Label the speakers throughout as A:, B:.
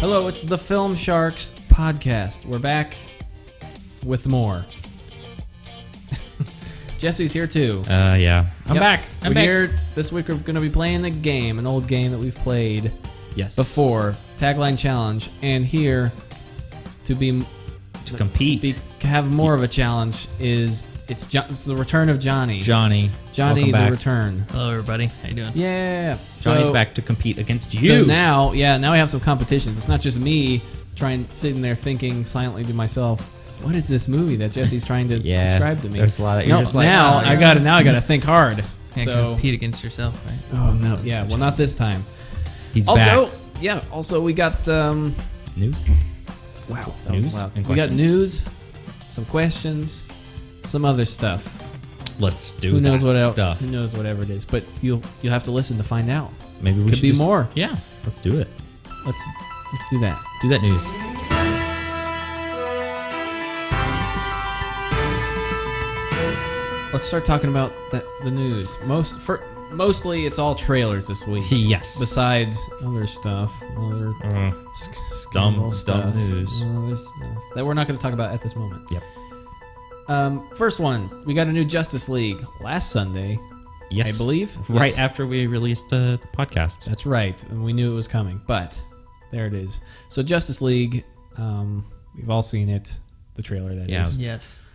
A: Hello, it's the Film Sharks podcast. We're back with more. Jesse's here too.
B: Uh, yeah. I'm
A: Yep.
B: back. I'm
A: we're
B: back.
A: here this week. We're going to be playing the game, an old game that we've played
B: Yes.
A: before, tagline challenge, and here to be
B: to compete,
A: be have more of a challenge is it's jo- it's the return of Johnny.
B: Johnny.
A: Johnny,
B: welcome
A: the
B: back.
A: return.
C: Hello, everybody. How you doing?
A: Yeah.
B: Johnny's
A: So-
B: back to compete against
A: So
B: you.
A: now, yeah, now we have some competitions. It's not just me trying sitting there thinking silently to myself, "What is this movie that Jesse's trying to
B: Yeah,
A: describe to me?"
B: there's a lot of- you're
A: no,
B: just like,
A: now
B: "Oh,
A: I
B: yeah."
A: got to now I got to think hard.
C: Can't
A: so,
C: compete against yourself, right?
A: oh no, yeah, well not this time.
B: He's
A: Also,
B: back.
A: yeah, also we got um,
B: News.
A: wow, that
B: News
A: was loud.
B: and
A: we got
B: questions.
A: news, some questions, some other stuff.
B: Let's do
A: Who knows
B: that
A: what el-
B: stuff.
A: Who knows whatever it is, but you'll you'll have to listen to find out.
B: Maybe we
A: Could
B: should
A: be
B: just-
A: more.
B: Yeah. Let's do it.
A: Let's let's do that.
B: Do that news.
A: Let's start talking about the, the news. Most for, mostly it's all trailers this week.
B: Yes.
A: Besides other stuff, other
B: Mm.
A: sc-
B: dumb-
A: scandal
B: dumb
A: stuff,
B: news.
A: other stuff that we're not going to talk about at this moment.
B: Yep.
A: Um, first one, we got a new Justice League last Sunday.
B: Yes.
A: I believe.
B: Right
A: Yes.
B: after we released the, the podcast.
A: That's right, and we knew it was coming, but there it is. So Justice League, um, we've all seen it, the trailer that is.
B: Yeah.
C: Yes.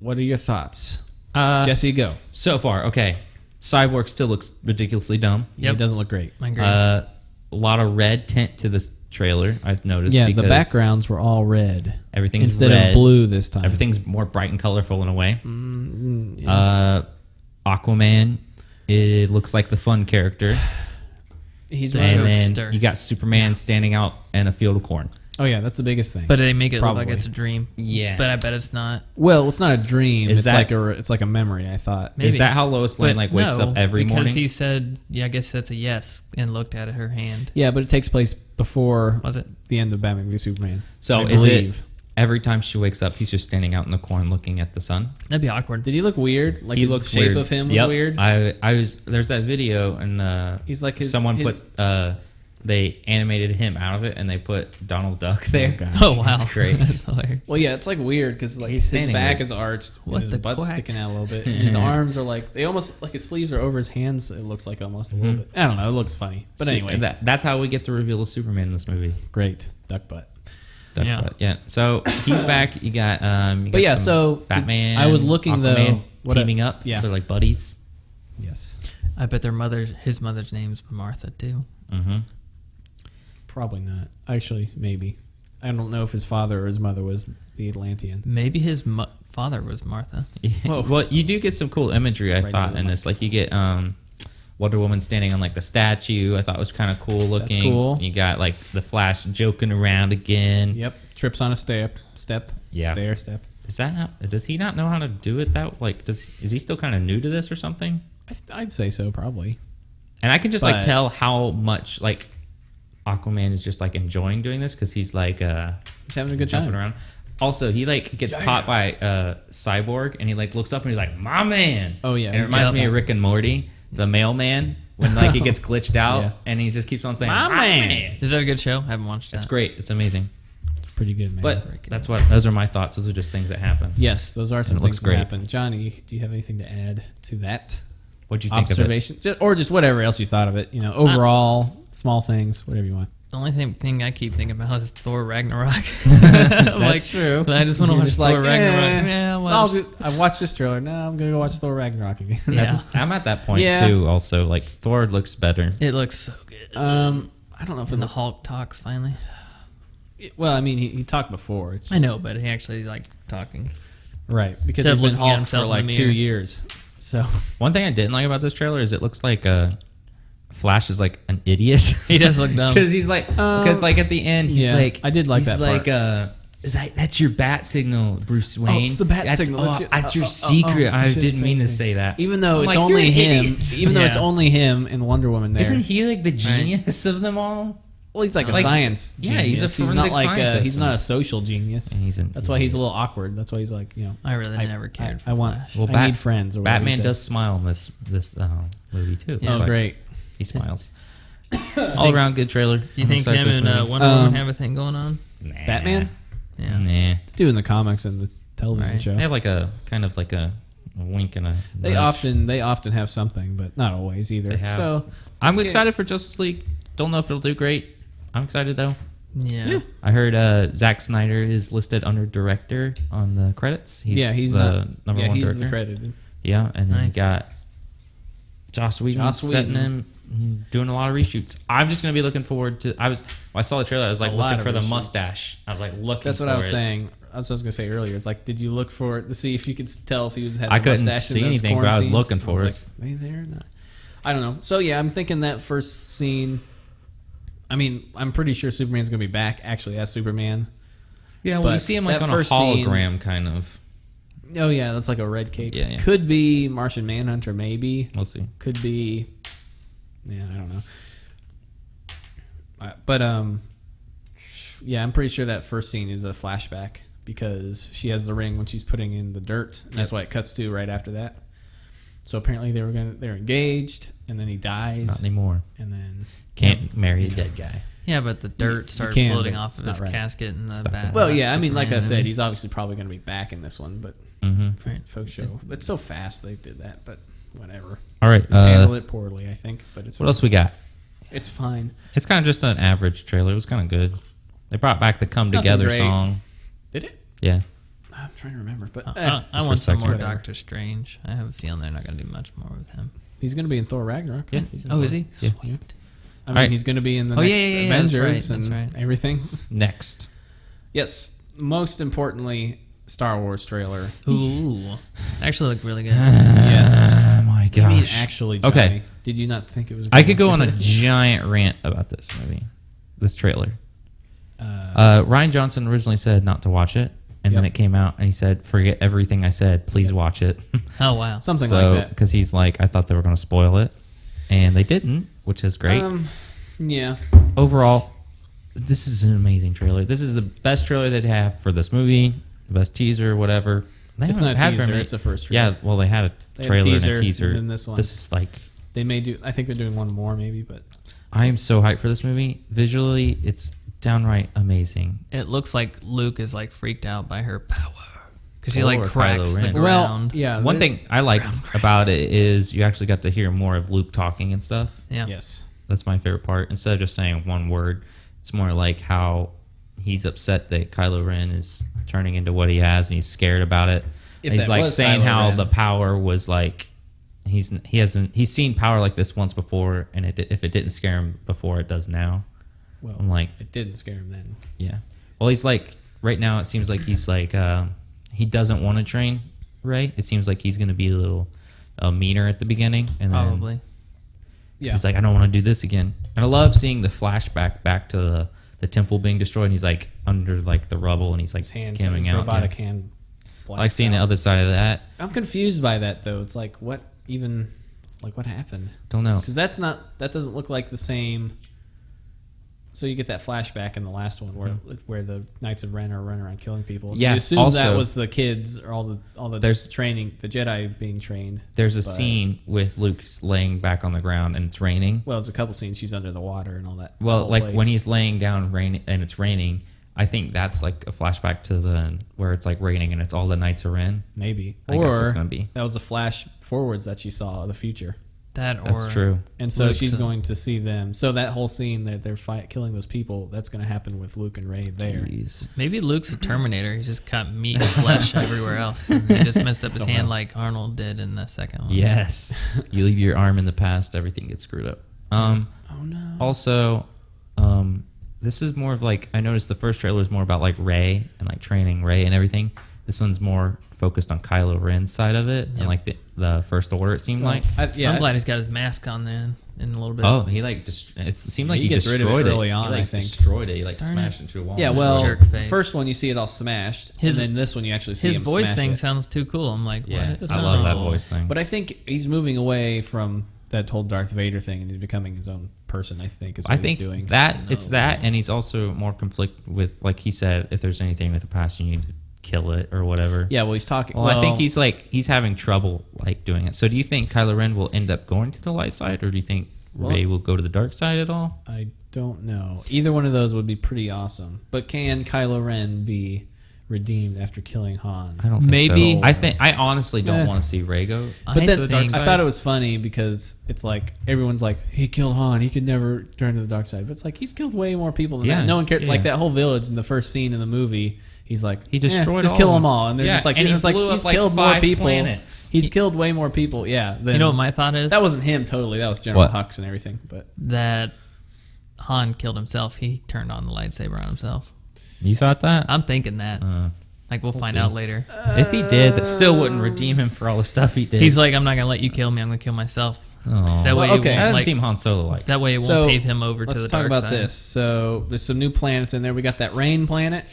A: What are your thoughts,
B: Uh,
A: Jesse? Go.
B: so far, okay. Cyborg still looks ridiculously dumb.
C: Yep.
A: It doesn't look great.
C: I agree.
B: Uh, a lot of red tint to this trailer. I've noticed.
A: Yeah,
B: because
A: the backgrounds were all red
B: Everything's
A: instead
B: red.
A: of blue this time.
B: Uh, Everything's more bright and colorful in a way.
A: Mm,
B: uh, Aquaman, it looks like the fun character,
A: He's
B: and
C: Jokester.
B: then you got Superman standing out in a field of corn.
A: Oh yeah, that's the biggest thing.
C: but they make it
A: probably.
C: look like it's a dream.
B: Yeah.
C: But I bet it's not.
A: well, it's not a dream.
B: Is
A: it's
B: that-
A: like a it's like a memory. I thought.
C: Maybe.
B: Is that how Lois Lane
C: But
B: like wakes
C: no,
B: up every
C: because
B: morning?
C: he said, "Yeah, I guess that's a yes," and looked at her hand.
A: Yeah, but it takes place before
C: Was it?
A: the end of Batman v Superman.
B: so
A: I
B: is
A: believe.
B: it every time she wakes up, he's just standing out in the corn looking at the sun?
C: That'd be awkward.
A: Did he look weird? Like
B: he
A: the
B: looks
A: shape
B: weird.
A: of him was
B: Yep.
A: weird.
B: I I was there's that video and uh,
A: He's like his-
B: someone
A: his-
B: put uh, they animated him out of it and they put Donald Duck there.
A: gosh.
C: oh wow,
B: That's great.
C: That's hilarious.
A: well, yeah, it's like weird because like
B: He's
A: his
B: standing
A: back
B: there.
A: is arched,
C: What
A: and his
C: the
A: butt's
C: quack?
A: sticking out a little bit. and his arms are like they almost like his sleeves are over his hands. It looks like almost a little bit. I don't know. It looks funny, but
B: So
A: anyway,
B: Mm-hmm. that, that's how we get the reveal of Superman in this movie.
A: great duck butt.
B: Duck
C: Yeah.
B: butt. yeah. So he's back. You got, um, you
A: But
B: got
A: yeah,
B: some
A: so the-
B: Batman.
A: I was looking,
B: Aquaman
A: though, what a-
B: teaming up.
A: yeah.
B: they're like buddies.
A: Yes,
C: I bet their mother, his mother's name's Martha too.
B: Mm-hmm.
A: probably not. Actually, maybe. I don't know if his father or his mother was the Atlantean.
C: Maybe his mo- father was Martha.
B: well, you do get some cool imagery. I
A: Right to
B: thought
A: the
B: in this, like you get um, Wonder Woman standing on like the statue. I thought was kind of cool looking.
A: cool.
B: You got like the Flash joking around again.
A: Yep. Trips on a step. Step.
B: Yeah.
A: Stair step.
B: Is that not? Does he not know how to do it that? Like, does is he still kind of new to this or something?
A: I th- I'd say so, probably.
B: And I can just
A: But-
B: like tell how much like Aquaman is just like enjoying doing this because he's like uh
A: He's having a good
B: jumping
A: time.
B: around. Also, he like gets caught by uh Cyborg and he like looks up and he's like, "My man."
A: Oh, yeah.
B: It reminds
A: Yeah.
B: me of Rick and Morty, the mailman, when like he gets glitched out
A: Yeah.
B: and he just keeps on saying,
A: My
B: "My,
A: man."
B: man.
C: Is that a good show? I haven't watched that.
B: It's great. It's amazing.
A: It's pretty good, man.
B: But
C: Rick and
B: that's what those are my thoughts. Those are just things that happen.
A: yes, those are some
B: And it looks
A: things that
B: great.
A: happen. Johnny, do you have anything to add to that
B: What'd you think of it?
A: observation, Ju- or just whatever else you thought of it? You know, overall, small things, whatever you want.
C: The only thing, thing I keep thinking about is Thor Ragnarok.
B: That's true.
C: I just want to
A: You're
C: watch
A: just
C: Thor Ragnarok.
A: eh,
C: Yeah, I'll
A: I'll
C: watch-
A: ju- I watched this trailer. Now I'm gonna go watch Thor Ragnarok again.
B: That's, I'm at that point
A: Yeah.
B: too. Also, like Thor looks better.
C: It looks so good.
A: um, I don't know if
C: When
A: in
C: the Hulk talks finally.
A: the well, I mean, he, he talked before, It's
C: I know, but he actually like talking.
A: right? Because he's
C: Instead
A: been
C: of looking at
A: Hulk
C: himself
A: for
C: in
A: like
C: the
A: two
C: mirror.
A: years, so
B: One thing I didn't like about this trailer is it looks like uh, Flash is like an idiot.
C: He does look dumb.
B: because he's like because like at the end he's
A: yeah,
B: like
A: I did like
B: he's
A: that
B: like
A: part.
B: uh. Is that, that's your bat signal, Bruce Wayne.
A: the bat
B: that's,
A: signal.
B: Oh,
A: That's
B: that's
A: your-
B: your,
A: oh, oh, oh,
B: secret.
A: oh,
B: I
A: shit,
B: didn't mean
A: same
B: to
A: thing.
B: say that.
A: even though
B: I'm
A: it's
B: like, you're
A: only
B: an
A: him,
B: idiot.
A: even though it's
C: Yeah.
A: only him and Wonder Woman there.
B: isn't he like the genius of them all?
A: Well, he's like a
B: Like,
A: science.
B: yeah, he's
A: genius.
B: a forensic
A: not like A,
B: scientist
A: he's not a social genius.
B: And he's an
A: That's why he's a little awkward. That's why he's like you know. oh,
C: I really never cared
A: I,
C: for
A: I want.
C: Flash.
A: Well,
B: Well,
A: I
B: Bat-
A: need friends. Or whatever he
B: Batman
A: says.
B: does smile in this this uh, movie too.
A: Oh,
B: Like,
A: great.
B: He smiles. All around good trailer.
C: You think him and uh, Wonder
A: Um,
C: Woman have a thing going on?
A: Batman?
C: Yeah.
B: Nah.
A: doing the comics and the television
C: Right.
A: show.
B: They have like a kind of like a, a wink and a.
A: They
B: nudge.
A: often they often have something, but not always either.
B: They have.
A: So
B: I'm
A: get-
B: excited for Justice League. Don't know if it'll do great. I'm excited though.
C: Yeah.
A: Yeah.
B: I heard uh, Zack Snyder is listed under director on the credits. He's
A: yeah, he's
B: the
A: not,
B: number
A: yeah,
B: one
A: he's
B: director.
A: credited.
B: yeah, and then you
C: Nice.
B: got Joss Whedon
A: Joss
B: setting
A: Whedon.
B: him doing a lot of reshoots. I'm just gonna be looking forward to. I was when I saw the trailer. I was like
A: A lot
B: looking
A: of
B: for the
A: reshoots.
B: mustache. I was like looking.
A: That's what
B: for
A: I was
B: it.
A: saying. That's what I was gonna say earlier. It's like, did you look for it to see if you could tell if he was had
B: I
A: a
B: couldn't
A: mustache in
B: see
A: those
B: anything,
A: corn
B: but I was
A: scenes?
B: looking for
A: like, Maybe they're not. I don't know. So yeah, I'm thinking that first scene. I mean, I'm pretty sure Superman's gonna be back actually as Superman.
B: Yeah, when you
A: But
B: see him like
A: that
B: on a
A: first scene-
B: hologram, kind of.
A: Oh yeah, that's like a red cape.
B: Yeah, yeah.
A: Could be Martian Manhunter, maybe.
B: We'll see.
A: could be yeah i don't know Uh, but um yeah i'm pretty sure that first scene is a flashback because she has the ring when she's putting in the dirt and that's why it cuts to right after that so apparently they were gonna they're engaged and then he
B: Not
A: dies
B: anymore.
A: and then
B: Can't marry a dead guy.
C: Yeah, but the
A: You- you
C: dirt started
A: can,
C: floating
A: but
C: off
A: it's
C: of
A: not
C: his
A: right.
C: casket and the
B: not
C: bat.
B: right.
A: well yeah i mean like i
C: Superman.
A: said he's obviously probably gonna be back in this one but
B: Mm-hmm.
C: Right.
A: for show it's so fast they did that but whatever
B: All right.
A: they handled
B: Uh,
A: it poorly i think but it's
B: what else we got?
A: it's fine
B: It's kind of just an average trailer. It was kind of good. They brought back the "Come
A: Nothing
B: Together"
A: great.
B: song.
A: did it
B: Yeah,
A: i'm trying to remember
B: Uh,
A: but
C: I-
A: eh.
C: I, I
B: Just
C: want
B: for
C: some
B: sex,
C: more
A: whatever.
C: Doctor Strange. I have a feeling they're not going to do much more with him.
A: He's going to be in Thor Ragnarok.
B: yeah.
A: right?
C: Oh, is he?
B: Yeah.
C: Sweet.
A: I mean,
B: Alright.
A: he's going to be in the
C: Oh,
A: next
C: yeah, yeah, yeah, that's
A: Avengers
C: right, that's
A: and
C: right.
A: everything.
B: Next,
A: Yes. Most importantly, Star Wars trailer.
C: Ooh, actually look really good.
A: yes.
B: oh my
A: I mean,
B: gosh,
A: actually, Johnny,
B: Uh, Okay.
A: Did you not think it was?
B: I could go on a giant rant about this movie, this trailer.
A: Uh,
B: Uh, Ryan Johnson originally said not to watch it, and then
A: Yep.
B: it came out, and he said, "Forget everything I said. Please watch it."
C: Oh wow.
A: something
B: so,
A: like that.
B: because he's like, I thought they were going to spoil it, and they didn't, which is great.
A: Um, yeah.
B: overall, this is an amazing trailer. This is the best trailer they'd have for this movie, the best teaser, whatever. They
A: It's
B: haven't
A: not a
B: had very
A: teaser,
B: many-
A: it's a first
B: Yeah, well, they had a
A: They had a
B: trailer and
A: teaser,
B: a teaser.
A: and then this one.
B: is like,
A: They may do. I think they're doing one more, maybe. But
B: I am so hyped for this movie. Visually, it's downright amazing.
C: It looks like Luke is like freaked out by her power because she
B: Or
C: like
B: Kylo
C: cracks the
B: Ren.
A: well,
C: ground.
A: yeah.
B: One
A: there's-
B: thing I like about it is you actually got to hear more of Luke talking and stuff.
C: yeah.
A: Yes.
B: That's my favorite part. Instead of just saying one word, it's more like how he's upset that Kylo Ren is turning into what he has, and he's scared about it.
A: If
B: And he's
A: that
B: like
A: was
B: saying
A: Kylo
B: how
A: Ren.
B: the power was like he's he hasn't he's seen power like this once before, and it di- if it didn't scare him before, it does now.
A: Well,
B: I'm like,
A: it didn't scare him then.
B: yeah. Well, he's like right now. It seems like he's like uh, he doesn't want to train Ray. It seems like he's going to be a little uh, meaner at the beginning, and then
C: Probably.
A: Yeah.
B: He's like, I don't want to do this again. And I love seeing the flashback back to the, the temple being destroyed. And he's like under like the rubble, and he's like
A: his hand,
B: coming
A: his
B: out.
A: robotic
B: yeah.
A: hand.
B: I like seeing the other side of that.
A: I'm confused by that though. It's like what even, like what happened.
B: Don't know.
A: because that's not that doesn't look like the same. So you get that flashback in the last one where where the Knights of Ren are running around killing people.
B: Mm-hmm. Yeah,
A: you assume that
B: also-
A: was the kids or all the all the
B: There's-
A: training the Jedi being trained.
B: There's a
A: but-
B: scene with Luke's laying back on the ground, and it's raining.
A: Well, there's a couple scenes she's under the water and all that.
B: Well,
A: whole
B: like
A: place.
B: when he's laying down, rain, and it's raining. I think that's like a flashback to the where it's like raining, and it's all the knights are in.
A: maybe
B: I think that's what
A: or
B: it's gonna be.
A: that was a flash forwards that she saw of the future,
C: That or
B: That's true.
A: and so
C: Luke's
A: she's
C: a-
B: uh,
A: going to see them. So that whole scene that they're fight, killing those people that's going to happen with Luke and Ray there.
B: Jeez.
C: Maybe Luke's a
B: Mm-hmm.
C: Terminator. He's just cut meat and flesh everywhere else. And he just messed up his hand like Arnold did in the second one.
B: Yes, you leave your arm in the past, everything gets screwed up. Um,
A: Oh no!
B: Also, um, this is more of like I noticed the first trailer is more about like Ray and like training Ray and everything. This one's more focused on Kylo Ren's side of it and
C: Yep.
B: like the, the first order. It seemed like
A: I, yeah,
C: I'm glad he's got his mask on then in a little bit.
B: oh he like dest- it seemed like
A: He
B: he,
A: gets rid of it
B: destroyed it
A: early on,
B: He, like,
A: I think.
B: destroyed it. He like
C: Darn
B: smashed into a wall.
A: Yeah,
B: and
A: well,
B: destroyed
C: jerk
A: the
C: face.
A: first one you see it all smashed,
C: His-
A: and then this one you actually see
C: His
A: him
C: voice
A: smash
C: thing
A: it.
C: sounds too cool. I'm like,
B: it. yeah.
C: what?
B: I love that
C: No.
B: voice thing.
A: But I think he's moving away from that whole Darth Vader thing, and he's becoming his own person. I think is what
B: I think
A: he's doing.
B: that it's that, and he's also more conflict with like he said, if there's anything with the past, you need to kill it or whatever.
A: yeah, well, he's talking.
B: Well, I think he's like he's having trouble like doing it. So do you think Kylo Ren will end up going to the light side, or do you think
A: Well-
B: Ray will go to the dark side at all?
A: I don't know. Either one of those would be pretty awesome. But can Kylo Ren be redeemed after killing Han?
B: I don't think
C: Maybe-
B: so. I think I honestly don't
A: Eh.
B: want to see Ray go.
A: But
C: I
A: then
C: think-
A: I thought it was funny because it's like everyone's like, he killed Han. He could never turn to the dark side. But it's like he's killed way more people than
B: Yeah,
A: that. No one cared.
B: yeah.
A: Like that whole village in the first scene in the movie. He's like,
B: He
A: "Eh,
B: destroyed
A: just
B: all
A: kill
B: of
A: them
B: them."
A: all, and they're
B: Yeah,
A: just like,
B: and he
A: he's like,
B: blew up,
A: he's
B: like,
A: killed more
B: five
A: people.
B: planets.
A: He's killed way more people. Yeah, than,
C: You know what my thought is?
A: that wasn't him totally. That was General
B: What?
A: Hux and everything. But
C: that Han killed himself. He turned on the lightsaber on himself.
B: You thought that?
C: I'm thinking that.
B: Uh,
C: like we'll, find
B: see.
C: out later.
A: Uh,
B: if he did, that still wouldn't redeem him for all the stuff he did.
C: He's like, I'm not gonna let you kill me. I'm gonna kill myself.
B: oh.
C: That
B: that,
A: Well, okay.
C: way, it
A: That
C: won't,
B: doesn't
C: like,
B: seem Han Solo like.
C: that way it won't
A: So,
C: pave him over to
A: let's
C: the
A: talk
C: dark
A: about
C: side.
A: this. So there's some new planets in there. We got that rain planet,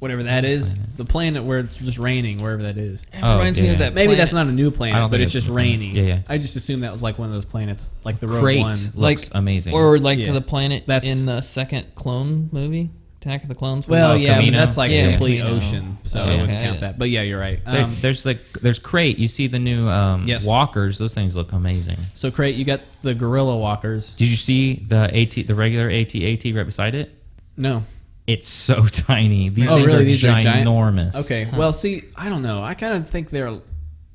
A: whatever that is. The planet where it's just raining, wherever that is.
B: Oh,
C: Reminds me
B: yeah.
C: of that.
A: Maybe
C: planet-
A: that's not a new
B: I
A: planet,
B: don't
A: but
B: think
A: it's
B: it's
A: just
B: a planet.
A: raining.
B: Yeah, yeah.
A: I just assumed that was like one of those planets, like the Rogue
B: Crate
A: One.
B: looks
C: Like-
B: amazing.
C: or like
A: Yeah.
C: to the planet
A: That's-
C: in the second Clone movie, Attack of the Clones.
A: Well,
B: Oh,
A: yeah, but
B: Camino.
A: that's like
C: Yeah,
A: complete
C: Camino.
A: ocean, so
B: Oh,
A: I wouldn't
C: okay.
A: count that. But yeah, you're right.
B: There-
A: Um,
B: there's like there's crate. You see the new um,
A: Yes.
B: walkers. Those things look amazing.
A: so crate, you got the gorilla walkers.
B: Did you see the AT the regular AT-AT right beside it?
A: No,
B: It's so tiny. These
A: Oh,
B: things
A: really?
B: are
A: These are giant?
B: ginormous.
A: okay. Well, see, I don't know. I kind of think they're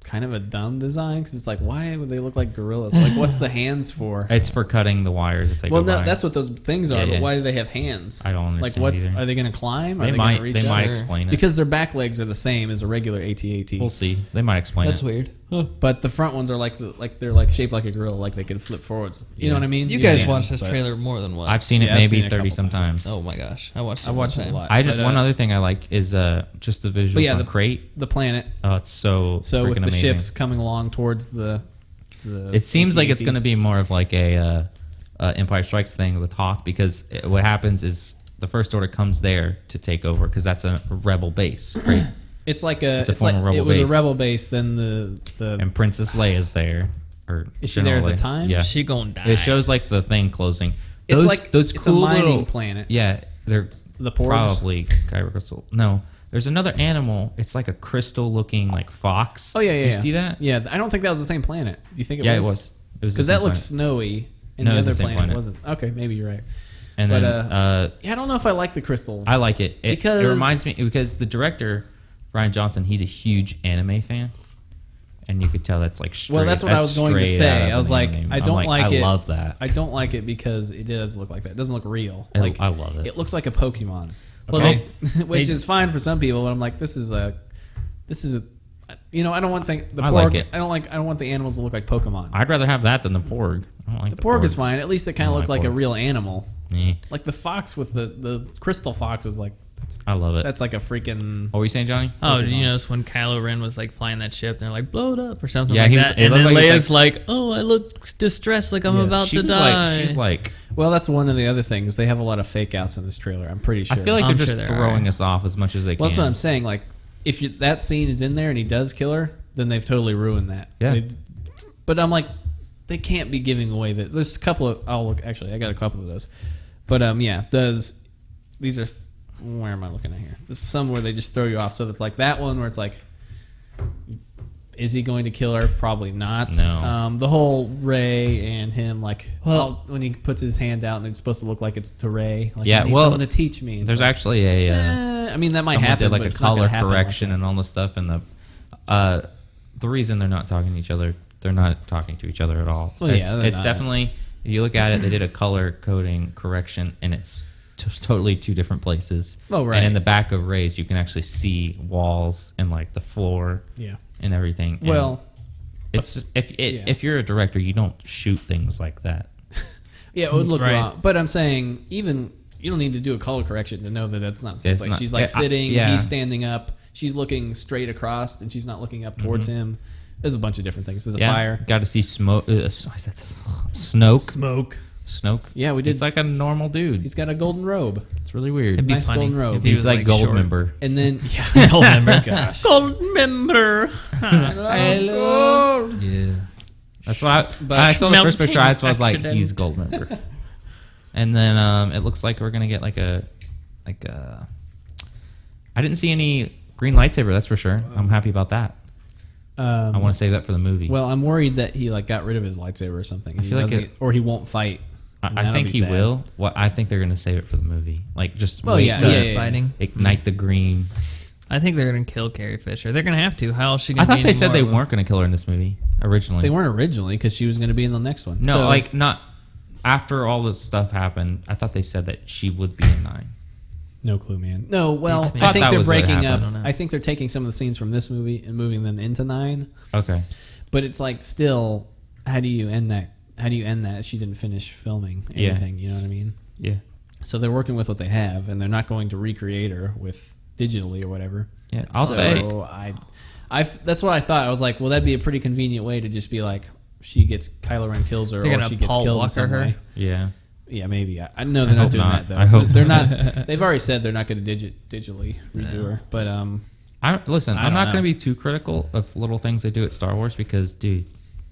A: kind of a dumb design because it's like, why would they look like gorillas? Like, what's the hands for?
B: It's for cutting the wires if they
A: Well,
B: go
A: no,
B: by.
A: that's what those things are.
B: Yeah,
A: but
B: yeah.
A: why do they have hands?
B: I don't
A: Like,
B: understand
A: what's
B: either.
A: are they going to climb? Are
B: they
A: they,
B: might
A: Gonna reach
B: they
A: up?
B: might
C: Sure.
B: explain it.
A: because their back legs are the same as a regular AT-AT.
B: we'll see. They might explain
C: that's
B: it.
C: weird.
A: But the front ones are like the, like they're like shaped like a gorilla, like they can flip forwards. You know what I mean?
C: You
A: You've
C: guys
A: seen it,
C: watched this
A: but-
C: trailer more than once.
B: I've seen it
A: Yeah, I've
B: maybe
A: seen it a
B: thirty
A: couple
B: sometimes.
C: oh my gosh, I watched. It
A: I watched it
C: time.
A: a lot.
B: I did,
A: but, uh,
B: one other thing I like is uh just the visuals
A: yeah,
B: on
A: the-
B: crate.
A: the planet.
B: Oh, it's so
A: So
B: freaking
A: with the
B: amazing.
A: ships coming along towards the, the
B: It seems like it's going to
A: AT-ATs.
B: be more of like a uh, uh, Empire Strikes thing with Hoth because it, what happens is the First Order comes there to take over because that's a rebel base, right?
A: It's like a.
B: it's
A: It's,
B: a
A: like
B: former
A: it
B: rebel
A: was
B: base.
A: a rebel base. Then the the
B: and Princess Leia's there. Or
A: Is she there at the
B: General Leia.
A: time?
B: Yeah,
C: She gonna die.
B: uh, it shows like the thing closing.
A: It's
B: Those,
A: like-
B: those
A: it's a
B: cool
A: mining
B: little-
A: planet.
B: Yeah, they're
A: The porgs?
B: probably Kyber No, there's another animal. It's like a crystal looking like fox.
A: oh yeah yeah
B: Did you
A: yeah.
B: see that?
A: yeah I don't think that was the same planet. Do you think it
B: yeah, it
A: was?
B: was. It was the
A: because
B: same
A: that looks
B: planet.
A: snowy. And
B: No,
A: the
B: it was
A: other
B: the same
A: planet,
B: planet.
A: wasn't. Okay, maybe you're right.
B: And
A: but,
B: then
A: uh,
B: uh,
A: Yeah, I don't know if I like the crystal.
B: I like it. It,
A: Because-
B: it reminds me because the director Brian Johnson, he's a huge anime fan, and you could tell that's like straight,
A: Well, that's what I was going to
B: straight
A: say.
B: out of
A: I was
B: an
A: like,
B: anime.
A: I
B: I'm
A: don't like it.
B: I love that.
A: I don't like it because it does look like that. It doesn't look real.
B: I-
A: like
B: I love it.
A: It looks like a Pokemon.
C: Well,
A: okay?
C: they-
A: which
C: they-
A: is fine for some people, but I'm like, this is a, this is a, you know, I don't want the, the
B: I
A: porg,
B: like it.
A: I don't like. I don't want the animals to look like Pokemon.
B: I'd rather have that than the porg. I don't like the,
A: the porg is
B: porgs.
A: fine. At least it kind of
B: I don't
A: looked
B: like
A: like a
B: porgs.
A: real animal.
B: Eh.
A: Like the fox with the the crystal fox was like. that's-
B: I love it.
A: That's like a freaking.
B: What were you saying, Johnny?
C: Oh, did you notice when Kylo Ren was like flying that ship? They're like, blow it up or something
B: Yeah,
C: like
B: he was-
C: that.
B: it
C: And
B: looked
C: then
B: like he was
C: Leia's like, oh, I look distressed, like I'm
A: Yeah,
C: about
B: She
C: to
B: was
C: die.
B: like, she's like.
A: Well, that's one of the other things. They have a lot of fake outs in this trailer. I'm pretty
B: I
A: sure.
B: feel like
C: I'm
B: they're
C: sure
B: just
C: there are.
B: throwing us off as much as they
A: Well, that's what
B: can.
A: I'm saying. Like, if you, that scene is in there and he does kill her, then they've totally ruined that.
B: Yeah.
A: They- but I'm like, they can't be giving away that. There's a couple of. I'll look. Actually, I got a couple of those. But um, yeah. Does these are? Where am I looking at here? There's some where they just throw you off. So it's like that one where it's like. Is he going to kill her? Probably not.
B: No.
A: Um, the whole Ray and him, like,
C: Well-
A: when he puts his hand out and it's supposed to look like it's to Ray. Like,
B: Yeah,
A: I need
B: well,
A: someone to teach me. And
B: There's
A: it's like,
B: actually a. Uh,
A: Eh, I mean, that might
B: someone
A: happen.
B: did like
A: but
B: a
A: it's not gonna
B: color
A: happen like
B: correction and all this stuff and the uh the reason they're not talking to each other they're not talking to each other at all
A: Well, yeah,
B: it's,
A: they're
B: it's
A: not.
B: definitely if you look at it they did a color coding correction and it's t- totally two different places
A: Oh, right.
B: and in the back of rays you can actually see walls and like the floor
A: that. Yeah.
B: and everything And
A: Well,
B: it's if it,
A: yeah.
B: if you're a director you don't shoot things like that
A: yeah, it would look
C: Right.
A: wrong. But I'm saying, even you don't need to do a color correction to know that that's not.
B: It's
A: It's like
B: not-
A: she's like
B: yeah, I-
A: sitting,
B: yeah.
A: he's standing up, she's looking straight across, and she's not looking up
B: Mm-hmm.
A: towards him. There's a bunch of different things. There's a fire,
B: got to see smoke uh, s- I said snoke
A: smoke.
B: snoke
A: Yeah, we did.
B: he's like a normal dude
A: he's got a golden robe,
B: it's really weird
C: It'd be
A: Nice
C: funny
A: golden robe.
C: if he
B: he's
C: was
B: like, gold
C: short.
B: member
A: and then yeah,
C: Gold member.
A: Oh gosh,
C: gold member.
A: hello.
B: Yeah. That's what I,
A: But-
B: when I saw the first
C: Melting
B: picture. I was I was like,
C: accident.
B: he's gold member. and then um, it looks like we're gonna get like a like uh, a. I didn't see any green lightsaber. That's for sure. I'm happy about that.
A: Um,
B: I want to save that for the movie.
A: Well, I'm worried that he like got rid of his lightsaber or something. and he
B: feel like
A: doesn't-
B: it-
A: or he won't fight. And
B: I, I
A: that'll
B: think
A: be
B: he
A: sad.
B: will. What I think they're going to save it for the movie. Like just
A: Well,
B: wait
A: yeah,
B: to
A: yeah, yeah. Mm-hmm.
C: fighting.
B: ignite the green.
C: I think they're gonna kill Carrie Fisher. They're gonna have to. How else she gonna?
B: I thought
C: be
B: they said they
C: anymore?
B: weren't going to kill her in this movie originally.
A: They weren't originally because she was going to be in the next one.
B: No,
A: So-
B: like not after all this stuff happened. I thought they said that she would be in nine.
A: no clue, man. No, well,
C: Beats me.
A: I
B: Thought
A: think
B: that
A: they're
B: was what
A: breaking
B: happened.
A: up.
B: I
C: don't know.
A: I think they're taking some of the scenes from this movie and moving them into nine.
B: Okay.
A: But it's like still, how do you end that? How do you end that? She didn't finish filming
B: Yeah.
A: anything. You know what I mean?
B: Yeah.
A: So they're working with what they have, and they're not going to recreate her with digitally or whatever.
B: Yeah. I'll
A: so
B: say
A: I, I f- that's what I thought. I was like, well, that'd be a pretty convenient way to just be like, she gets Kylo Ren kills her,
C: They're
A: or
C: gonna
A: she gets
C: Paul
A: killed in
C: Walker
A: some
C: her?
A: way.
B: yeah.
A: Yeah, maybe. I, I know they're not
B: hope
A: doing
B: not.
A: that though.
B: I hope
A: they're not. They've already said they're not going to digit digitally redo her, but um,
B: I listen.
A: I
B: I'm
A: don't
B: not
A: know.
B: going to be too critical of little things they do at Star Wars because, dude,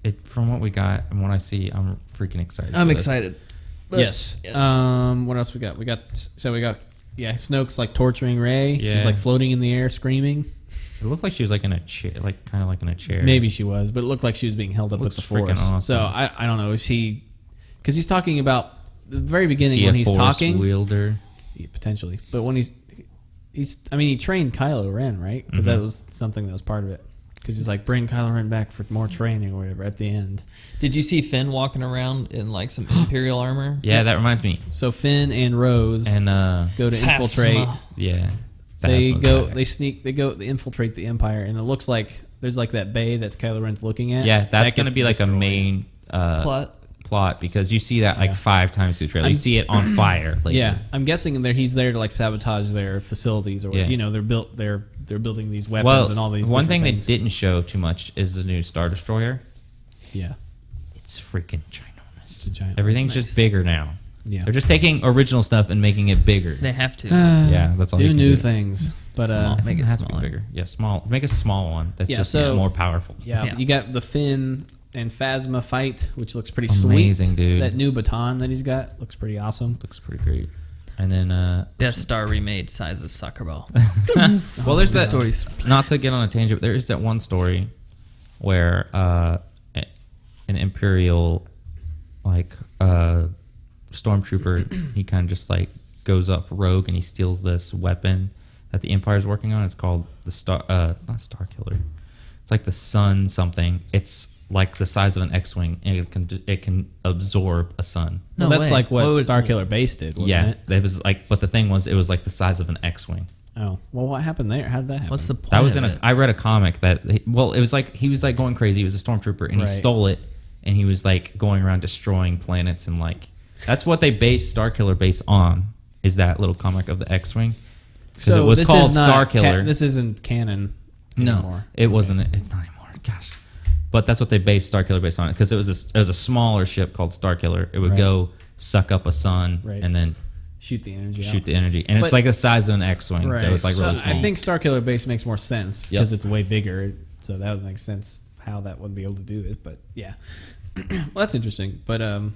B: it from what we got and what I see, I'm freaking excited.
C: I'm
B: for this.
C: excited. But-
A: yes.
C: yes.
A: Um, what else we got? We got so we got yeah, Snoke's like torturing Ray.
B: Yeah.
A: She's like floating in the air, screaming.
B: It looked like she was like in a chair, like kind of like in a chair.
A: Maybe she was, but it looked like she was being held up with
B: Looks
A: the
B: freaking
A: force.
B: awesome.
A: So I, I don't know. Is he? Because he's talking about the very beginning
B: See a
A: when he's
B: force
A: talking.
B: wielder.
A: Yeah, potentially. But when he's he's, I mean, he trained Kylo Ren, right? Because
B: Mm-hmm.
A: that was something that was part of it. Because he's like, bring Kylo Ren back for more training or whatever at the end.
C: Did you see Finn walking around in like some imperial armor?
B: Yeah, that reminds me.
A: So Finn and Rose
B: And uh,
A: go to
C: Phasma.
A: infiltrate.
B: yeah,
A: They
B: Phasma's
A: go,
B: back.
A: they sneak, they go, they infiltrate the Empire, and it looks like there's like that bay that Kylo Ren's looking at.
B: yeah, that's
A: That
B: going
A: gets
B: to be like a
A: destroyed.
B: main uh, plot.
C: Plot.
B: because you see that like
A: Yeah.
B: five times through the trailer. You
A: I'm-
B: see it on fire. Like,
A: Yeah, I'm guessing there he's there to like sabotage their facilities or
B: Yeah.
A: you know they're built they're they're building these weapons
B: Well,
A: and all these.
B: one thing
A: different things.
B: they didn't show too much is the new Star Destroyer.
A: Yeah,
B: It's freaking ginormous.
A: it's a giant.
B: Everything's just bigger now.
A: Yeah.
B: They're just taking original stuff and making it bigger.
C: They have to.
B: yeah, that's all.
A: do
B: you can
A: new
B: do.
A: things, but uh,
C: Small.
B: I think
C: Make
B: it
C: it
B: has to be
C: smaller.
B: bigger. Yeah, small. Make a small one that's
A: Yeah,
B: just
A: so-
B: more powerful.
A: Yeah,
C: Yeah.
A: you got the Finn and Phasma fight, which looks pretty
B: Amazing,
A: sweet.
B: dude.
A: That new baton that he's got looks pretty awesome.
B: looks pretty great. And then, uh,
C: Death Star remade size of soccer ball.
B: well, there's that.
C: stories.
B: Not to get on a tangent, but there is that one story where uh, a- an imperial, like, uh, stormtrooper, he kind of just like goes up rogue and he steals this weapon that the Empire's working on. It's called the Star. Uh, it's not Star Killer. It's like the Sun something. It's like the size of an X-wing, and it can it can absorb a sun.
A: No,
C: No
A: that's
C: way.
A: like what
C: What would-
A: Starkiller Base did, wasn't
B: yeah,
A: it?
B: it was like, but the thing was, it was like the size of an X-wing.
A: Oh, well, what happened there? How did that happen?
C: What's the point?
B: That was
C: of
B: in a.
C: it?
B: I read a comic that. Well, it was like he was like going crazy. He was a stormtrooper and
A: Right.
B: he stole it, and he was like going around destroying planets and like. That's what they based Star Killer base on. Is that little comic of the X-wing? Because it was
A: this
B: called
A: is not
B: Star
A: ca-
B: Killer.
A: this isn't canon.
B: no,
A: anymore.
B: it wasn't. It's not anymore. Gosh, but that's what they based Star Killer based on because it was a, s- it was a smaller ship called Star Killer. It would
A: Right.
B: go suck up a sun
A: Right.
B: and then
A: Shoot the energy.
B: shoot
A: out.
B: the energy, and it's
A: But-
B: like the size of an X-wing, so it's like really small.
A: I think Starkiller Base makes more sense
B: Yep.
A: because it's way bigger, so that would make sense how that would be able to do it. But yeah, well, that's interesting. But um,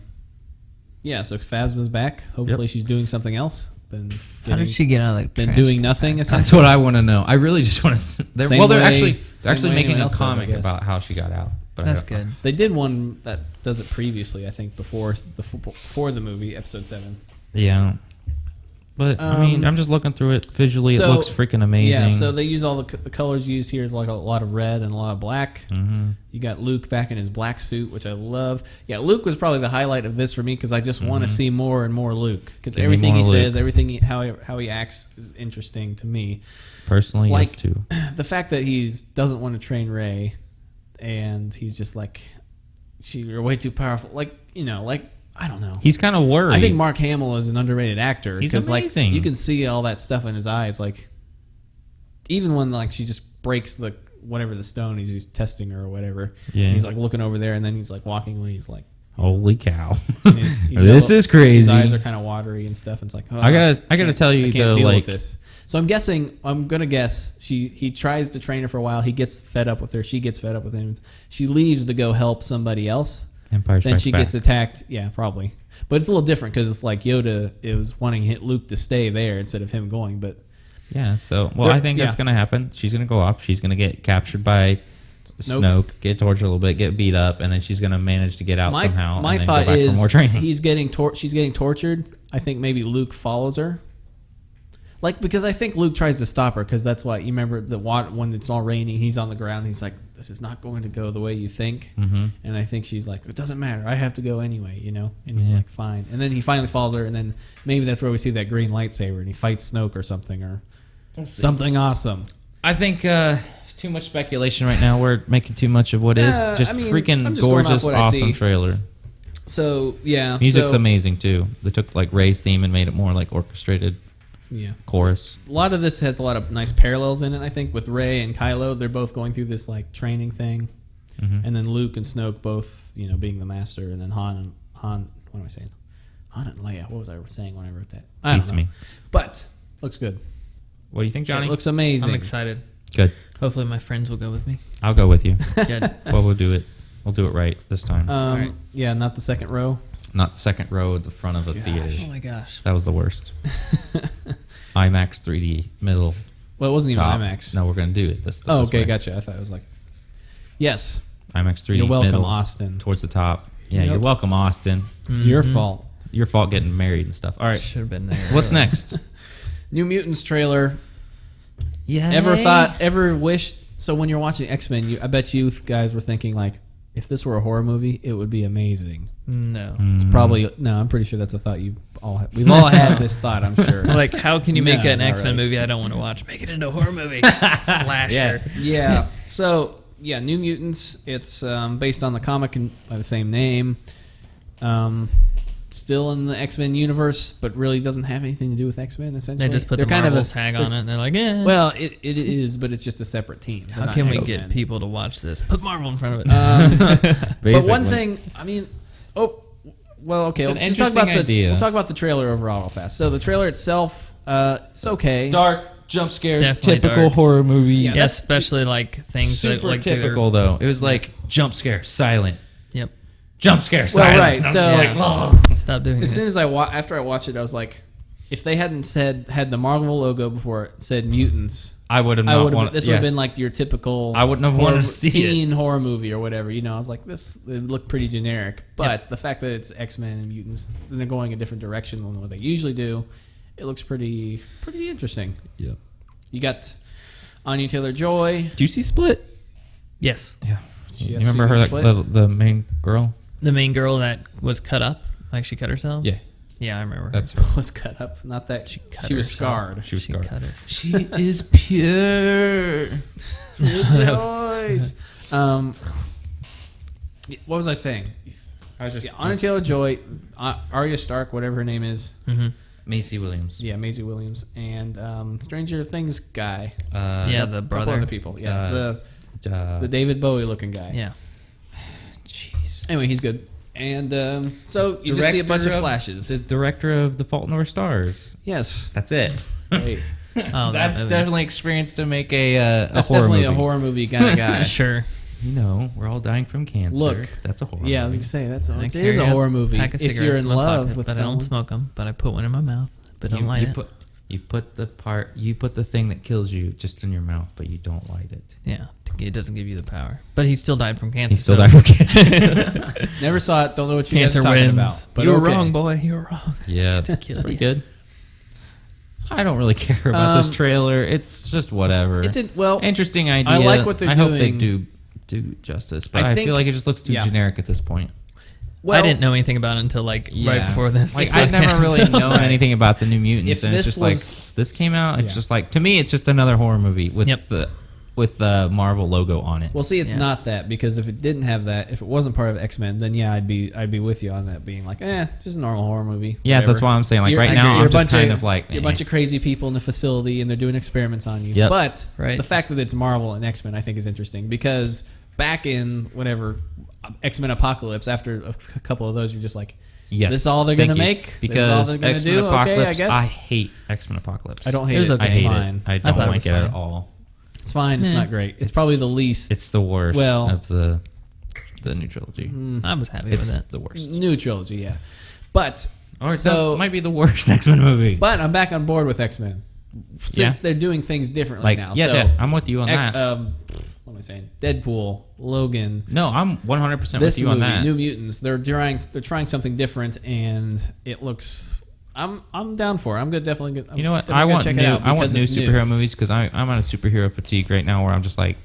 A: yeah. So Phasma's back. Hopefully, she's doing something else. Than
C: How
A: getting-
C: did she get out of that?
A: than
C: trash
A: doing
C: can?
A: nothing.
B: That's
A: Essentially.
B: what I want to know. I really just want to. They're,
A: Same
B: well, they're
A: way-
B: actually
A: same
B: they're actually
A: way
B: making
A: anyone
B: a
A: else does, I
B: comic
A: guess.
B: about how she got out. But I
C: That's
B: don't-
C: good.
A: They did one that does it previously, I think, before the before the movie, episode seven.
B: Yeah, but I mean, I'm just looking through it visually.
A: Um, So-
B: it looks freaking amazing.
A: Yeah, so they use all the, c- the colors used here is like a lot of red and a lot of black. Mm-hmm. You got Luke back in his black suit, which I love. Yeah, Luke was probably the highlight of this for me because I just want to see more and more Luke because
B: Give me
A: everything he
B: Mm-hmm. more
A: says,
B: Luke.
A: everything he, how he, how he acts is interesting to me.
B: Personally, yes
A: like-
B: too.
A: the fact that he doesn't want to train Ray, and he's just like, she you're way too powerful. Like you know, like I don't know.
B: He's kind of worried.
A: I think Mark Hamill is an underrated actor
B: He's
A: because like
B: amazing.
A: you can see all that stuff in his eyes. Like even when like she just breaks the whatever the stone he's, he's testing her or whatever.
B: Yeah.
A: He's like looking over there and then he's like walking away. He's like
B: Holy cow!
A: he's- he's
B: this
A: yellow.
B: is
A: his
B: crazy.
A: eyes are kind of watery and stuff. And it's like oh,
B: I gotta I gotta tell
A: I
B: you
A: can't
B: though,
A: deal
B: like
A: with this. So I'm guessing I'm gonna guess she he tries to train her for a while. He gets fed up with her. She gets fed up with him. She leaves to go help somebody else.
B: Empire
A: then
B: Strikes
A: she
B: Back.
A: gets attacked. Yeah, probably. But it's a little different because it's like Yoda is wanting hit Luke to stay there instead of him going. But
B: yeah. So well,
A: There-
B: I think that's
A: yeah.
B: gonna happen. She's gonna go off. She's gonna get captured by
A: Snoke.
B: Snoke, get tortured a little bit, get beat up, and then she's gonna manage to get out
A: my
B: somehow.
A: my
B: and then
A: thought
B: go back
A: is
B: for more training.
A: he's getting tor- she's getting tortured. I think maybe Luke follows her. Like because I think Luke tries to stop her because that's why you remember the water when it's all raining. He's on the ground. He's like, "This is not going to go the way you think."
B: Mm-hmm.
A: And I think she's like, "It doesn't matter. I have to go anyway," you know. And he's
B: Yeah.
A: like, "Fine." And then he finally follows her, and then maybe that's where we see that green lightsaber, and he fights Snoke or something or something awesome.
B: I think uh, too much speculation right now. We're making too much of what is
A: Yeah,
B: just
A: Uh, I mean, I'm
B: freaking
A: just going off
B: gorgeous,
A: what I see.
B: awesome trailer.
A: So yeah,
B: Music's
A: so,
B: amazing too. They took like Ray's theme and made it more like orchestrated
A: Yeah.
B: chorus.
A: a lot of this has a lot of nice parallels in it. I think with Ray and Kylo, they're both going through this like training thing,
B: Mm-hmm.
A: and then Luke and Snoke both, you know, being the master, and then Han and Han. What am I saying? Han and Leia. What was I saying when I wrote that? I don't
B: Beats
A: know.
B: me.
A: But looks good.
B: What do you think, Johnny?
A: It looks amazing.
C: I'm excited.
B: Good.
C: Hopefully, my friends will go with me.
B: I'll go with you.
C: Good.
B: well, we'll do it. We'll do it right this time.
A: Um,
C: Alright.
A: Yeah, not the second row.
B: Not second row at the uh, front of a
C: oh
B: theater.
C: my gosh.
B: That was the worst. IMAX 3D middle
A: Well, it wasn't even
B: top.
A: IMAX.
B: No, we're gonna do it this.
A: Oh,
B: this
A: okay,
B: way.
A: gotcha. I thought it was like. Yes,
B: IMAX 3D.
A: you're welcome,
B: middle,
A: Austin.
B: Towards the top. Yeah,
A: Yep.
B: you're welcome, Austin.
A: Your fault.
B: Your fault getting married and stuff. All right.
C: Should have been there.
B: What's next?
A: New Mutants trailer
C: Yeah.
A: Ever thought, ever wished? So when you're watching X Men, you I bet you guys were thinking like, if this were a horror movie, it would be amazing.
C: No.
A: It's probably no. I'm pretty sure that's a thought you all ha- we've all had this thought. I'm sure.
C: Like, how can you make
A: No,
C: an
A: not
C: X Men
A: really.
C: movie I don't want to watch? Make it into a horror movie. Slasher.
B: Yeah.
A: yeah. So yeah, New Mutants. It's um, based on the comic and by the same name. Um, still in the X Men universe, but really doesn't have anything to do with X Men. Essentially,
C: They just put
A: They're
C: the Marvel
A: s-
C: tag
A: they're-
C: on it, and they're like, "Yeah, well,
A: Well, it, it is, but it's just a separate team. They're
C: how
A: not
C: can we
A: X-Men.
C: get people to watch this? Put Marvel in front of it."
A: Um, But one
B: Basically.
A: thing, I mean, oh, well, okay.
B: It's an
A: let's just talk
B: interesting
A: about the,
B: idea.
A: We'll talk about the trailer overall real fast. So the trailer itself, uh, it's okay.
B: dark jump scares,
C: Definitely
B: typical
C: dark.
B: horror movie.
A: Yeah,
C: yeah,
A: that's-
C: especially like things that
B: Super
C: like they're-
B: typical though. It was like jump scare, silent.
C: Yep.
B: Jump scare, silent.
A: Well, right.
B: I'm
A: So
B: just like,
C: Stop doing
A: as
C: this.
A: soon as I wa- after I watched it, I was like, if they hadn't said had the Marvel logo before it said mutants,
B: I would have
A: I
B: not
A: would have.
B: wanted.
A: This would
B: yeah.
A: have been like your typical.
B: I wouldn't have
A: horror-
B: wanted to see it.
A: teen horror movie or whatever. You know, I was like, this it looked pretty generic. But the fact that it's X Men and mutants, and they're going a different direction than what they usually do, it looks pretty pretty interesting.
B: Yeah.
A: You got Anya Taylor Joy.
B: Do you see Split?
C: yes,
B: Yeah.
A: She
B: you
A: has
B: remember her,
A: Susan
B: like, the,
A: Split?
B: the main girl?
C: the main girl that was cut up, like she cut herself.
B: Yeah,
C: yeah, I remember. her.
B: that's her.
A: was cut up. Not that she,
C: cut
A: was
C: herself.
A: scarred.
B: She was
C: she
B: scarred.
C: cut her.
B: She is pure.
A: Joyce. um, yeah, what was I saying?
B: I was just
A: Yeah, Anna Taylor Joy, uh, Arya Stark, whatever her name is.
B: Hmm. Macy Williams.
A: Yeah, Maisie Williams and um, Stranger Things guy.
B: Uh,
C: yeah, the
A: Couple
C: brother.
A: other people. Yeah,
B: Uh,
A: the
B: Uh,
A: the David Bowie looking guy.
C: Yeah,
B: Jeez.
A: Anyway, he's good. And um, so you just see a bunch of
B: Director of-
A: flashes.
B: The director of The Fault in Our Stars.
A: yes.
B: That's it.
A: Great.
C: oh,
B: That's
C: that movie.
B: definitely experience to make a uh, a
A: That's
B: horror
A: definitely
B: movie.
A: a horror movie kind of guy.
C: sure.
B: You know, we're all dying from cancer.
A: Look.
B: that's a horror.
A: Yeah, I was
B: movie.
A: gonna say that's a,
C: I
A: it
C: carry
A: is a horror movie.
C: Pack
A: If
C: of
A: you're
C: cigarettes
A: in
C: my
A: love
C: pocket,
A: with
C: but I
A: someone,
C: don't smoke them. But I put one in my mouth. But don't
B: you,
C: light
B: you
C: it.
B: put you put the part you put the thing that kills you just in your mouth, but you don't light it.
C: yeah, it doesn't give you the power. But he still died from cancer.
B: You still
C: so
B: die from cancer.
A: never saw it. Don't know what you
C: cancer
A: guys are talking
C: wins.
A: about. But
C: you were
A: okay.
C: wrong, boy. You were wrong.
B: yeah,
C: kill
B: pretty
C: you.
B: good. I don't really care about this
A: Um,
B: trailer. It's just whatever.
A: It's a, well,
B: interesting idea.
A: like what they're
B: I hope they
A: doing.
B: do do justice, but
A: I
B: I,
A: think-
B: feel like it just looks too
A: yeah.
B: generic at this point.
A: well,
C: I didn't know anything about it until like right
B: Yeah.
C: before this.
B: Like I've never really known anything about the New Mutants,
A: If
B: and it's
A: this
B: just
A: was-
B: like this came out. It's
A: Yeah.
B: just like to me, it's just another horror movie with
C: Yep.
B: the with the Marvel logo on it.
A: Well, see, it's
C: Yeah.
A: not that because if it didn't have that, if it wasn't part of X Men, then yeah, I'd be I'd be with you on that, being like, eh, just a normal horror movie.
B: yeah, that's why I'm saying like
A: You're-
B: right
A: I agree.
B: now
A: You're a
B: I'm
A: bunch
B: just kind of like
A: you're a
B: eh.
A: bunch of crazy people in the facility, and they're doing experiments on you.
B: Yep.
A: But
C: Right.
A: the fact that it's Marvel and X Men, I think, is interesting because back in whatever X Men Apocalypse, after a c- couple of those, you're just like,
B: eh, yes,
A: this is all they're
B: thank
A: gonna
B: you.
A: make? This is
B: because
A: all they're gonna
B: X Men
A: do? Okay, I
B: Apocalypse.
A: guess.
B: hate X Men Apocalypse.
A: I don't hate
C: It was
A: it.
C: okay.
B: I
A: It's
B: hate
A: fine.
B: it. I don't
C: thought it
B: like
C: was
B: it, at
C: fine.
B: all.
A: It's fine. It's
C: Meh.
A: not great. It's, probably the least
B: It's the worst
A: Well- hmm.
B: of the the new trilogy.
C: I was happy
B: It's
C: with it.
B: the worst.
A: new trilogy, yeah. But
B: Or it
A: So-
B: does, might be the worst X Men movie.
A: but I'm back on board with X Men since
B: Yeah.
A: they're doing things differently
B: like
A: now.
B: yeah,
A: so
B: yeah, I'm with you on
A: X-
B: that.
A: um, what am I I saying? Deadpool, Logan,
B: No, I'm 100 percent with
A: this
B: you
A: movie,
B: on that.
A: New Mutants. They're trying they're trying something different, and it looks. I'm I'm down for. it. I'm gonna definitely. Get,
B: you know what?
A: I'm
B: I want
A: definitely
B: new.
A: gonna check it out
B: I want
A: because
B: new
A: it's
B: superhero movies because I'm on a superhero fatigue right now where I'm just like,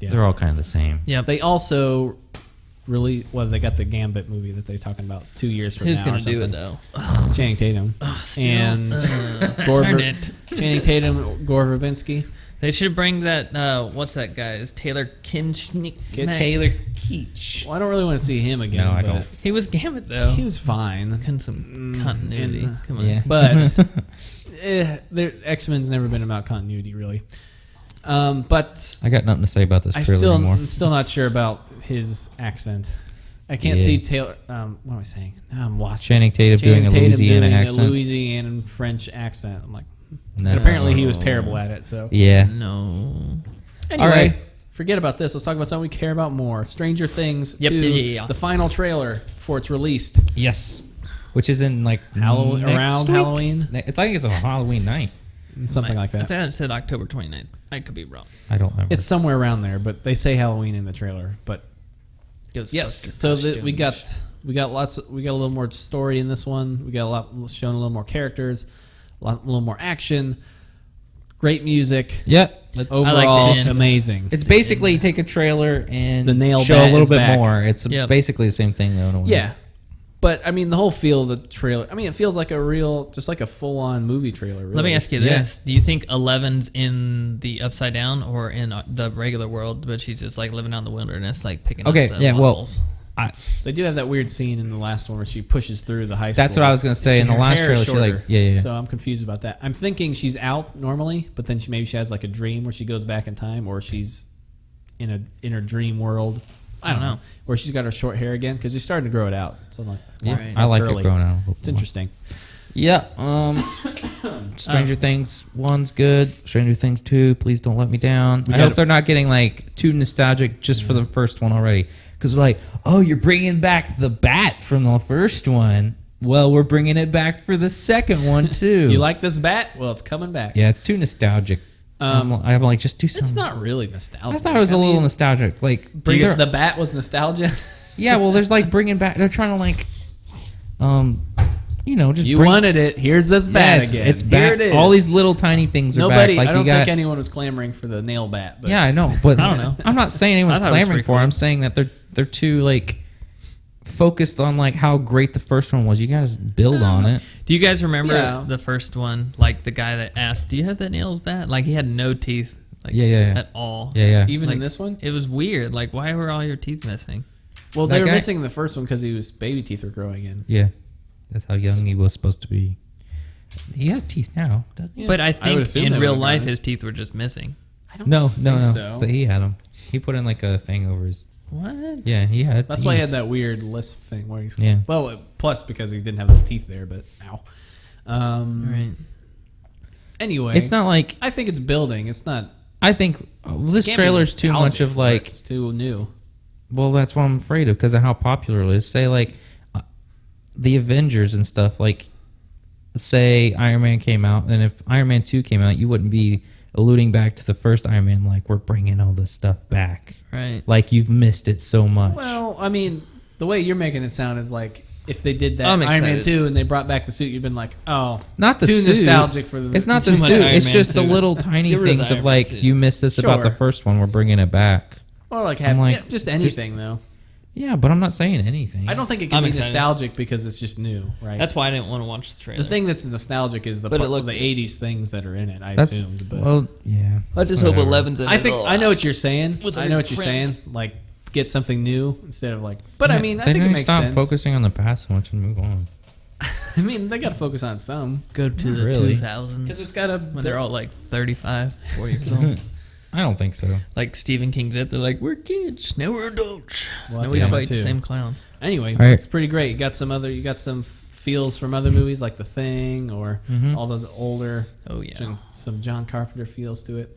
A: Yeah.
B: they're all kind of the same.
C: Yep.
A: They also really well. They got the Gambit movie that they're talking about two years from
C: Who's
A: now.
C: gonna
A: or
C: do
A: something.
C: it though?
A: Channing Tatum
C: Ah, Still, Uh,
A: and Gore
C: darn
A: Ver-
C: it.
A: Channing Tatum, Gore Verbinski.
C: They should bring that. Uh, what's that guy? Is Taylor Kinchnick?
A: Kitsch.
C: Taylor Keach.
A: Well, I don't really want to see him again.
B: No, I
A: but
B: don't.
C: He was Gambit though. Mm,
A: He was fine.
C: Con- some continuity.
A: and, uh,
C: Come on.
B: yeah.
A: but eh, X Men's never been about continuity really. Um, but
B: I got nothing to say about this
A: I
B: trailer
A: still
B: anymore.
A: still not sure about his accent. I can't
B: Yeah.
A: see Taylor. Um, what am I saying? Now I'm lost.
B: Channing Tatum
A: Channing
B: doing a
A: Tatum
B: Louisiana
A: doing a
B: accent.
A: Louisiana French accent. I'm like,
B: No.
A: and apparently he was terrible at it. So
B: Yeah.
C: No.
A: anyway,
B: All right.
A: forget about this. Let's talk about something we care about more: Stranger Things
C: Yep,
A: 2,
C: yeah, yeah, yeah.
A: the final trailer before it's released.
B: Yes. Which is in like
A: Hallow-
B: next
A: around
B: week?
A: Halloween?
B: Ne- It's I think it's on Halloween night.
A: Something
C: I-
A: like
C: I
A: that.
C: thought it said October 29th. I could be wrong.
B: I don't remember.
A: It's somewhere around there, but they say Halloween in the trailer. But yes,
C: Ghostbuster
A: so that we
C: costumes.
A: got we got lots. Of, we got a little more story in this one. We got a lot shown a little more characters, a, lot, a little more action, great music.
B: yeah. It-
A: Oh, Overall,
C: end.
A: amazing.
B: It's basically take a trailer and
A: The nail
B: show
A: bat
B: a little
A: is
B: bit
A: back.
B: more. It's
C: Yep.
B: basically the same thing though. in a way.
A: Yeah. But I mean, the whole feel of the trailer. I mean, it feels like a real, just like a full-on movie trailer. Really.
C: Let me ask you
B: Yeah.
C: this: Do you think Eleven's in the upside down or in uh, the regular world? But she's just like living out in the wilderness, like picking
B: Okay.
C: up the
B: Yeah. Well,
C: waffles?
B: I,
A: They do have that weird scene in the last one where she pushes through the high school.
B: That's what I was gonna say. In the
A: Her
B: last
A: hair
B: trailer,
A: is
B: she like
A: shorter.
B: yeah, yeah. yeah.
A: So I'm confused about that. I'm thinking she's out normally, but then she maybe she has like a dream where she goes back in time, or she's in a in her dream world. I don't know. Where she's got her short hair again because she's starting to grow it out. So I'm like,
B: Yeah,
A: it's
B: I like
A: curly.
B: it growing out. a little
A: It's
B: more.
A: interesting.
B: Yeah. Um, Stranger
A: Oh.
B: Things one's good. Stranger Things two, please don't let me down. I
A: gotta-
B: hope they're not getting like too nostalgic just for the first one already, because they're like, oh, you're bringing back the bat from the first one. Well, we're bringing it back for the second one too.
A: You like this bat? Well, it's coming back.
B: Yeah, it's too nostalgic. Um, I'm, I'm like, just do something.
A: It's not really nostalgic.
B: I thought it was a little
A: mean,
B: nostalgic. Like,
A: bring
B: they're-
A: it- the bat was nostalgia.
B: yeah. Well, there's like bringing back. They're trying to like, um, you know, just
A: You
B: bring,
A: wanted it. Here's this
B: Yeah,
A: bat
B: it's,
A: again.
B: it's
A: Here
B: back.
A: it is.
B: All these little tiny things are
A: Nobody.
B: back. Like
A: I don't
B: you got,
A: think anyone was clamoring for the nail bat. But
B: yeah, I know, but
C: I don't know.
B: I'm not saying
C: I
B: anyone's
C: thought it was
B: clamoring
C: pretty
B: for. it. I'm saying that they're they're too like focused on like how great the first one was. You got to build
A: Oh.
B: on it.
C: Do you guys remember
A: Yeah.
C: the first one? Like the guy that asked, "Do you have that nails bat?" Like he had no teeth, like
B: Yeah, yeah, yeah.
C: at all.
B: Yeah, yeah.
A: Even
C: Like,
A: in this one,
C: it was weird. Like, why were all your teeth missing?
A: well,
B: that
A: they were
B: guy-
A: missing the first one because he was baby teeth were growing in.
B: Yeah, that's how young he was supposed to be. He has teeth now. doesn't he?
C: But I
A: would
C: think
A: assume
C: in
A: they
C: real
A: would've
C: life,
A: done it.
C: his teeth were just missing.
A: I don't
B: No,
A: think
B: no, no.
A: so.
B: But he had them. He put in like a thing over his.
C: What?
B: Yeah, he had.
A: That's why he had that weird lisp thing where he's
B: Yeah.
A: Well, it- plus because he didn't have those teeth there, but ow. Um,
C: Right.
A: Anyway,
B: It's not like
A: I think it's building. It's not.
B: I think well, this
A: can't be
B: trailer's too
A: nostalgic,
B: much of
A: but
B: like
A: it's too new.
B: Well, that's what I'm afraid of because of how popular it is. Say like uh, the Avengers and stuff. Like, say Iron Man came out, and if Iron Man two came out, you wouldn't be alluding back to the first Iron Man. Like, we're bringing all this stuff back.
C: Right.
B: Like you've missed it so much.
A: Well, I mean, the way you're making it sound is like if they did that
C: I'm
A: Iron Man
C: excited.
A: two and they brought back the suit, you've been like, oh,
B: not the
A: too
B: suit.
A: nostalgic for the.
B: It's not
A: too
B: the
A: much
B: suit.
A: Iron
B: It's
A: Man
B: just the
A: suit.
B: little tiny
C: Get rid of the
B: things of,
C: Iron Man
B: like
C: suit.
B: you missed this about the
A: Sure.
B: first one. We're bringing it back.
A: or like have
B: like,
A: yeah, just anything though.
B: Yeah, but I'm not saying anything.
A: I don't think it can
C: I'm
A: be
C: excited.
A: nostalgic because it's just new, right?
C: That's why I didn't want to watch the trailer.
A: the thing that's nostalgic is the
C: But it
A: part-
C: looked-
A: the '80s things that are in it. I
B: That's
A: assumed, but
B: well, yeah.
C: I just hope
B: Whatever.
C: Eleven's. In
A: I
C: it
A: think
C: all.
A: I know what you're saying.
C: With
A: I
C: her
A: know what you're
C: friends.
A: saying. Like get something new instead of like. But I
B: Yeah,
A: mean, I
B: they
A: think
B: need
A: it
B: to
A: makes
B: stop
A: sense.
B: focusing on the past so much and move on.
A: I mean, they got to focus on some
C: Go to
B: Not
C: the
B: really.
C: 2000s.
A: because it's got to.
C: when they're all like 35, 40 years old.
B: I don't think so.
C: like Stephen King's it. They're like, we're kids. Now we're adults.
A: Well,
C: now
A: that's
C: we
A: coming
C: fight
A: too.
C: the same clown.
A: Anyway,
B: All right.
A: it's pretty great. You got some other. You got some feels from other movies like The Thing or all those older.
C: Oh, yeah.
A: John- some John Carpenter feels to it.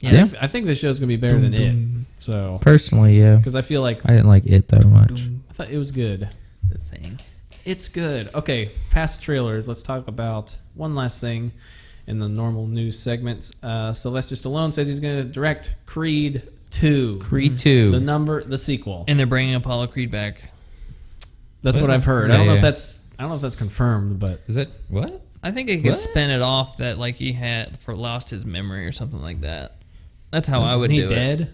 C: Yes.
B: Yeah.
A: I think this show's gonna be better than it. So
B: Personally, yeah.
A: because I feel like
B: I didn't like it that much.
A: I thought it was good.
C: The thing.
A: It's good. Okay, past trailers. Let's talk about one last thing, in the normal news segments. Uh, Sylvester Stallone says he's going to direct Creed 2.
B: Creed
A: The
B: 2.
A: number, the sequel.
C: And they're bringing Apollo Creed back.
A: That's what I've heard. I
B: Yeah,
A: don't know if
B: yeah.
A: that's I don't know if that's confirmed, but
B: Is it what?
C: I think it could
B: What?
C: spin it off that like he had for lost his memory or something like that. That's how I
A: isn't
C: would
A: he
C: do it.
A: dead?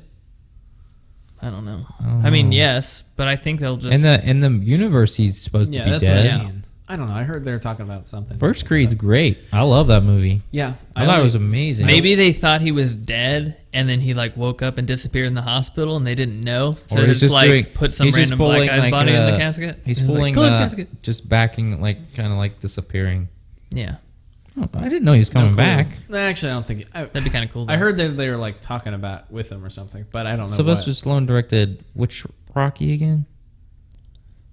C: I don't know.
B: don't
C: I mean,
B: know.
C: yes, but I think they'll just
B: In the in the universe, he's supposed
A: Yeah,
B: to be
A: that's
B: dead.
A: what I mean. I don't know. I heard they were talking about something.
B: First Creed's great. I love that movie.
A: Yeah,
B: I, thought
A: only-
B: it was amazing.
C: Maybe they thought he was dead, and then he like woke up and disappeared in the hospital, and they didn't know. So
B: Or
C: they
B: he's
C: just,
B: just
C: like
B: doing-
C: put some
B: he's just
C: random black
B: pulling,
C: guy's
B: like,
C: body in the
B: uh,
C: casket.
B: He's
C: like,
B: pulling,
C: close
B: uh,
C: casket.
B: just backing, like kind of like disappearing.
C: Yeah,
B: Oh, I didn't know he was coming
C: clue.
B: back.
A: Nah, Actually, I don't think. I,
C: that'd be kind of cool.
A: I heard that they were like talking about with him or something, but I don't know.
B: Sylvester
A: what.
B: Stallone directed which Rocky again?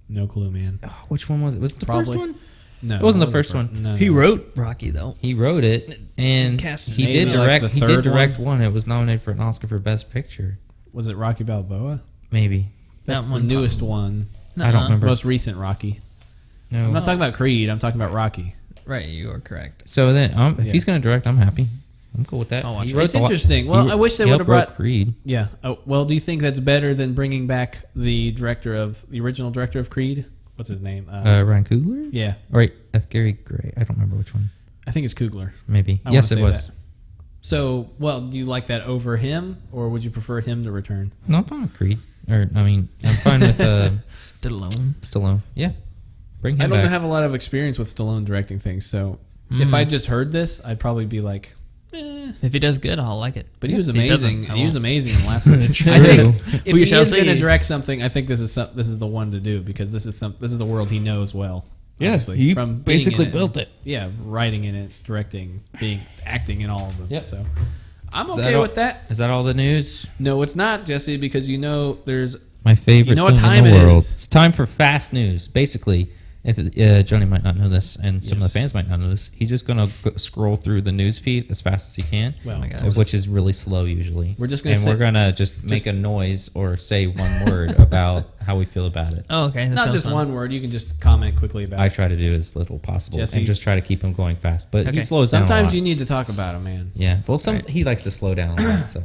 A: no clue, man.
B: Oh, which one was it? Was it the
A: Probably.
B: first one?
A: No,
B: It wasn't the first
A: fir-
B: one.
A: No,
C: he
A: no.
C: wrote Rocky though.
B: He wrote it, and
C: Cast-
B: he
A: Maybe
B: did
A: like
B: direct.
A: the
B: he did
A: third
B: direct one. It was nominated for an Oscar for Best Picture.
A: Was it Rocky Balboa?
B: Maybe
A: That's
C: That
A: the
C: one
A: newest one,
B: I don't
C: Nuh-uh.
B: remember.
A: most recent Rocky.
B: No.
A: I'm not talking about Creed. I'm talking about Rocky.
C: Right, you are correct.
B: so then, um, if
A: Yeah.
B: he's gonna direct, I'm happy. I'm cool with that.
C: I'll watch
B: He
C: it.
B: wrote
A: It's
B: the-
A: interesting.
B: he
A: Well,
B: wr-
A: I wish they
B: he
A: would've
B: helped wrote
A: brought-
B: Creed.
A: Yeah. Oh, well, do you think that's better than bringing back the director of the original director of Creed? What's his name? Uh,
B: Uh, Ryan Coogler.
A: yeah,
B: All right, F. Gary Gray. I don't remember which one.
A: I think it's Coogler.
B: Maybe.
A: I
B: yes,
A: wanna
B: it
A: say
B: was.
A: that. So, well, do you like that over him, or would you prefer him to return?
B: No, I'm fine with Creed. Or I mean, I'm fine with uh,
C: Stallone.
B: Stallone. Yeah, bring him
A: I don't
B: back.
A: have a lot of experience with Stallone directing things, so if I just heard this, I'd probably be like, eh.
C: If he does good, I'll like it.
A: But he was
C: If he doesn't,
A: amazing.
C: I
A: He, was
C: won't.
A: amazing in the last one. I
B: True.
A: think if
C: We
A: he
C: shall
A: is going to
C: see.
A: direct something, I think this is some, this is the one to do because this is some this is the world he knows well.
B: Yeah,
A: obviously,
B: he
A: being
B: basically
A: in
B: built it.
A: Yeah, writing in it, directing, being acting in all of them.
B: Yep.
A: So I'm
B: that
A: okay
B: all-
A: with that.
B: Is that all the news?
A: No, it's not Jesse because you know there's
B: My favorite
A: You know what
B: film
A: time
B: in
A: it
B: the world.
A: is?
B: It's time for fast news. Basically, if uh, Johnny might not know this, and some of
A: Yes.
B: the fans might not know this, he's just gonna go- scroll through the news feed as fast as he can.
A: Well, my
B: so-
A: gosh.
B: which is really slow usually.
A: We're just gonna
B: and
A: say-
B: we're gonna just make
A: just-
B: a noise or say one word about how we feel about it.
C: Oh, okay. that
A: not
C: sounds
A: just
C: fun.
A: one word. You can just comment quickly about.
B: I
A: it.
B: try to do as little possible
A: Jesse-
B: and just try to keep him going fast, but he
C: Okay.
B: slows down.
A: Sometimes
B: a lot.
A: you need to talk about it, man.
B: Yeah, well, some he likes to slow down a lot. So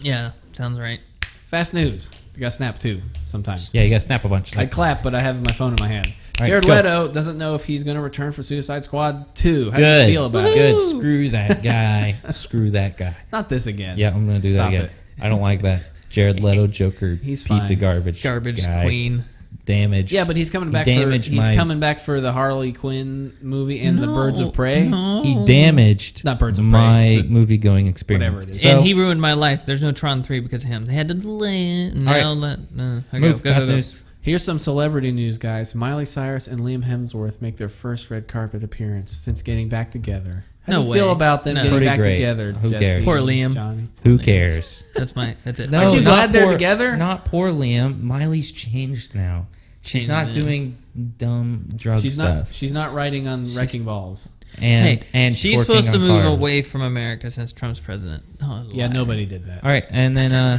C: Yeah, sounds right.
A: Fast news. You got snap too sometimes.
B: yeah, you gotta snap a bunch.
A: I
B: Like,
A: clap, but I have my phone in my hand.
B: right,
A: Jared
B: go.
A: Leto doesn't know if he's going to return for Suicide Squad 2. How do
B: good,
A: you feel about it?
B: good. Screw that guy. Screw that guy.
A: Not this again.
B: Yeah, I'm gonna do
A: Stop
B: that again.
A: it.
B: I don't like that. Jared Leto Joker
A: He's
B: piece
A: fine.
B: of garbage.
C: Garbage
B: guy.
C: queen.
B: Damage.
A: Yeah, but he's coming
B: He
A: back for
B: damaged
A: he's
B: my-
A: coming back for the Harley Quinn movie and the Birds
C: No,
A: of Prey.
C: no.
B: he damaged
A: Not Birds of Prey,
B: my
A: but
B: movie going experience.
A: whatever it is.
B: So,
C: and he ruined my life. There's no Tron 3 because of him. They had to delay it. Now
B: All
C: let. Uh, okay,
B: move
C: go, go,
B: fast
C: go.
B: news.
A: Here's some celebrity news, guys. Miley Cyrus and Liam Hemsworth make their first red carpet appearance since getting back together. How
C: No
A: do you feel
C: way.
A: about them
C: No.
A: getting
B: Pretty
A: back
B: great.
A: together?
B: Who
A: Jesse,
B: cares?
C: Poor Liam.
A: Johnny?
B: Who cares?
C: That's my. That's it.
A: Aren't you
B: not
A: glad they're
B: poor-
A: together?
B: Not poor Liam. Miley's changed now. She's
C: Changed,
B: not
C: man.
B: doing dumb drug
A: She's not.
B: stuff.
A: She's not riding on wrecking balls.
B: and
C: hey,
B: and
C: she's
B: twerking
C: supposed to
B: on
C: move
B: cars.
C: away from America since Trump's president. Oh,
A: Yeah,
C: liar.
A: nobody did that.
B: All right, and then uh,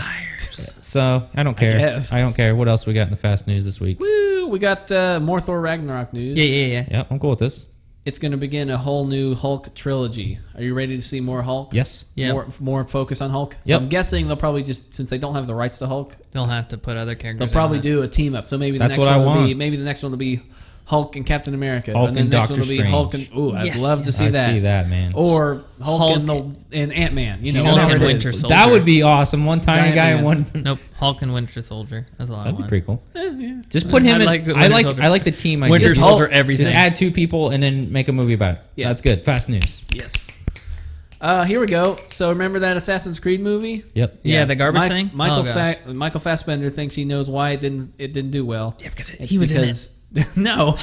B: so I don't care.
A: guess.
B: I don't care. What else we got in the fast news this week?
A: Woo! We got uh, more Thor Ragnarok news.
C: Yeah, yeah, yeah.
B: Yeah, I'm cool with this.
A: It's going to begin a whole new Hulk trilogy. Are you ready to see more Hulk?
B: Yes.
C: Yeah.
A: More, more focus on Hulk. So
B: Yep.
A: I'm guessing they'll probably just since they don't have the rights to Hulk,
C: They'll have to put other characters.
A: they'll probably
C: on it.
A: do a team up. So maybe the
B: That's
A: next
B: what I
A: one will be
B: want.
A: maybe the next one will be Hulk and Captain America,
B: Hulk
A: and then
B: and
A: the next one
B: Doctor
A: will be
B: Strange.
A: Hulk and Ooh, I'd
C: Yes,
A: love to
C: yes.
A: see
B: I
A: that.
B: see that, man.
A: Or Hulk,
C: Hulk.
A: and the and Ant Man. You know,
C: Hulk
A: whatever
C: and
A: it is.
C: Winter Soldier.
B: That would be awesome. One tiny
A: Giant
B: guy
A: man.
B: and one.
C: Nope. Hulk and Winter Soldier. That's all I
B: That'd be
C: want.
B: pretty cool. Just put
C: I
B: him. in,
C: like the
B: I
C: Winter
B: like.
C: Soldier.
B: I like the team. I
C: Winter
B: just,
C: Soldier,
B: Hulk-
C: everything.
B: Just add two people and then make a movie about it.
A: Yeah.
B: that's good. Fast news.
A: Yes. Uh, here we go. So remember that Assassin's Creed movie?
B: Yep.
C: Yeah, the garbage
A: Mi-
C: thing?
A: Michael
C: Oh, gosh.
A: Fa- Michael Fassbender thinks he knows why it didn't it didn't do well.
C: Yeah, because he
A: It's
C: was in it.
A: because- no,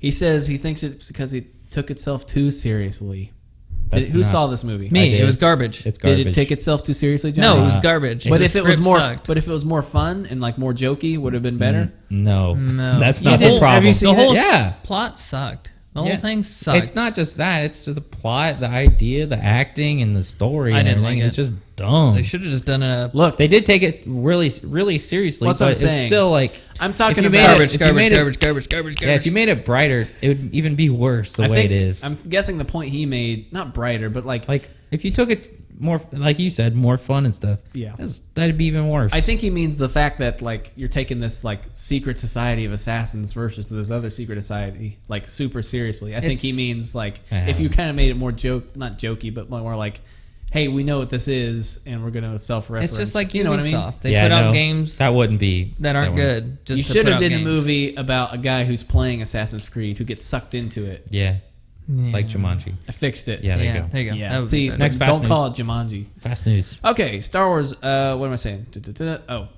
A: he says he thinks it's because it took itself too seriously. Did-
B: That's
A: who
B: not-
A: saw this movie?
B: I
C: Me.
B: did.
C: It was garbage.
B: It's
A: Did
B: garbage.
A: it take itself too seriously, John?
C: no, it was
B: Uh,
C: garbage.
A: But
C: The
A: if it was
C: script
A: more,
C: sucked.
A: but if it was more fun and like more jokey, would have been better.
B: Mm, No.
C: No.
B: That's
C: You
B: not the
C: didn't-
B: problem.
A: have you seen
C: the whole
B: it?
C: s-
B: Yeah.
C: plot sucked. The whole
B: Yeah.
C: thing sucked.
B: It's not just that; it's just the plot, the idea, the acting, and the story.
C: I
B: and
C: didn't like
B: everything.
C: it.
B: It's just dumb.
C: they should have just done a
A: Look,
B: They did take it really, really seriously,
A: That's what
B: but
A: I'm
B: it's
A: saying.
B: still like
A: I'm talking
B: you made
A: about.
B: it-
C: garbage,
B: if you
C: garbage,
B: made it-
C: garbage, garbage, garbage,
B: yeah. If
C: garbage.
B: you made it brighter, it would even be worse the
A: I
B: way
A: think
B: it is.
A: I'm guessing the point he made, not brighter, but like,
B: like if you took it more, like you said, more fun and stuff.
A: Yeah.
B: that's, that'd be even worse.
A: I think he means the fact that like you're taking this like secret society of assassins versus this other secret society like super seriously. I think he
B: It's-
A: means like
B: Yeah.
A: if you kind of made it more joke, not jokey, but more like, hey, we know what this is, and we're gonna self-reference.
C: It's just like
A: you know what I mean.
C: Ubisoft. They
B: Yeah,
C: put
B: no,
C: out games
B: that wouldn't be
C: that aren't
B: wouldn't-
C: good. Just
A: you
C: to
A: should
C: put
A: have
C: out
A: did
C: games.
A: a movie about a guy who's playing Assassin's Creed who gets sucked into it.
B: Yeah,
C: Yeah.
B: like Jumanji.
A: I fixed it.
B: Yeah, there
C: yeah,
B: you go.
C: there you go. That
A: Yeah.
C: would
A: See,
C: be better.
B: Next
A: next
B: fast
A: don't call it Jumanji.
B: Fast news.
A: Okay, Star Wars. Uh, what am I saying? Da-da-da-da. Oh,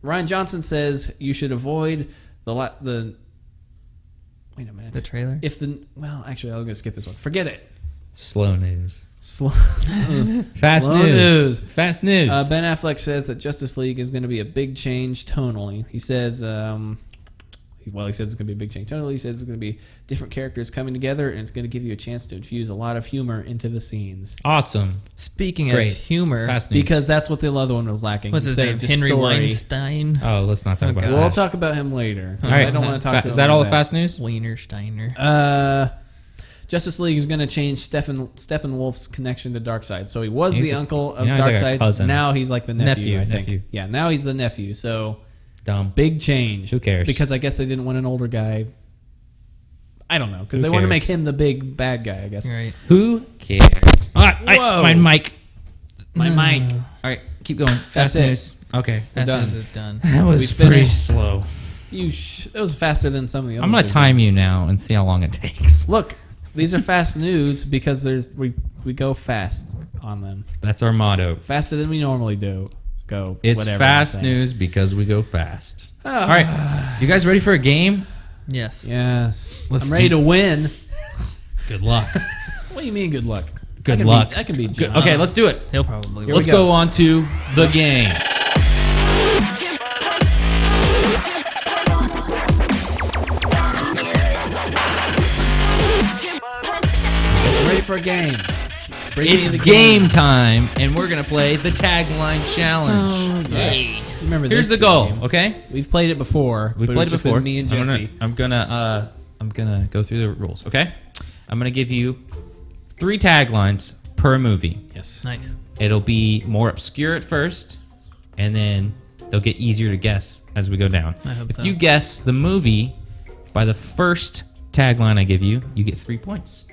A: Ryan Johnson says you should avoid the la- the. Wait a minute.
C: the trailer.
A: if the well, actually, I'm gonna skip this one. Forget it.
B: Slow news.
A: Slow.
B: Fast
A: Slow news.
B: news. Fast news.
A: uh, ben Affleck says that Justice League is going to be a big change tonally. He says, um, he- well, he says it's going to be a big change tonally. He says it's going to be different characters coming together, and it's going to give you a chance to infuse a lot of humor into the scenes.
B: awesome.
C: Speaking
B: Great.
C: of humor,
B: Fast news.
A: Because that's what the other one was lacking.
C: what's his
A: Instead
C: name?
A: of just
C: Henry
A: story-
C: Weinstein,
B: oh, let's not talk
C: Oh,
B: about
C: God.
B: that.
A: We'll talk about him later. 'cause I don't want to talk.
B: Fa-
A: to
B: is
A: him
B: that
A: about
B: all the fast news?
C: Wienersteiner.
A: Uh, Justice League is going to change Stephen Steppenwolf's connection to Darkseid. So he was
B: He's
A: the
B: a-
A: uncle of
B: now he's like a
A: Darkseid.
B: cousin.
A: now he's like the nephew,
B: Nephew,
A: I think.
B: nephew.
A: Yeah, now he's the nephew. So
B: Dumb.
A: big change.
B: Who cares?
A: Because I guess they didn't want an older guy. I don't know. Because
B: Who
A: they want to make
B: cares?
A: him the big bad guy, I guess.
C: Right.
B: Who cares? All right,
A: Whoa.
B: I, my mic.
A: My mic.
B: All right, keep going. Mm. Fast
A: That's it.
B: news. Okay,
C: Fast
A: done.
C: news is done.
B: that was
A: We
B: pretty
A: finished.
B: slow.
A: You sh- that was faster than some of the other
B: I'm gonna time you now and see how long it takes.
A: Look, these are fast news because there's we, we go fast on them.
B: That's our motto.
A: Faster than we normally do. Go.
B: It's
A: whatever I'm
B: fast
A: saying.
B: news because we go fast.
A: Oh.
B: All right, you guys ready for a game?
C: Yes.
A: Yes.
B: Let's
A: I'm ready
B: do-
A: to win.
B: Good luck.
A: What do you mean good luck? I
B: Good
A: can
B: luck.
A: Be, I can be
B: Good-
A: John.
B: Okay, let's do it.
C: He'll probably.
B: Let's
A: go.
B: go. on to the game.
A: I'm ready for a game. Bring me
B: It's
A: the
B: game time, and we're gonna play the tagline challenge.
A: You Remember
B: Here's the
A: this
B: goal.
A: game.
B: Okay,
A: We've played it before.
B: We've
A: but
B: played
A: it's
B: it
A: just been
B: before.
A: Me and
B: I'm
A: Jesse.
B: gonna, I'm gonna, uh, I'm gonna go through the rules. Okay, I'm gonna give you three taglines per movie.
A: Yes.
C: Nice.
B: It'll be more obscure at first, and then they'll get easier to guess as we go down.
C: I hope
B: if
C: so.
B: you guess the movie by the first tagline I give you, you get three points.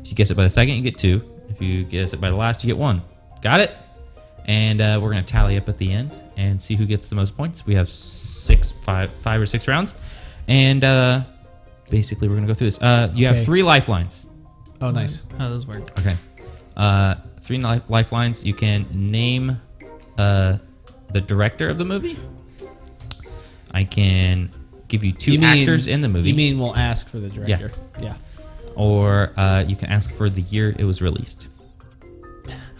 B: If you guess it by the second, you get two. If you guess it by the last, you get one. Got it? And uh, we're gonna tally up at the end and see who gets the most points. We have six, five, five or six rounds, and uh, basically we're gonna go through this. Uh, you have
A: Okay.
B: three lifelines.
A: Oh, nice.
C: How does work?
B: Okay. Uh, three li- lifelines. You can name uh, the director of the movie. I can give you two
A: You mean-
B: actors in the movie,
A: You mean we'll ask for the director? Yeah.
B: or uh, you can ask for the year it was released.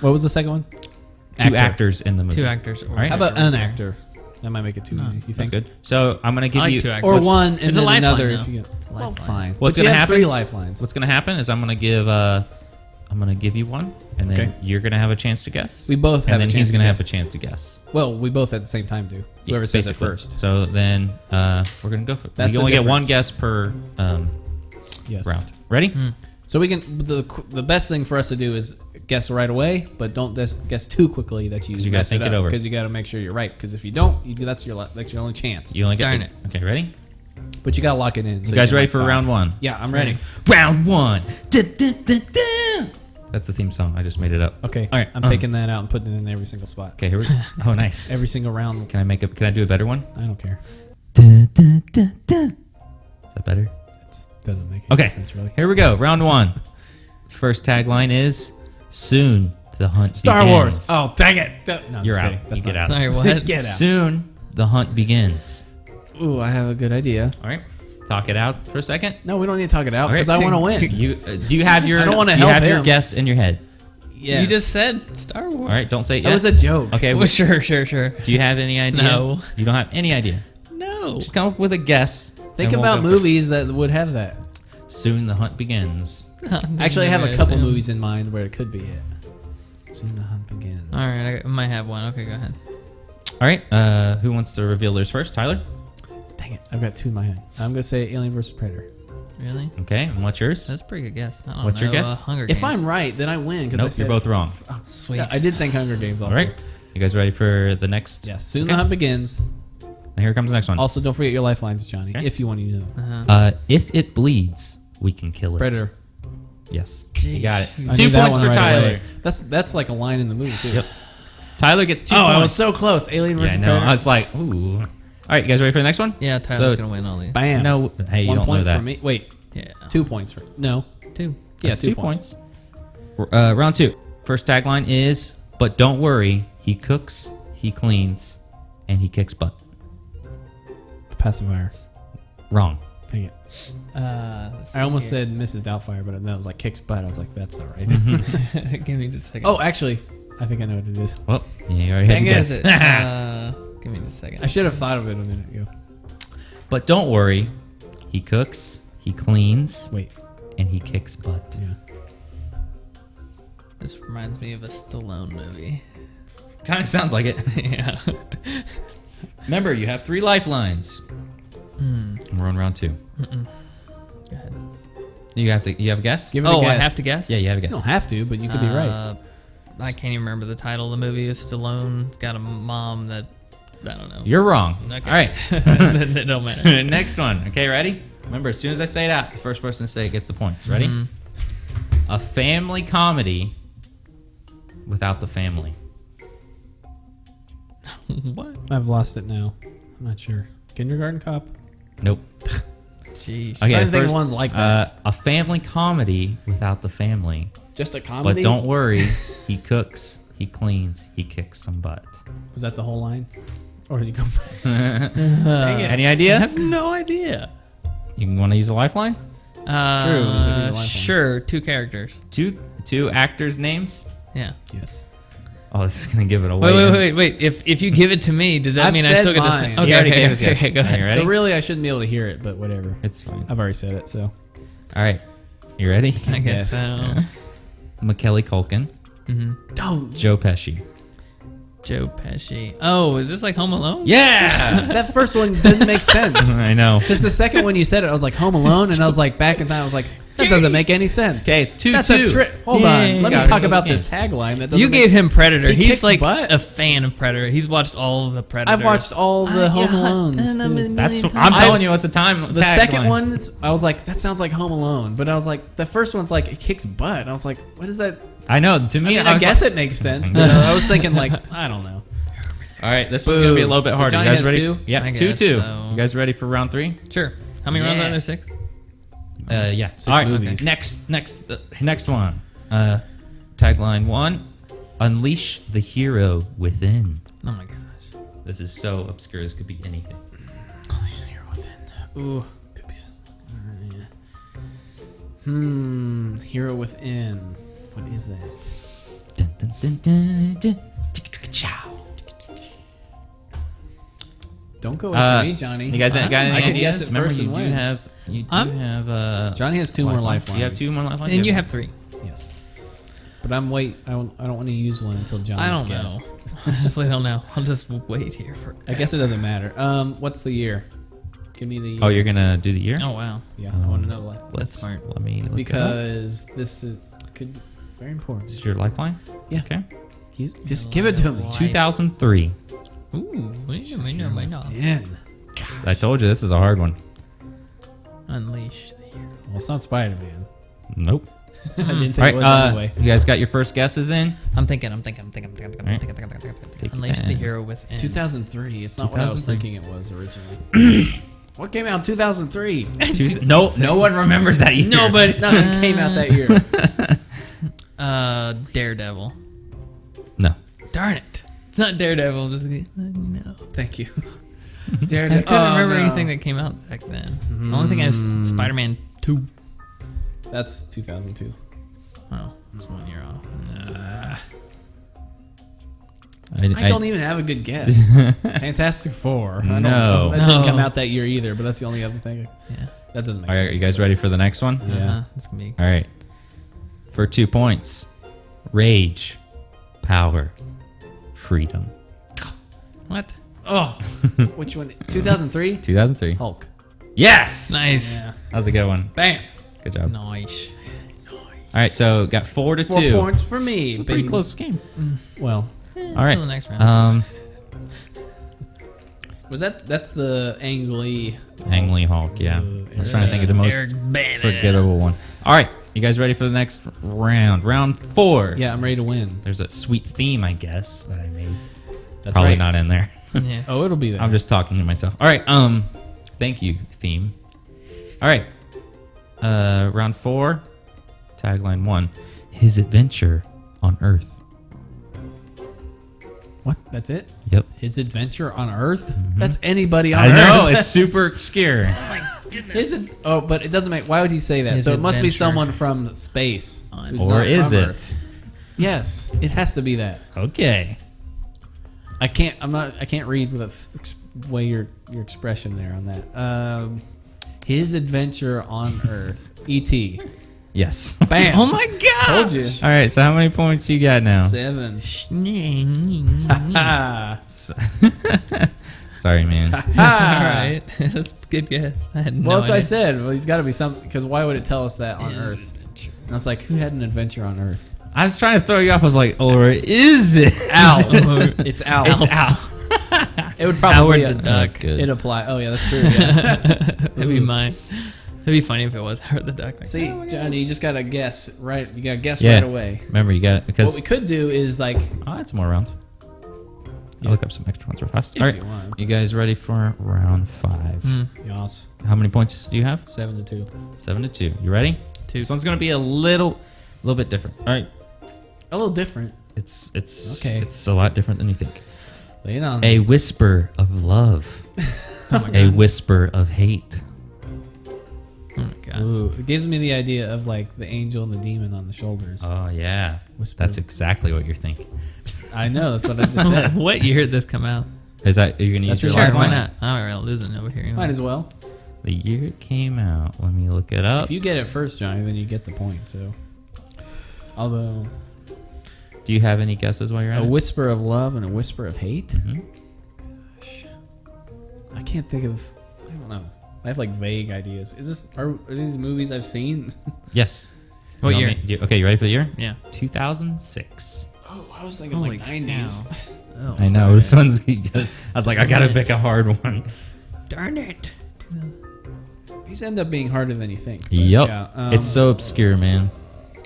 A: What was the second one?
B: Two
A: Actor.
B: actors in the movie.
C: Two actors. Or
B: right.
A: How about an actor? That might make it too easy. You
B: That's
A: think?
B: good. So I'm gonna give
C: I like
B: you.
C: two actors.
A: Or one and
C: It's
A: then
C: a lifeline,
A: another.
C: though.
A: If you get.
C: It's a
A: Well,
C: lifeline.
A: fine.
B: What's
A: But you
B: gonna
A: have
B: happen-
A: Three lifelines.
B: What's gonna happen is I'm gonna give. Uh, I'm gonna give you one, and then
A: Okay.
B: you're gonna have a chance to guess.
A: We both have
B: And
A: a
B: then
A: chance
B: he's
A: to
B: gonna have a
A: guess.
B: chance to guess.
A: Well, we both at the same time do.
B: Yeah,
A: Whoever says it
B: basically.
A: first.
B: So then uh, we're gonna go for.
A: That's
B: you
A: the
B: only get one
A: difference.
B: guess per um,
A: Yes.
B: round. Ready?
A: So we can the the best thing for us to do is guess right away, but don't des- guess too quickly that you,
B: you gotta
A: mess
B: think it over.
A: because you got to make sure you're right. Because if you don't, you, that's your la- that's your only chance.
B: You only get
C: Darn
B: the-
C: it.
B: Okay, ready?
A: But you got to lock it in. so
B: You guys
A: can,
B: ready
A: like,
B: for
A: talk.
B: round one?
A: Yeah, I'm ready.
B: Round one. Da, da, da, da. That's the theme song. I just made it up.
A: Okay,
B: All right.
A: I'm
B: um,
A: taking that out and putting it in every single spot.
B: Okay, here we go. Oh, nice.
A: Every single round.
B: Can I make a? Can I do a better one?
A: I don't care.
B: Da, da, da, da. Is that better?
A: It doesn't make any
B: Okay.
A: difference really.
B: Here we go. Round one. First tagline is soon the hunt.
A: Star Wars.
B: begins."
A: Oh, dang it! That- no, I'm
B: You're
A: just
B: out.
A: kidding. That's
B: You get
A: not-
B: out.
C: Sorry, what?
A: Get out.
B: Soon the hunt begins.
A: Ooh, I have a good idea.
B: All right, talk it out for a second.
A: No, we don't need to talk it out
B: All right.
A: because I want to win.
B: You uh, do you have your?
A: I don't wanna
B: do you
A: help
B: have your
A: him.
B: guess in your head.
A: Yes.
C: You just said Star Wars.
B: All right, don't say it
A: that
B: yet.
A: was a joke.
B: okay,
C: Well, sure, sure, sure.
B: do you have any idea?
C: No.
B: you don't have any idea.
C: No.
B: Just come up with a guess.
A: Think
B: and we'll
A: about
B: go for-
A: movies that would have that.
B: Soon the hunt begins.
A: Actually, I have a
C: Anyways,
A: couple
C: yeah.
A: movies in mind where it could be it. Soon the hunt begins.
C: All right, I might have one. Okay, go ahead.
B: All right, uh, who wants to reveal theirs first? Tyler.
A: Dang it, I've got two in my head. I'm gonna say Alien vs Predator.
C: Really?
B: Okay, and what's yours?
C: That's a pretty good guess. I don't
B: What's your
C: know, uh,
B: guess?
C: Hunger
A: If
C: Games.
A: I'm right, then I win. Because
B: Nope, you're both wrong.
C: sweet.
A: I did think Hunger Games
B: All
A: also.
B: right, you guys ready for the next?
A: Yes. Soon
B: Okay.
A: the hunt begins.
B: And here comes the next one.
A: Also, don't forget your lifelines, Johnny,
B: Okay.
A: if you want to use them.
C: uh-huh.
B: Uh, if it bleeds, we can kill it.
A: Predator.
B: Yes,
C: Jeez.
B: you got it.
A: I
B: Two
A: knew that
B: points
A: one
B: for
A: right
B: Tyler.
A: away. That's that's like a line in the movie too.
B: Yep. Tyler gets two
A: oh,
B: points.
A: I was so close. Alien
B: yeah,
A: vs
B: I know.
A: Predator.
B: I was like, ooh. All right, you guys ready for the next one?
C: Yeah, Tyler's
B: So-
C: gonna win all these.
A: Bam.
B: No, hey, you
A: One
B: don't
A: point
B: know that.
A: for me. Wait,
C: Yeah,
A: two points for no.
C: two.
A: Yeah,
B: That's two, points. Uh, round two. First tagline is, but don't worry, he cooks, he cleans, and he kicks butt.
A: The pacifier.
B: Wrong.
A: Dang it.
C: Uh,
A: I almost said Mrs. Doubtfire, but then I was like kicks butt. I was like, that's not right.
C: said. give me just a second.
A: oh, actually, I think I know what it is.
B: Well, yeah, you already
A: Dang
B: had
A: it.
B: to
C: Is
B: guess.
C: it? uh, give me just a second.
A: I should have thought of it a minute ago.
B: But don't worry, he cooks, he cleans,
A: Wait,
B: and he kicks butt.
A: yeah.
C: This reminds me of a Stallone movie.
B: Kind of sounds like it.
C: yeah.
B: Remember, you have three lifelines. And We're on round two.
C: Go ahead.
B: You have to. You have a guess.
A: Give it
C: Oh,
A: a
C: I
A: guess.
C: have to guess.
B: yeah, you have a
A: You don't
B: guess.
A: have to, but you could be right.
C: Uh, I can't even remember the title of the movie. It's Stallone. It's got a mom that I don't know.
B: You're wrong.
C: Okay.
B: All right.
C: it don't matter.
B: Next one. Okay, ready? Remember, as soon as I say it out, the first person to say it gets the points. Ready?
C: Mm-hmm.
B: A family comedy without the family.
C: what?
A: I've lost it now. I'm not sure. Kindergarten Cop.
B: Nope.
C: Jeez.
B: Okay,
A: I don't think
B: first,
A: one's like
B: uh, a family comedy without the family.
A: Just a
B: But
A: comedy.
B: don't worry, he cooks, he cleans, he kicks some butt.
A: Was that the whole line? Or did you go? Dang it.
B: Any
C: I
B: idea?
C: have no idea.
B: You want to use a lifeline?
A: true. It was a
C: Uh,
A: lifeline.
C: sure. Two characters.
B: Two two actors' names.
C: Yeah.
A: Yes.
B: Oh, this is gonna give it away.
C: Wait, wait, wait, wait. If if you give it to me, does that
A: I've
C: mean I
A: said
C: still get the
A: mine.
C: same?
A: He
C: Okay,
B: already
C: okay,
B: gave his
C: okay,
B: guess.
C: okay, go
B: Are you
C: ahead.
B: ready?
A: So really, I shouldn't be able to hear it, but whatever.
B: It's fine.
A: I've already said it, so
B: All right, you ready?
C: I
A: Yes.
C: guess so.
B: McKelly Culkin,
A: don't.
B: Joe Pesci.
C: Joe Pesci. Oh, is this like Home Alone?
B: Yeah,
A: That first one didn't make sense.
B: I know.
A: Because the second one you said it, I was like Home Alone, and I was like back in time. I was like, that doesn't make any sense.
B: Okay, it's two
A: That's
B: two.
A: a trip. Hold on. Let
B: Got
A: me
B: it.
A: talk
B: So
A: about
B: games.
A: this tagline. That doesn't
C: You
A: make-
C: gave him Predator.
A: He
C: He's
A: kicks
C: like
A: butt.
C: a fan of Predator. He's watched all of the Predators.
A: I've watched all the
C: I-
A: Home
C: yeah,
A: Alones.
C: and I'm
A: too.
C: in-
B: That's.
C: Million
B: I'm
C: times.
B: telling you, it's a time.
A: The
B: tagline.
A: second one, I was like, that sounds like Home Alone, but I was like, the first one's like it kicks butt. and I was like, what is that?
B: I know. To me,
A: I mean,
B: I,
A: I
B: was
A: guess
B: like-
A: it makes sense, but uh, I was thinking like, I don't know.
B: All right, this one's gonna be a little bit
A: So
B: harder.
A: Johnny
B: you guys
A: has
B: ready?
A: two?
B: Yeah,
C: I
B: it's two
C: guess
B: two.
C: so.
B: You guys ready for round three?
C: Sure. How many rounds
B: Yeah.
C: are there? Six.
B: Uh, yeah.
A: Six
B: All right.
A: movies.
B: okay. Next, next, uh, next one. Uh, tagline one: Unleash the hero within.
C: Oh my gosh.
B: This is so obscure. This could be anything.
A: Ooh, could be. Alright. Hmm, Hero Within. What is that?
B: Dun, dun, dun, dun, dun. Tick-tick-chow.
A: Don't go away
B: Uh,
A: from me, Johnny.
B: You guys got
A: I,
B: any
A: I
B: ideas?
A: can guess it
B: Remember,
A: first
B: you
A: and
B: do
A: win.
B: have. You do
C: I'm-
B: have. Uh,
A: Johnny has two more lifelines.
B: You have two more lifelines.
C: And you have three.
A: Yes. But I'm wait. I don't, I don't want to use one until Johnny's
C: I don't know.
A: guessed.
C: Honestly, I don't know. I'll just wait here for.
A: I guess it doesn't matter. Um, what's the year? Give me the year.
B: Oh, you're gonna do the year.
C: Oh wow.
A: yeah. I want another lifeline
B: Let's-
C: smart.
B: Let me look it up.
A: because this is could be very important.
B: This is your lifeline.
A: Yeah.
B: Okay.
A: You- Just give it to me.
C: Life.
B: 2003.
C: Ooh. Wait, wait, no, wait, no.
A: Man.
B: I told you this is a hard one.
C: Unleash the hero.
A: Well, it's not Spider Man.
B: Nope.
A: I didn't think
B: All
A: it
B: right.
A: was
B: uh,
A: anyway.
B: You guys got your first guesses in.
C: I'm thinking. I'm thinking. I'm thinking. I'm thinking. I'm
B: Alright.
C: thinking. I'm thinking. I'm thinking. I'm
B: Take
C: thinking.
B: your
C: Unleash the
B: time.
C: hero within.
A: 2003. It's not what I was
B: 2003.
A: thinking it was originally. what came out in 2003?
B: Two- no, no one remembers that year.
A: Nobody. Nothing came out that year.
C: Uh, Daredevil.
B: No.
C: Darn it. It's not Daredevil. I'm just like, no.
A: Thank you.
C: I
A: Daredevil.
C: couldn't remember anything that came out back then. The only thing I was Spider-Man Two.
A: That's 2002.
C: Oh, it was one year off.
A: I, don't even have a good guess. Fantastic Four. I don't
B: No.
A: That didn't
C: No.
A: come out that year either, but that's the only other thing.
C: Yeah.
A: That That doesn't make
B: All right,
A: sense.
B: are you guys ready for the next one?
A: Yeah.
C: Uh-huh. It's gonna be
B: All right. For two points rage, power, freedom.
C: what?
A: Oh, which one? 2003.
B: 2003.
A: Hulk.
B: Yes!
C: Nice.
A: Yeah.
B: That was a good one.
A: Bam.
B: Good job.
C: Nice.
B: All right, so got four to
A: Four
B: two.
A: points for me.
B: It's a pretty
A: baby.
B: close game.
A: Well,
B: All right.
C: Till the next round.
B: Um,
A: was that? That's the Ang Lee.
B: Ang Lee Hulk, yeah. I was trying to think of the most
C: Bannon.
B: forgettable one. All right, you guys ready for the next round? Round four.
A: Yeah, I'm ready to win.
B: There's a sweet theme, I guess, that I made.
A: That's
B: Probably
A: right.
B: not in there.
C: Yeah.
A: Oh, it'll be there.
B: I'm just talking to myself. All right. Um, thank you, theme. All right. Uh, round four, tagline one: His adventure on Earth.
A: what? That's it.
B: Yep.
A: His adventure on Earth. That's anybody on
B: Mm-hmm. I
A: Earth.
B: know it's super obscure.
A: Is it? Oh, but it doesn't make. Why would he say that?
C: His
A: so it must be
C: adventure.
A: someone from space. who's
B: or
A: not
B: is
A: from
B: it?
A: Earth. Yes, it has to be that.
B: Okay.
A: I can't. I'm not. I can't read with the f- ex- way your your expression there on that. Um, his adventure on Earth. E.T.
B: Yes.
A: Bam.
C: Oh my god.
A: Told you.
B: All right. So how many points you got now?
A: Seven.
C: All
A: Ah.
B: Sorry, man.
C: right. That's a good guess. I had no
A: Well, that's what I
C: idea.
A: said. Well, he's got to be something. Because why would it tell us that on Earth? And I was like, who had an adventure on Earth?
B: I was trying to throw you off. I was like, or is it?
A: Al. it's Al.
B: It's Al.
A: It would probably
C: Howard the Duck.
B: That's good.
A: It apply. Oh yeah, that's true. yeah.
C: That'd be mine. That'd be funny if it was Howard the Duck. Like,
A: See, Johnny, you just gotta guess right. You gotta guess
B: Yeah.
A: right away.
B: Remember, you got it
A: What we
B: because
A: could do is like
B: oh, that's more rounds. I'll look up some extra ones real fast.
A: If
B: All right.
A: you want. Hmm.
B: You guys ready for round five?
A: Yas,
B: How many points do you have?
A: seven to two.
B: Seven to two. You ready?
C: Two.
B: This one's gonna be a little, little bit different. All right.
A: A little different.
B: It's it's
A: Okay.
B: It's a lot different than you think.
A: Lay it on.
B: A whisper of love.
A: Oh
B: a whisper of hate.
C: oh my god.
A: Ooh, it gives me the idea of like the angel and the demon on the shoulders.
B: Oh yeah.
A: Whisper.
B: That's exactly what you're thinking.
A: I know. That's what I just said.
C: what year did this come out?
B: Is that are you gonna
A: That's
B: use
A: your
B: your
C: Sure,
A: life
B: lifeline?
C: why
A: line.
C: not? All right, I'll lose it over here. anyway.
A: Might as well.
B: The year it came out. Let me look it up.
A: If you get it first, Johnny, then you get the point. So, although
B: Do you have any guesses while you're at
A: a
B: it? Hmm?
A: whisper of love and a whisper of hate. Gosh. I can't think of. I don't know. I have like vague ideas. Is this are, are these movies I've seen?
B: Yes.
C: What
B: You want
C: year?
B: me- do you- okay, you ready for the year?
C: yeah.
B: 2006.
A: Oh, I was thinking
C: Holy
A: like 90s.
C: cow. Oh,
B: I know this one's. I was like, I gotta pick a hard one.
C: Darn it.
A: These end up being harder than you think. but
B: Yup.
A: yeah, um, eh.
B: it's so obscure, man.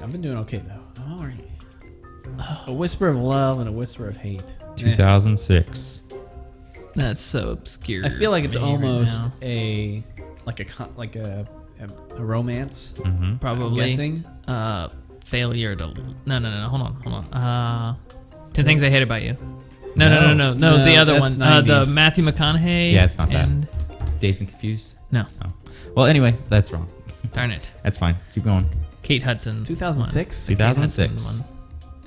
A: I've been doing okay though. I'm all right. A whisper of love and a whisper of hate. Eh.
B: 2006.
C: That's so obscure.
A: I feel like it's
C: to me right
A: almost
C: now.
A: a like a co- like a a, a romance.
C: probably
A: I'm guessing.
C: uh failure to no no no no hold on hold on uh 10 things I hate about you no no no no no,
A: No,
C: the other
A: that's
C: one uh, the
A: 90s.
C: Matthew McConaughey
B: Yeah, it's not that.
C: and-
B: Dazed and confused.
C: no
B: Oh. Well, anyway, that's wrong.
C: darn it
B: That's fine. Keep going.
C: Kate Hudson
A: 2006.
B: 2006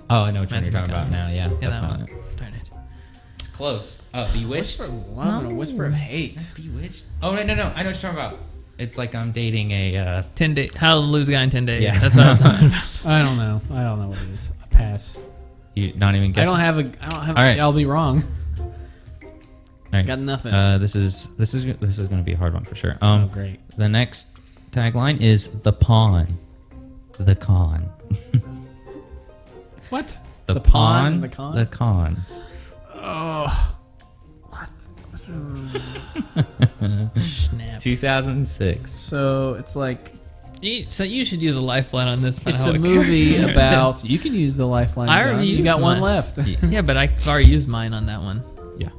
B: Oh, I know what you're
C: Matthew
B: talking about
C: McConaughey.
B: now. Yeah,
C: one. yeah
B: that's
C: that
B: not
C: one
B: it.
C: darn it
B: It's close. Oh, Bewitched.
A: Whisper of love and a whisper of hate.
B: Bewitched. Oh no no no! I know what you're talking about. It's like I'm dating a. Uh,
C: 10 days how to lose a guy in 10 days
B: Yeah.
C: that's what I was talking about
A: I don't know. I don't know what it is. I pass.
B: you not even
A: I
B: guessing.
A: don't have a. I don't have.
B: All right.
A: I'll be wrong.
B: All right.
A: Got nothing.
B: Uh, this is this is this is going to be a hard one for sure. Um,
A: Oh, great.
B: The next tagline is the pawn, the con,
A: what?
B: the,
A: pawn
B: pawn,
A: and the con?
B: the con.
A: Oh. What?
C: snap
B: 2006.
A: So it's like
C: You- so you should use a lifeline on this one,
A: It's
C: how
A: a
C: it-
A: movie about. You can use the lifeline.
C: I
A: John.
C: already
A: You
C: used
A: got one
C: mine.
A: left.
C: yeah but I already used mine on that one
B: Yeah.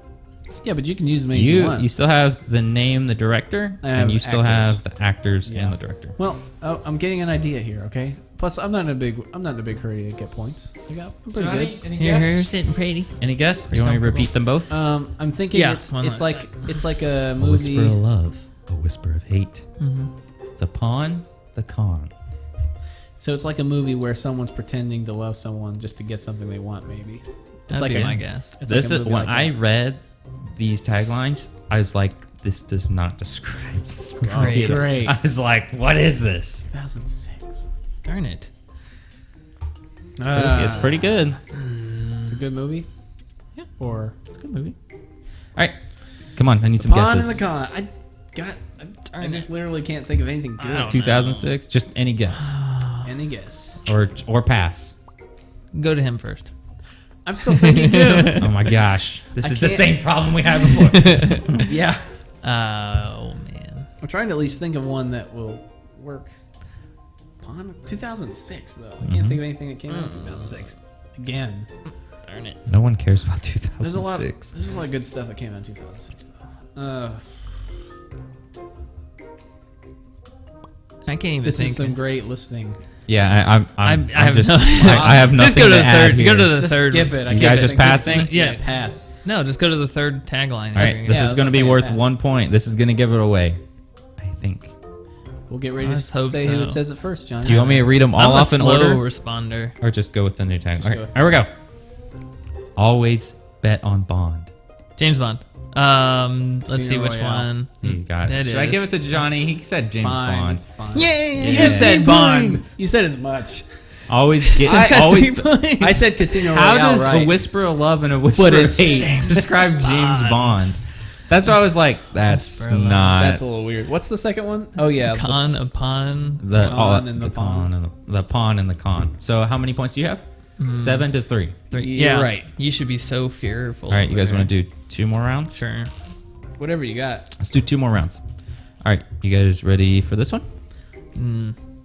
A: yeah, but you can use me as you
B: You
A: want.
B: you still have the name, the director,
A: I have
B: and you still
A: actors.
B: have the actors
A: Yeah.
B: and the director.
A: well, oh, I'm getting an idea here. Okay. Plus, I'm not in a big. I'm not in a big hurry to get points. I got I'm pretty
D: any
C: you're here sitting pretty
B: Any guess? You want me to
C: comfortable.
B: repeat them both?
A: good. Um, I'm thinking
C: Yeah,
A: it's
C: one
A: it's like
C: last
A: it's like a
B: a whisper of
A: movie.
B: love, a whisper of hate.
A: Mm-hmm.
B: The pawn, the con.
A: So it's like a movie where someone's pretending to love someone just to get something they want. Maybe.
C: that's
A: like
C: like
A: a-
C: my guess
A: It's
B: this
A: like a
B: is
A: movie
B: when
A: like
B: I
A: that.
B: read these taglines, I was like, this does not describe this grade.
A: great.
B: I was like, what is this?
A: 2006.
C: Darn it.
A: Uh,
B: it's pretty good.
A: Ah, It's a good movie.
B: Yeah.
A: Or
B: It's a good movie. All right, come on. I need some
A: Pawn and the
B: guesses.
A: Con. I got. I, I just literally can't think of anything
C: I don't
A: good.
B: 2006. Just any guess
A: Any guess?
B: or or pass.
C: Go to him first.
A: I'm still thinking too.
B: Oh my gosh, this
A: I
B: is the
A: can't-
B: same problem we had before.
A: yeah.
C: Uh, oh man.
A: I'm trying to at least think of one that will work. Pawn 2006 though. I can't
B: Mm-hmm.
A: think of anything that came out in
C: Uh.
A: 2006. Again,
C: Darn it.
B: no one cares about
A: there's a lot.
B: 2006.
A: There's a lot of good stuff that came out in 2006 though. Uh,
C: I can't even
A: this
C: think.
A: is some great listening.
B: Yeah, I, I'm, I'm,
C: I'm-
B: I'm,
C: I have
B: just.
C: no-
B: I, I have nothing
C: Just go to
B: to,
C: the
B: add
C: third-
B: here.
C: go to the-
A: Just
C: third
A: skip
C: one.
A: it. I can't
B: You guys
A: think-
B: just passing?
A: yeah.
C: Yeah.
A: pass.
C: no, just go to the third tagline.
B: All right,
A: Yeah,
B: this is
A: that's
B: going
A: what
B: to be
A: I'm
B: worth
A: saying.
B: one point. This is going to give it away, I think.
A: We'll get ready to
C: Let's hope
A: say who
C: so.
A: says it first, John.
B: Do you want me to read them
C: I'm
B: all
C: a
B: off in
C: slow
B: order,
C: responder.
B: or just go with the new tag?
A: Just
B: All
A: go
B: right,
A: with-
B: here we go. Always bet on Bond.
C: James Bond. Um, let's see
A: Casino
C: which
A: Royale.
C: one.
B: You got it.
C: It
B: Hmm. Should I give
C: is.
B: it to Johnny? He said James
A: Fine.
B: Bond.
A: It's fine.
C: Yay!
B: Yeah.
A: You said Bond. You said as much.
B: Always
A: I
B: get.
A: got
B: always.
A: I said Casino
B: How
A: Royale.
B: does
A: right.
B: a whisper of love and a whisper
A: But
B: of
A: it's
B: hate
A: James
B: describe James Bond? That's why I was like, that's
C: Whisper of love.
B: not
A: That's a little weird. What's the second one? Oh yeah,
C: Con upon.
B: the
A: Pawn
B: all-
A: and the
B: the pawn and the, the pawn and the con. So how many points do you have?
A: Hmm.
B: Seven to three.
A: You're
C: Yeah,
A: right.
C: You should be so fearful.
B: All right, you
C: over
B: guys
C: there.
B: want to do two more rounds?
C: Sure.
A: Whatever you got.
B: Let's do two more rounds. All right, you guys ready for this one?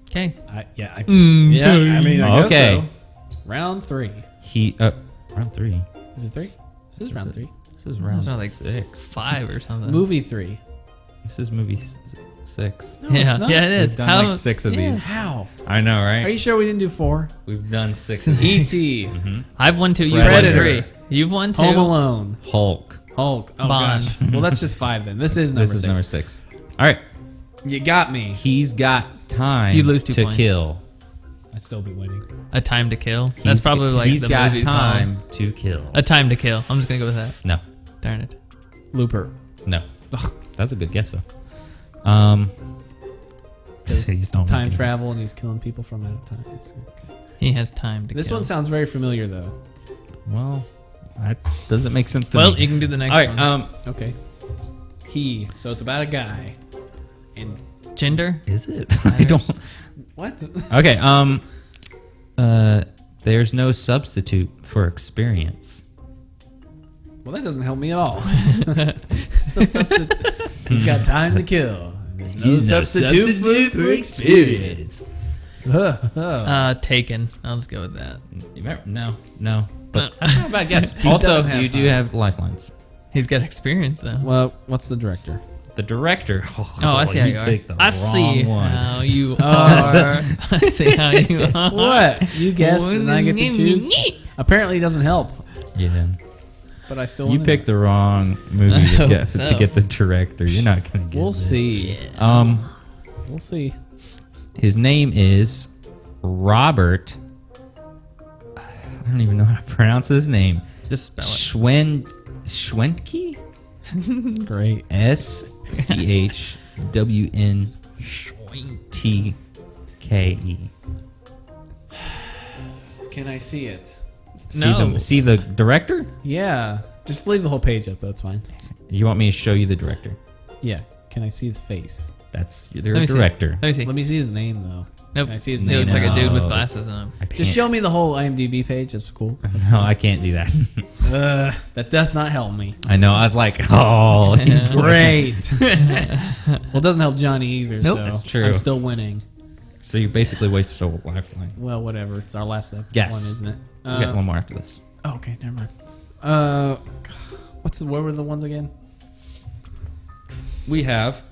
C: Okay.
A: I, yeah. I, yeah. I mean, I
B: Okay.
A: okay. Round three.
B: He uh, round three.
A: Is it three? This is round three.
B: This is round
C: Those are like
B: six.
C: five or something.
A: Movie three.
B: This is movie s- six.
A: No,
C: Yeah,
A: it's not.
C: yeah, it
B: We've
C: is.
B: done
C: How,
B: like six of
C: yeah.
B: these.
A: How?
B: I know,
A: Are
B: right?
A: you sure we didn't do four? E
B: We've done six of these.
A: E.T.
C: I've won two. You've
A: Predator.
C: won three. You've won two.
A: Home Alone.
B: Hulk.
A: Hulk. Oh
C: Bond.
A: gosh. Well, that's just five then. This is number
B: this
A: six.
B: is number six. All right,
A: You got me.
B: he's got time
C: You lose two
B: to
C: points.
B: kill.
A: I'd still be winning.
C: A Time to Kill. That's
B: He's-
C: probably like
B: he's
C: the
B: got
C: movie
B: time to kill.
C: A Time to Kill. I'm just gonna go with that.
B: No,
C: Darn it.
A: Looper.
B: no, that's a good guess though. Um,
A: It's time travel and he's killing people from out of time. It's okay.
C: He has time to
A: This
C: kill.
A: one sounds very familiar though.
B: Well, that doesn't make sense to
C: well,
B: me.
C: you can do the next
B: All right,
C: one.
B: um,
A: Okay. He. So it's about a guy. And
C: Gender.
B: is it? I don't.
A: what?
B: Okay, um, uh, there's no substitute for experience.
A: well, that doesn't help me at all. he's got time to kill. There's no substitute, for, for experience.
C: Uh, Taken. I'll just go with that.
B: You remember? No, no. But
C: No.
B: I don't know about guess. also,
A: doesn't have
B: you do have lifelines.
C: He's got experience though.
A: Well, what's the director?
B: The director. Uh,
C: Oh, I see how you are.
B: picked the
C: I
B: wrong
C: see
B: one. Oh.
C: how you are. I see how you are.
A: What? You guessed and I get to choose? Apparently, it doesn't help.
B: Yeah.
A: But I still
B: You
A: wanna
B: picked the wrong movie to
C: hope
B: get, to
C: so.
B: get the director. You're not gonna get.
A: know. We'll
B: this.
A: see.
B: Um,
A: We'll see.
B: his name is Robert. I don't even know how to pronounce his name.
C: Just spell it.
B: Schwen Schwenke.
A: Great.
B: S C H W N T K E.
A: Can I see it?
B: See
C: No.
B: the see the director.
A: Yeah. Just leave the whole page up, though. It's fine.
B: You want me to show you the director?
A: Yeah. Can I see his face?
B: That's the
C: Let me see.
B: director.
C: Let me see.
A: Let me see his name, though.
C: Nope.
A: Can I see his
C: He
A: name?
C: looks like a dude with
B: No.
C: glasses on him.
B: I can't-
A: Just show me the whole IMDb page. It's cool.
B: No, I can't do that.
A: Ugh, that does not help me.
B: I know. I was like, oh,
A: Great. well, it doesn't help Johnny either.
B: Nope,
A: so
B: that's true.
A: I'm still winning.
B: so you basically wasted a lifeline.
A: Well, whatever. It's our last ep-
B: Yes.
A: one, isn't it?
B: we
A: Uh,
B: got one more after this.
A: oh, okay, never mind. Uh, what's the, what were the ones again?
B: We have.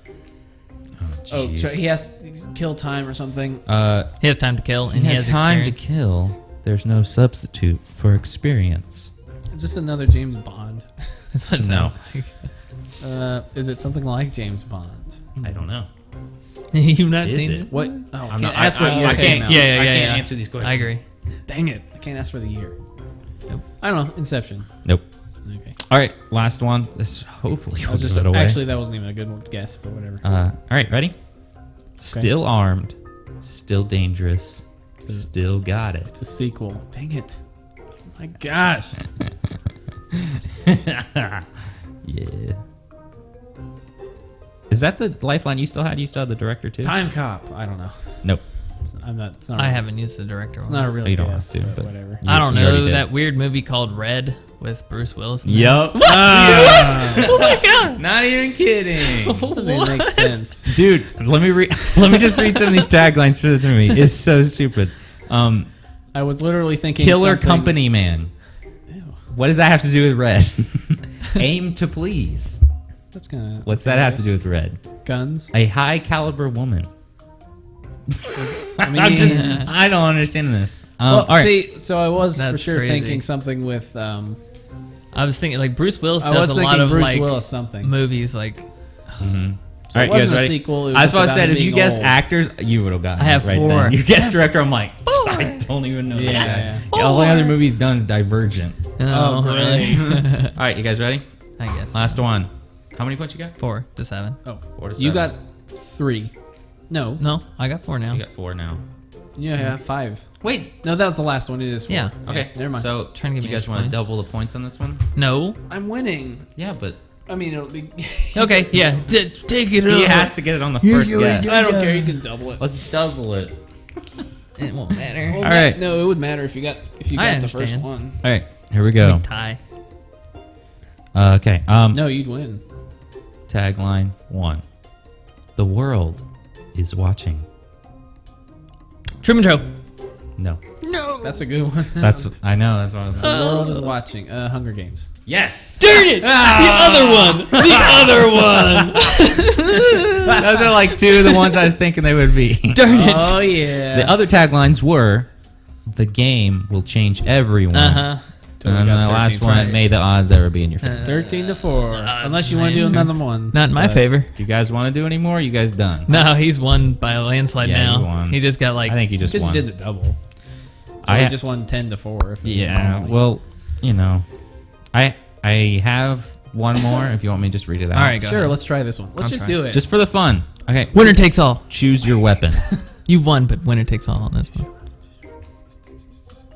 A: Oh, tra- he has to kill time or something.
B: uh,
C: He has time to kill, and
B: he has time
C: experience.
B: to kill. There's no substitute for experience.
A: Just another James Bond.
C: That's what it
B: No.
C: sounds like.
A: Uh, is it something like James Bond?
B: I don't know.
C: You've not
B: Is
C: Hmm. seen
B: it?
A: What? Oh, I can't
B: not- I-
A: ask what
B: I-
A: year
B: I
A: it
B: can't-
A: came out.
C: Yeah, yeah,
B: I
C: yeah.
B: can't
C: yeah.
B: answer these questions.
C: I agree.
A: Dang it! I can't ask for the year.
C: Nope.
A: I don't know. Inception.
B: Nope.
A: Okay.
B: All right, last one. This hopefully
A: I
B: will
A: was just
B: just give it away.
A: actually that wasn't even a good guess, but whatever.
B: Uh, all right, ready? Still armed, still dangerous, still got it.
A: it's a sequel. Dang it! Oh my gosh.
B: Yeah. Is that the lifeline you still had? You still had the director too?
A: Time cop. I don't know.
B: Nope.
A: It's, I'm not. It's not.
C: I
A: a-
C: haven't used the director
A: It's
C: one.
A: not a real
B: You don't
A: guess.
B: have to,
A: but
B: but-
A: whatever.
B: Yeah.
C: I don't
B: You already
C: know
B: did.
C: that weird movie called Red with Bruce Willis. in it.
B: Yup. Ah.
C: Oh my god!
B: Not even kidding.
A: Doesn't even make sense.
B: Dude, let me re- let me just read some of these taglines for this movie. It's so stupid. Um,
A: I was literally thinking
B: killer
A: something-
B: company man. What does that have to do with red? Aim to please.
A: That's gonna.
B: What's that have to do with red?
A: with guns?
B: A high caliber woman.
A: I mean,
B: I'm just I don't understand this. Um,
A: well,
B: all right.
A: see, so I was for
C: That's
A: sure
C: crazy.
A: thinking something with. Um,
C: I was thinking like Bruce Willis
A: I was
C: does a lot
A: thinking
C: of
A: Bruce
C: like
A: Willis something.
C: movies. Like
A: So
B: All
A: it
B: right, you guys
A: wasn't a
B: ready?
A: sequel. It was
B: That's what I
A: just
B: said.
A: about
B: If
A: him
B: you
A: being
B: guessed
A: old.
B: actors, you would have gotten.
C: I have
B: it right
C: four.
B: Then. You guessed director. I'm like, I don't even know. this
A: Yeah,
B: guy.
A: yeah.
B: The only
C: Four.
B: other movie he's done is Divergent.
A: Oh, great.
B: All right, you guys ready?
C: I guess
B: Last one. How many points you got?
C: four to seven.
A: Oh,
B: Four to
A: you
B: seven.
A: got three. No,
C: No, I got four now.
B: You got four now.
A: you have five.
B: Wait.
A: No, that was the last one. It is. Four.
C: Yeah.
B: Okay.
A: never mind.
B: So,
C: Trying to
B: do
C: give
B: you
C: me
B: guys
C: extra
B: want to
C: points.
B: double the points on this one?
C: No.
A: I'm winning.
B: Yeah, but
A: I mean, it'll be.
C: Okay. Yeah. D- take it
B: he
C: up.
B: has to get it on the first guess.
A: I don't care. You can double it.
B: Let's double it.
C: It won't matter.
A: Well,
B: All
A: that-
B: right.
A: No, it would matter if you got if you
C: I
A: got the first
C: understand.
A: one.
B: All right. Here we go.
C: Tie.
B: Uh, okay. Um,
A: No, you'd win.
B: Tagline one. The world is watching.
C: Truman Show.
B: No.
C: No.
A: That's a good one.
B: That's I know. That's what I was.
A: the world is watching. Uh, Hunger Games.
B: Yes. Ah!
C: Darn it! The other one. The other one.
B: Those are like two of the ones I was thinking they would be.
C: Darn it.
A: yeah.
B: The other taglines were, "The game will change everyone,"
C: uh huh.
B: and then the last one, "May the odds ever be in your favor."
A: Thirteen to four. Unless you want to do another one.
C: Not in my
A: But
C: favor.
B: do you guys want to do any more? You guys done?
C: No, he's won by a landslide
B: Yeah,
C: now.
B: he won.
C: He just got like
B: I think you
A: Just
B: just
A: because you
B: won.
A: did the double. I
B: I
A: just won ten to four. If it was
B: yeah.
A: normal.
B: Well, you know, I I have one more. if you want me, to just read it out.
C: All right, go
A: sure.
C: ahead.
A: Let's try this one. Let's
C: I'll
A: just
C: try.
A: do it.
B: Just for the fun. Okay.
C: Winner takes all.
B: Choose your weapon.
C: You've won, but winner takes all on this one.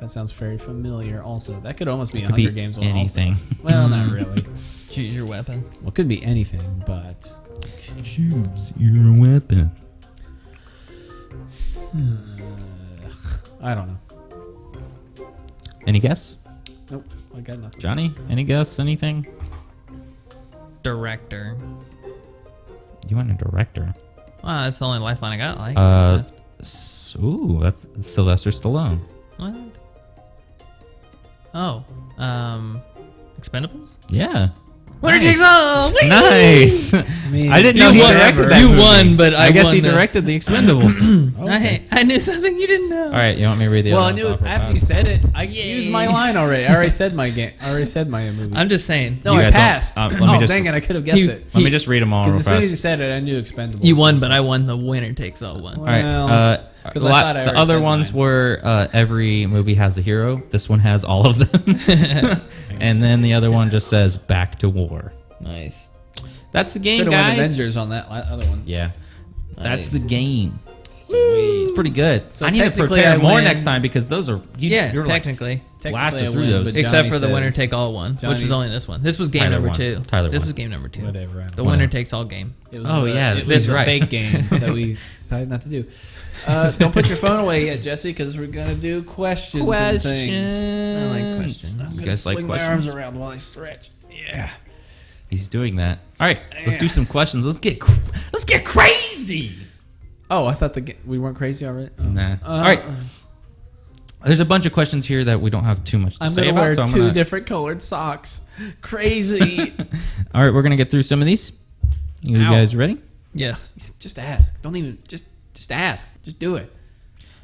A: that sounds very familiar. Also, that could almost be a
B: Could
A: Hunger
B: be
A: Games one. also.
B: anything.
A: Well, not really.
C: Choose your weapon.
A: Well, it could be anything, but
B: Choose your weapon.
A: I don't know.
B: Any guess,
A: Nope, I got nothing.
B: Johnny? Any guess? Anything?
C: Director.
B: You want a director?
C: Wow, that's the only lifeline I got. Like,
B: Uh, s- ooh, that's Sylvester Stallone.
C: what? Oh, um, Expendables.
B: Yeah,
C: Winner takes all.
B: nice.
A: mean,
B: I didn't
C: You
B: know he
C: won.
B: directed that.
C: You
B: movie.
C: won, but I
B: guess
C: won
B: he
C: the-
B: directed the Expendables.
A: Okay.
C: I, I knew something you didn't know.
B: All right, you want me to read the
A: Well, I
B: other
A: knew
B: ones
A: it,
B: off real
A: after you
B: fast?
A: said it, I used my
C: Yay.
A: line already. I already said my game. I already said my movie.
C: I'm just saying.
A: no,
B: You
A: I
B: guys don't-
A: passed.
B: uh, let me
A: oh,
B: just-
A: dang it! I could have guessed
C: You-
A: it.
B: Let me just read them all real
A: Because as
B: fast.
A: soon as you said it, I knew Expendables.
C: You won, but I won the winner takes all
A: Well,
C: one.
B: all right. Uh,
A: 'cause
B: the
A: I
B: la-
A: thought I
B: the
A: already
B: other
A: said
B: ones
A: mine.
B: were uh, every movie has a hero. This one has all of them, and then the other one just says "Back to War."
C: Nice.
B: That's the game,
A: could have won
B: guys.
A: Avengers on that la- other one.
B: Yeah, that's
C: Nice.
B: the game.
A: Sweet.
B: It's pretty good.
A: So
B: I need to
A: technically
B: prepare
A: I
B: more
A: win.
B: next time because those are you,
C: Yeah,
B: you're
C: technically.
B: like
A: Technically
B: blasted
A: I
B: through
A: win,
B: those.
A: but-
C: Except
A: Johnny
C: for the winner
A: says-
C: take all one, which
A: Johnny-
C: was only this one. This was game
B: Tyler
C: number
B: won.
C: two.
B: Tyler
C: this
B: won.
C: was game number two.
A: Whatever. I don't
C: The
A: know.
B: Whatever.
C: winner takes all game.
A: It was
B: Oh,
A: the-
B: yeah,
A: it
B: he's
A: was the
B: right.
A: fake game that we decided not to do. Uh, don't put your phone away yet, Jesse, because we're gonna do questions, and things.
C: I like questions.
A: I'm
B: You
A: gonna
B: guys like
A: swing my arms
B: questions?
A: around while I stretch. Yeah.
B: He's doing that. All right, let's do
A: Yeah.
B: some questions. Let's get cr- let's get crazy.
A: Oh, I thought the ga- we weren't crazy already. Oh.
B: Nah. All right. There's a bunch of questions here that we don't have too much to
A: I'm
B: say
A: gonna
B: about.
A: wear
B: so I'm
A: 2
B: gonna.
A: different colored socks. Crazy.
B: All right, we're gonna get through some of these. You
A: Ow.
B: guys ready?
C: Yes.
A: just ask. Don't even. Just just ask. Just do it.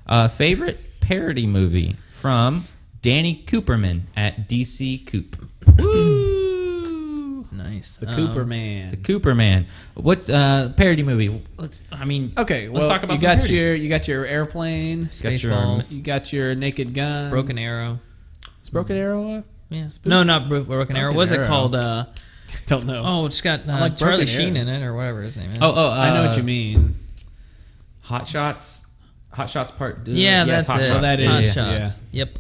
B: Uh, favorite parody movie from Danny Cooperman at DC Coop.
C: Nice.
A: The
C: Um,
A: Cooper Man.
B: The Cooperman. What's uh parody movie? Let's. I mean.
A: okay. Well,
B: let's talk about
A: you got
B: some parodies.
A: your you got your airplane.
B: Got your-
C: Spaceballs.
A: You got your naked gun.
C: Broken Arrow.
A: Is Broken Arrow. up?
C: Yeah.
A: Spoof.
C: No, not Bro- Broken Arrow.
A: Broken
C: What's it
A: Arrow.
C: called? Uh,
A: Don't know.
C: oh, it's got uh,
A: like
C: Charlie
A: Broken
C: Sheen
A: Arrow.
C: in it or whatever his name is.
B: Oh, oh, uh,
A: I know what you mean.
B: Hot Shots. Hot Shots Part Two.
C: yeah, that's
B: Hot
C: it.
B: Shots.
A: Oh, that
B: Yeah,
C: Hot
A: is,
B: yeah.
C: Shots. Yep.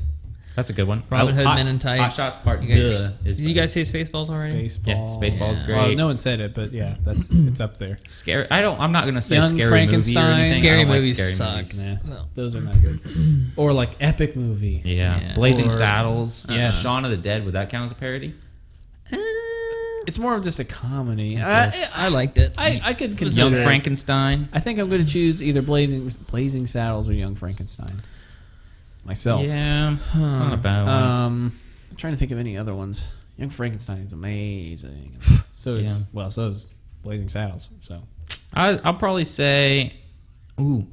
B: That's a good one. Oh,
C: Robin Hood,
B: Hot-
C: Men in Tights.
B: Hot Shots Part
C: You guys,
B: Duh is
C: did you guys see Spaceballs already?
A: Spaceballs.
B: Yeah, Spaceball's
C: Yeah.
B: great.
A: Well, no one said it, but yeah, that's it's up there.
B: Scary. I don't. I'm not gonna say
A: Young
B: scary
A: Frankenstein.
B: movie or anything. I
C: Scary
B: don't like
C: movies
B: scary
C: suck.
B: movies.
A: Nah,
C: So-
A: those are not good. Or like epic movie.
B: Yeah.
C: Yeah.
B: Blazing
C: Or-
B: Saddles. Yeah.
A: Yes.
B: Shaun of the Dead. Would that count as a parody?
A: It's more of just a comedy.
C: Uh,
A: I,
C: I liked it.
A: I, I could consider.
B: Young
A: it.
B: Frankenstein.
A: I think I'm going to choose either Blazing Blazing Saddles or Young Frankenstein. Myself.
B: Yeah. It's not a bad one.
A: Um, I'm trying to think of any other ones. Young Frankenstein is amazing. so is
B: Yeah.
A: well, so is Blazing Saddles. So
B: I, I'll probably say, ooh,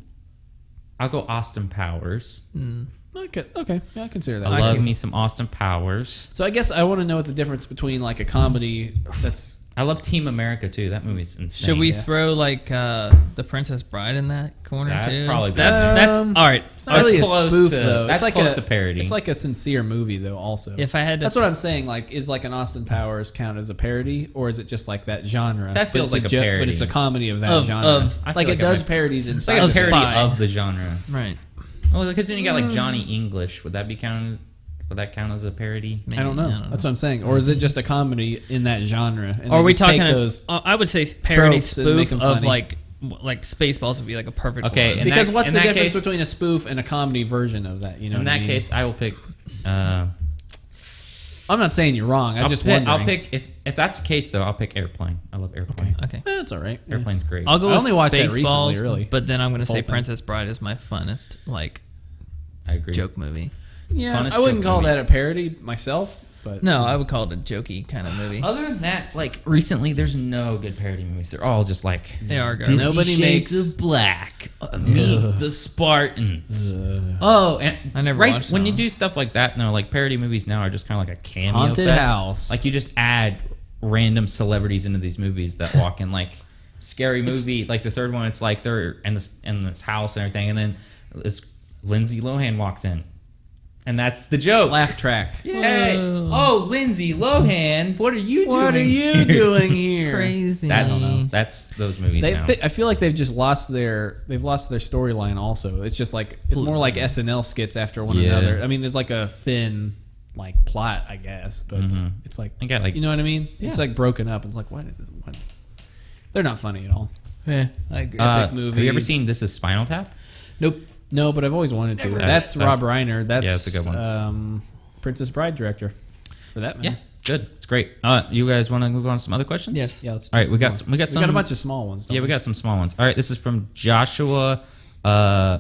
B: I'll go Austin Powers.
A: okay, okay, yeah, I consider that.
B: I, love
C: can-
B: me some Austin Powers.
A: so I guess I want to know what the difference between like a comedy that's
B: I love Team America too. That movie's insane.
C: Should we
A: Yeah.
C: throw like uh, the Princess Bride in that corner
B: That's
C: too?
B: probably
C: that's
B: better.
C: that's
A: Um,
C: all right.
A: it's not
B: That's
A: really a
B: close
A: spoof
B: to-
A: though.
B: that's
A: it's like
B: close
A: a,
B: to parody.
A: It's like a sincere movie though. Also,
C: If I had to,
A: that's what I'm saying. Like, is like an Austin Powers count as a parody, or is it just like that genre?
B: That
A: But
B: feels
A: it's
B: like a
A: jo- but
B: parody.
A: it's a comedy of that
C: Of-
A: genre.
C: of-
B: I feel
A: like,
B: like
A: it
B: I'm
A: does
B: a-
A: parodies
B: It's
A: inside.
B: like a
A: of
C: Spy.
B: parody
C: Spies.
B: of the genre.
C: right.
B: Oh, because then you got like Johnny English. Would that be count? Would that count as a parody?
A: I don't know.
C: I don't know.
A: That's what I'm saying. Or is it just a comedy in that genre? And
C: Or are
A: they
C: we
A: just take
C: talking?
A: those?
C: uh, I would say parody
A: tropes and make
C: spoof
A: 'em
C: of
A: funny.
C: like w- like Spaceballs would be like a perfect.
B: Okay,
C: one.
B: and- in
A: because
B: that-
A: what's
B: in
A: the
B: that
A: difference
B: case-
A: between a spoof and a comedy version of that? You know,
B: In
A: what I
B: that
A: mean?
B: case, I will pick. Uh,
A: I'm not saying you're wrong. I
B: I'll
A: just
B: pick,
A: wondering.
B: I'll pick if if that's the case though. I'll pick Airplane. I love Airplane.
C: okay.
A: That's Eh, all right. Yeah.
B: Airplane's great.
C: I'll go.
A: I
C: with
A: only watched that recently,
C: Spaceballs,
A: really.
C: But then I'm gonna
A: full
C: say
A: thing.
C: Princess Bride is my funnest like
B: I agree.
C: joke movie.
A: Yeah,
B: Funnest
A: I wouldn't
B: joke
A: call
B: movie.
A: that a parody myself, but
C: No, I would call it a jokey kind of movie.
B: Other than that, like recently, there's no good parody movies. They're all just like
C: They are garbage.
B: Fifty
A: Nobody
B: Shades
A: makes-
B: of Black, uh, Meet the Spartans. oh, and
C: I never
B: right
C: watched that
B: when you
C: one.
B: do stuff like that. No, like parody movies now are just kind of like a cameo.
A: Haunted
B: fest.
A: House.
B: Like you just add random celebrities into these movies that walk in like scary movie. like the third one, it's like they're in this in this house and everything, and then this Lindsay Lohan walks in, and that's the joke.
A: laugh track.
B: Hey,
C: Whoa.
B: oh Lindsay Lohan, what are you doing?
A: What are you
B: here?
A: doing here?
C: Crazy.
B: That's that's those movies
A: They,
B: now.
A: thi- I feel like they've just lost their they've lost their storyline. Also, it's just like it's more like SNL skits after one
B: Yeah.
A: another. I mean, there's like a thin like plot, I guess, but it's like
B: Mm-hmm. I got, like-
A: you know what I mean. It's
B: Yeah.
A: like broken up. It's like what, is- what? They're not funny at all.
C: yeah, I agree.
B: Uh,
A: epic
B: Have you ever
A: movies.
B: seen This Is Spinal Tap?
A: Nope. No, but I've always wanted to.
B: Never. Uh,
A: That's
B: Yeah.
A: Rob Reiner. That's
B: that's a good one.
A: Um, Princess Bride director, for that
B: Yeah,
A: man.
B: it's good. It's great. Uh, you guys want to move on to some other questions?
C: Yes.
A: Yeah. Let's do
B: All right, we got
A: more.
B: some, we got
A: We
B: some.
A: got a bunch of small ones. don't
B: yeah,
A: we?
B: we got some small ones. All right, this is from Joshua, uh,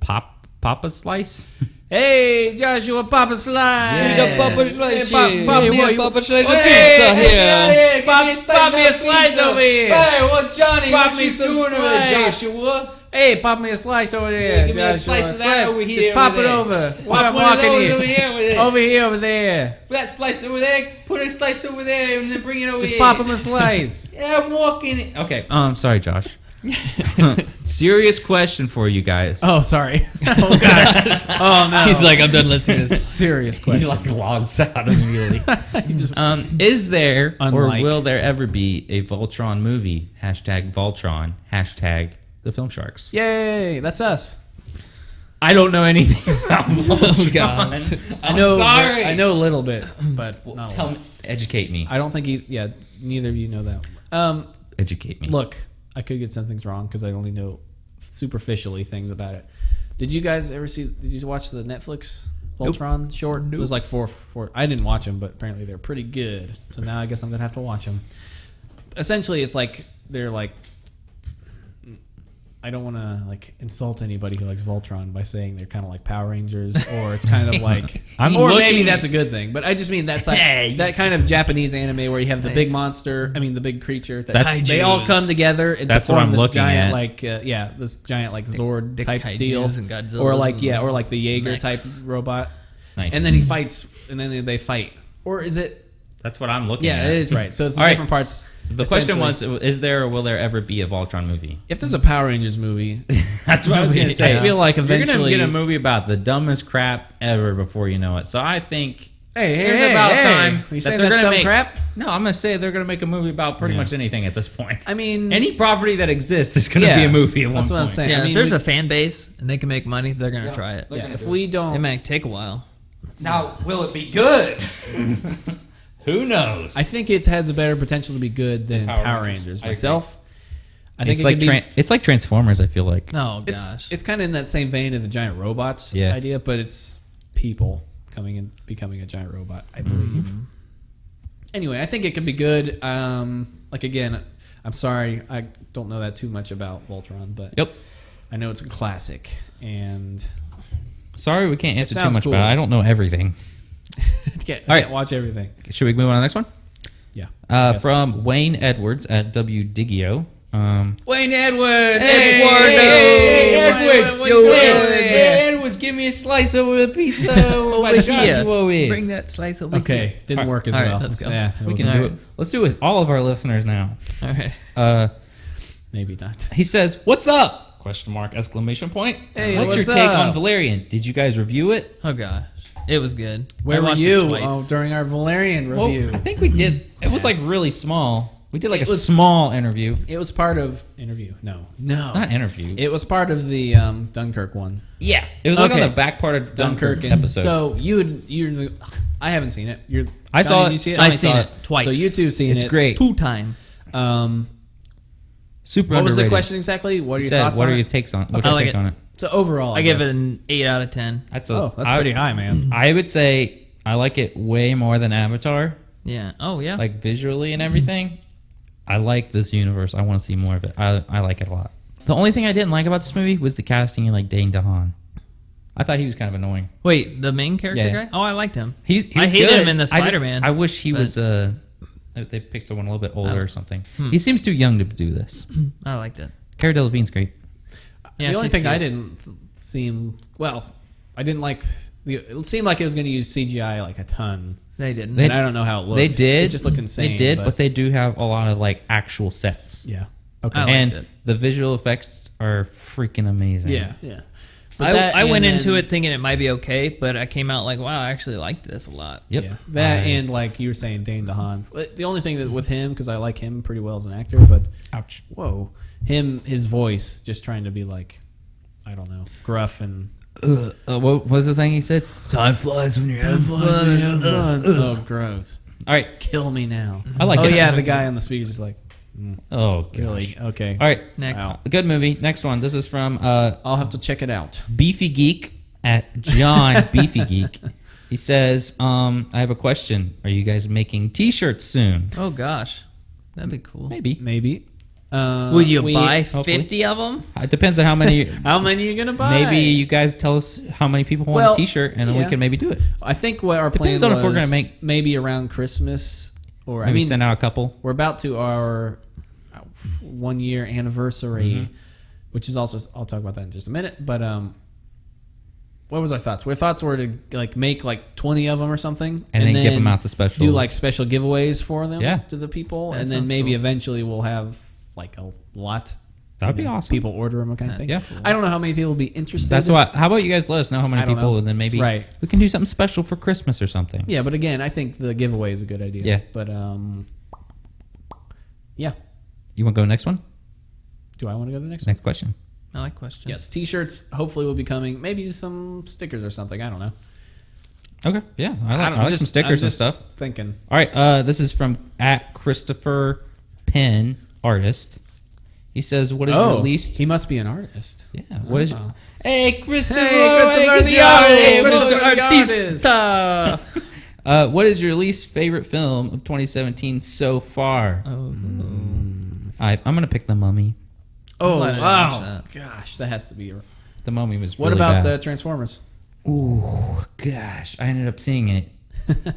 B: Pop Papa Slice.
A: Hey, Joshua, Papa Slice.
B: Yeah. The Papa
A: Hey,
C: Slice
A: Papa,
C: here.
A: Papa,
C: Hey,
A: you
C: what's
A: want-
C: Papa Slice
A: Hey,
C: of pizza
A: hey,
C: here?
A: yeah, yeah, give
D: Pop,
A: me a slice,
D: me a slice over here. what Johnny?
A: Pop me some slice.
D: Joshua?
A: Hey, pop me a slice over there.
D: give me a
A: Joshua.
D: slice of that over here,
A: Just
D: over
A: pop it
D: there.
A: over.
D: Pop
A: While I'm
D: one of
A: walking
D: those over
A: here.
D: here, over there.
A: Over here, over there.
D: That slice over there. Put a slice over there and then bring it over
A: Just
D: here.
A: pop him a slice.
D: Yeah, I'm walking.
B: Okay, um, sorry, Josh. Serious question for you guys.
A: oh, sorry. oh, gosh. Oh, no.
C: He's like, I'm done listening to this.
A: serious
B: He
A: question.
B: like logs out immediately. um, is there
A: Unlike.
B: or will there ever be a Voltron movie? Hashtag Voltron. Hashtag the Film Sharks.
A: Yay, that's us.
B: I don't know anything about Voltron.
C: Oh, God.
B: I'm
A: Oh, I know,
B: sorry.
A: I know a little bit, but not a lot.
B: Tell me, educate me.
A: I don't think you, yeah, neither of you know that. Um,
B: Educate me.
A: Look, I could get some things wrong because I only know superficially things about it. Did you guys ever see? Did you watch the Netflix Voltron short? It was like four, four. I didn't watch them, but apparently they're pretty good. So now I guess I'm gonna have to watch them. Essentially, it's like they're like. I don't want to like insult anybody who likes Voltron by saying they're kind of like Power Rangers, or it's kind of like,
B: I'm
A: or maybe
B: looking-
A: that's a good thing. But I just mean that's like
B: Hey,
A: that kind of Japanese anime where you have the big
C: Nice.
A: monster. I mean the big creature. That
B: That's-
A: they all come together and
B: That's what
A: form
B: I'm
A: this
B: looking
A: giant,
B: at.
A: Like uh, yeah, this giant like Zord
C: the
A: type
C: kaijus
A: deal,
C: and Godzillas
A: or like
C: and
A: yeah, or like the Jaeger type
C: mechs.
A: robot.
B: Nice.
A: And then he fights, and then they- they fight. Or is it?
B: That's what I'm looking
A: Yeah,
B: at.
A: it is right. So it's
B: All right.
A: different parts.
B: The question
A: essentially.
B: was: Is there or will there ever be a Voltron movie?
A: if there's a Power Rangers movie,
B: That's what I was
A: Movie.
B: going to say.
A: I feel like
B: You're gonna
A: eventually-
B: get a movie about the dumbest crap ever before you know it. So I think
A: Hey, hey,
B: There's
A: hey,
B: about
A: hey. Are
B: time
A: you
B: that
A: saying that's
B: they're gonna
A: dumb
B: make
A: crap?
B: No, I'm gonna say they're gonna make a movie about pretty much anything at this point.
A: I mean,
B: any property that exists is gonna
A: yeah,
B: be a movie at
A: That's
B: one
A: what I'm
B: point.
A: saying.
C: Yeah,
A: I mean,
C: if there's
A: we-
C: a fan base and they can make money, they're gonna
D: Yeah.
C: try it.
D: They're gonna
A: if
D: do
A: we
C: It
A: don't,
C: might take a while.
D: Now, will it be good?
B: Who knows?
A: I think it has a better potential to be good than
B: Power
A: Power, Rangers.
B: Rangers. I agree.
A: myself, I think
B: it's
A: it
B: like
A: could be-
B: tran it's like Transformers. I feel like
C: Oh
A: it's
C: gosh,
A: it's kind of in that same vein of the giant robots
B: Yeah.
A: idea, but it's people coming and becoming a giant robot, I believe. Anyway, I think it could be good. Um, like again, I'm sorry, I don't know that too much about Voltron, but
B: Yep.
A: I know it's a classic, and
B: Sorry, we can't answer too
A: sounds
B: much
A: cool.
B: about it. I don't know everything.
A: I can't,
B: All
A: I
B: right.
A: can't watch everything.
B: Should we move on to the next one?
A: Yeah,
B: Uh,
A: Yes.
B: From Wayne Edwards at W Digio. Um,
A: Wayne Edwards.
D: Hey,
A: Eduardo.
D: hey, hey, hey, Edwards,
A: What- what you
D: yo,
A: doing?
D: Ed- Ed- Edwards, give me a slice over the pizza over my Joshua here.
C: Bring that slice over
A: Okay, didn't work as
C: All right,
A: well.
C: let's go.
A: Yeah,
B: we
A: we
B: can do it. Let's do it with all of our listeners now.
C: here. All right.
B: Uh,
A: Maybe not.
B: he says, "What's up?" Question mark exclamation point.
A: Hey,
B: what's,
A: what's
B: your take
A: up?
B: on Valerian? Did you guys review it?
C: Oh gosh, it was good. I
A: Where were
C: watched it
A: you
C: twice.
A: oh, during our Valerian
B: Well,
A: review?
B: I think we did. It was like really small. We did like
A: It
B: a
A: was-
B: small interview,
A: it was part of interview. No, no,
B: not interview.
A: it was part of the um, Dunkirk one.
B: yeah, it was like
A: Okay.
B: on the back part of Dunkirk,
A: Dunkirk and
B: episode.
A: So you would you're the, I haven't seen it. You're
B: I saw
A: did
B: it.
A: You see it?
B: I
A: Johnny
B: seen
A: saw
B: it
C: twice.
A: So you two seen
B: It's
A: it.
B: great.
C: Two time.
A: Um,
B: Super
A: what was the
B: underrated.
A: question exactly? What are
B: He
A: your
B: said,
A: thoughts
B: "What
A: on
B: are your
A: it?
B: takes on? What's
C: I
B: your
C: like
B: take
C: it.
B: on it?"
A: So overall,
C: I give
A: guess.
C: it an eight out of ten.
B: That's a,
A: Oh, that's
B: I-
A: pretty high, man.
B: I would say I like it way more than Avatar,
C: Yeah. Oh yeah.
B: like visually and everything. I like this universe. I want to see more of it. I, I like it a lot. The only thing I didn't like about this movie was the casting and like Dane DeHaan. I thought he was kind of annoying.
C: Wait, the main character
B: Yeah.
C: guy? Oh, I liked him.
B: He's, he
C: I
B: was
C: hate
B: good.
C: him in the
B: I just-
C: Spider-Man,
B: I, wish he
C: but- Oh.
B: was. Uh, they picked someone a little bit older or something.
C: Hmm.
B: He seems too young to do this.
C: I liked it.
B: Cara Delevingne's great.
C: Yeah,
A: the only
C: she's
A: thing I
C: cute.
A: didn't th- seem well, I didn't like. The, it seemed like it was going to use CGI like a ton,
C: they didn't.
B: They-
A: and I don't know how it looked.
B: they did.
A: It just looked insane.
B: They did, but, they do have a lot of like actual sets.
A: yeah. Okay.
C: I liked
B: and
C: it.
B: the visual effects are freaking amazing.
A: Yeah, yeah.
C: I, I went into it thinking it might be okay, but I came out like, wow, I actually liked this a lot.
B: Yep.
A: Yeah, that
B: I-
A: and like you were saying, Dane DeHaan. But The only thing that with him, because I like him pretty well as an actor, but
B: Ouch.
A: whoa, him his voice just trying to be like, I don't know, gruff and
B: Ugh. Uh, what was the thing he said? Time flies when you're having
A: oh gross,
B: All right.
A: kill me now.
B: I like
A: oh
B: it.
A: yeah, the guy on the speaker's just like
B: Oh, gosh.
A: really okay.
B: All right.
C: Next.
A: Wow.
B: Good movie. Next one. This is from uh,
A: I'll have to check it out.
B: Beefy Geek at John Beefy Geek. He says, um, I have a question. Are you guys making t shirts soon?
C: Oh, gosh. That'd be cool.
B: Maybe.
A: Maybe. Uh,
C: Would you
A: we-
C: buy
B: hopefully.
C: 50 of them?
B: It depends on how many.
A: How many are you gonna buy?
B: maybe you guys tell us how many people want
A: Well,
B: a t shirt and then we
A: yeah.
B: can maybe do it.
A: I think what our plan
B: Depends
A: was
B: on if we're gonna make-
A: maybe around Christmas or
B: Maybe
A: I mean
B: send out a couple.
A: we're about to our uh, one year anniversary,
B: Mm-hmm.
A: which is also I'll talk about that in just a minute. But um, what was our thoughts? Our thoughts were to like make like twenty of them or something, and,
B: then give them out the special-
A: Do like special giveaways for them,
B: Yeah.
A: to the people,
C: That
A: and then
C: sounds
A: maybe
C: cool.
A: eventually we'll have like a lot.
B: That'd be
A: And
B: awesome.
A: People order them, kind of thing.
B: yeah.
A: I don't know how many people will be interested.
B: That's
A: in-
B: why. How about you guys let us know how many
A: I don't
B: people,
A: know.
B: and then maybe
A: Right.
B: we can do something special for Christmas or something.
A: Yeah, but again, I think the giveaway is a good idea.
B: Yeah.
A: But um, yeah.
B: You want to go next one?
A: Do I want to go to the next one?
B: Next question.
C: I like questions.
A: Yes, t-shirts hopefully will be coming. Maybe some stickers or something. I don't know.
B: Okay. Yeah, I like, I
A: don't
B: like some stickers
A: I'm just
B: and stuff.
A: Thinking.
B: All right. Uh, this is from at Christopher Penn, artist. He says, "What is your
A: Oh,
B: least?"
A: he must be an artist.
B: Yeah. What is? Hey, Christopher!
A: Christopher the artist! Christopher the artist!
B: artist! Uh, what is your least favorite film of 2017 so far?
C: Oh,
B: I, I'm gonna pick The Mummy.
A: Oh
C: glad I didn't
A: wow,
C: watch
A: gosh, that has to be. What
B: The Mummy was. really
A: about
B: bad.
A: the Transformers?
B: Ooh, gosh! I ended up seeing it.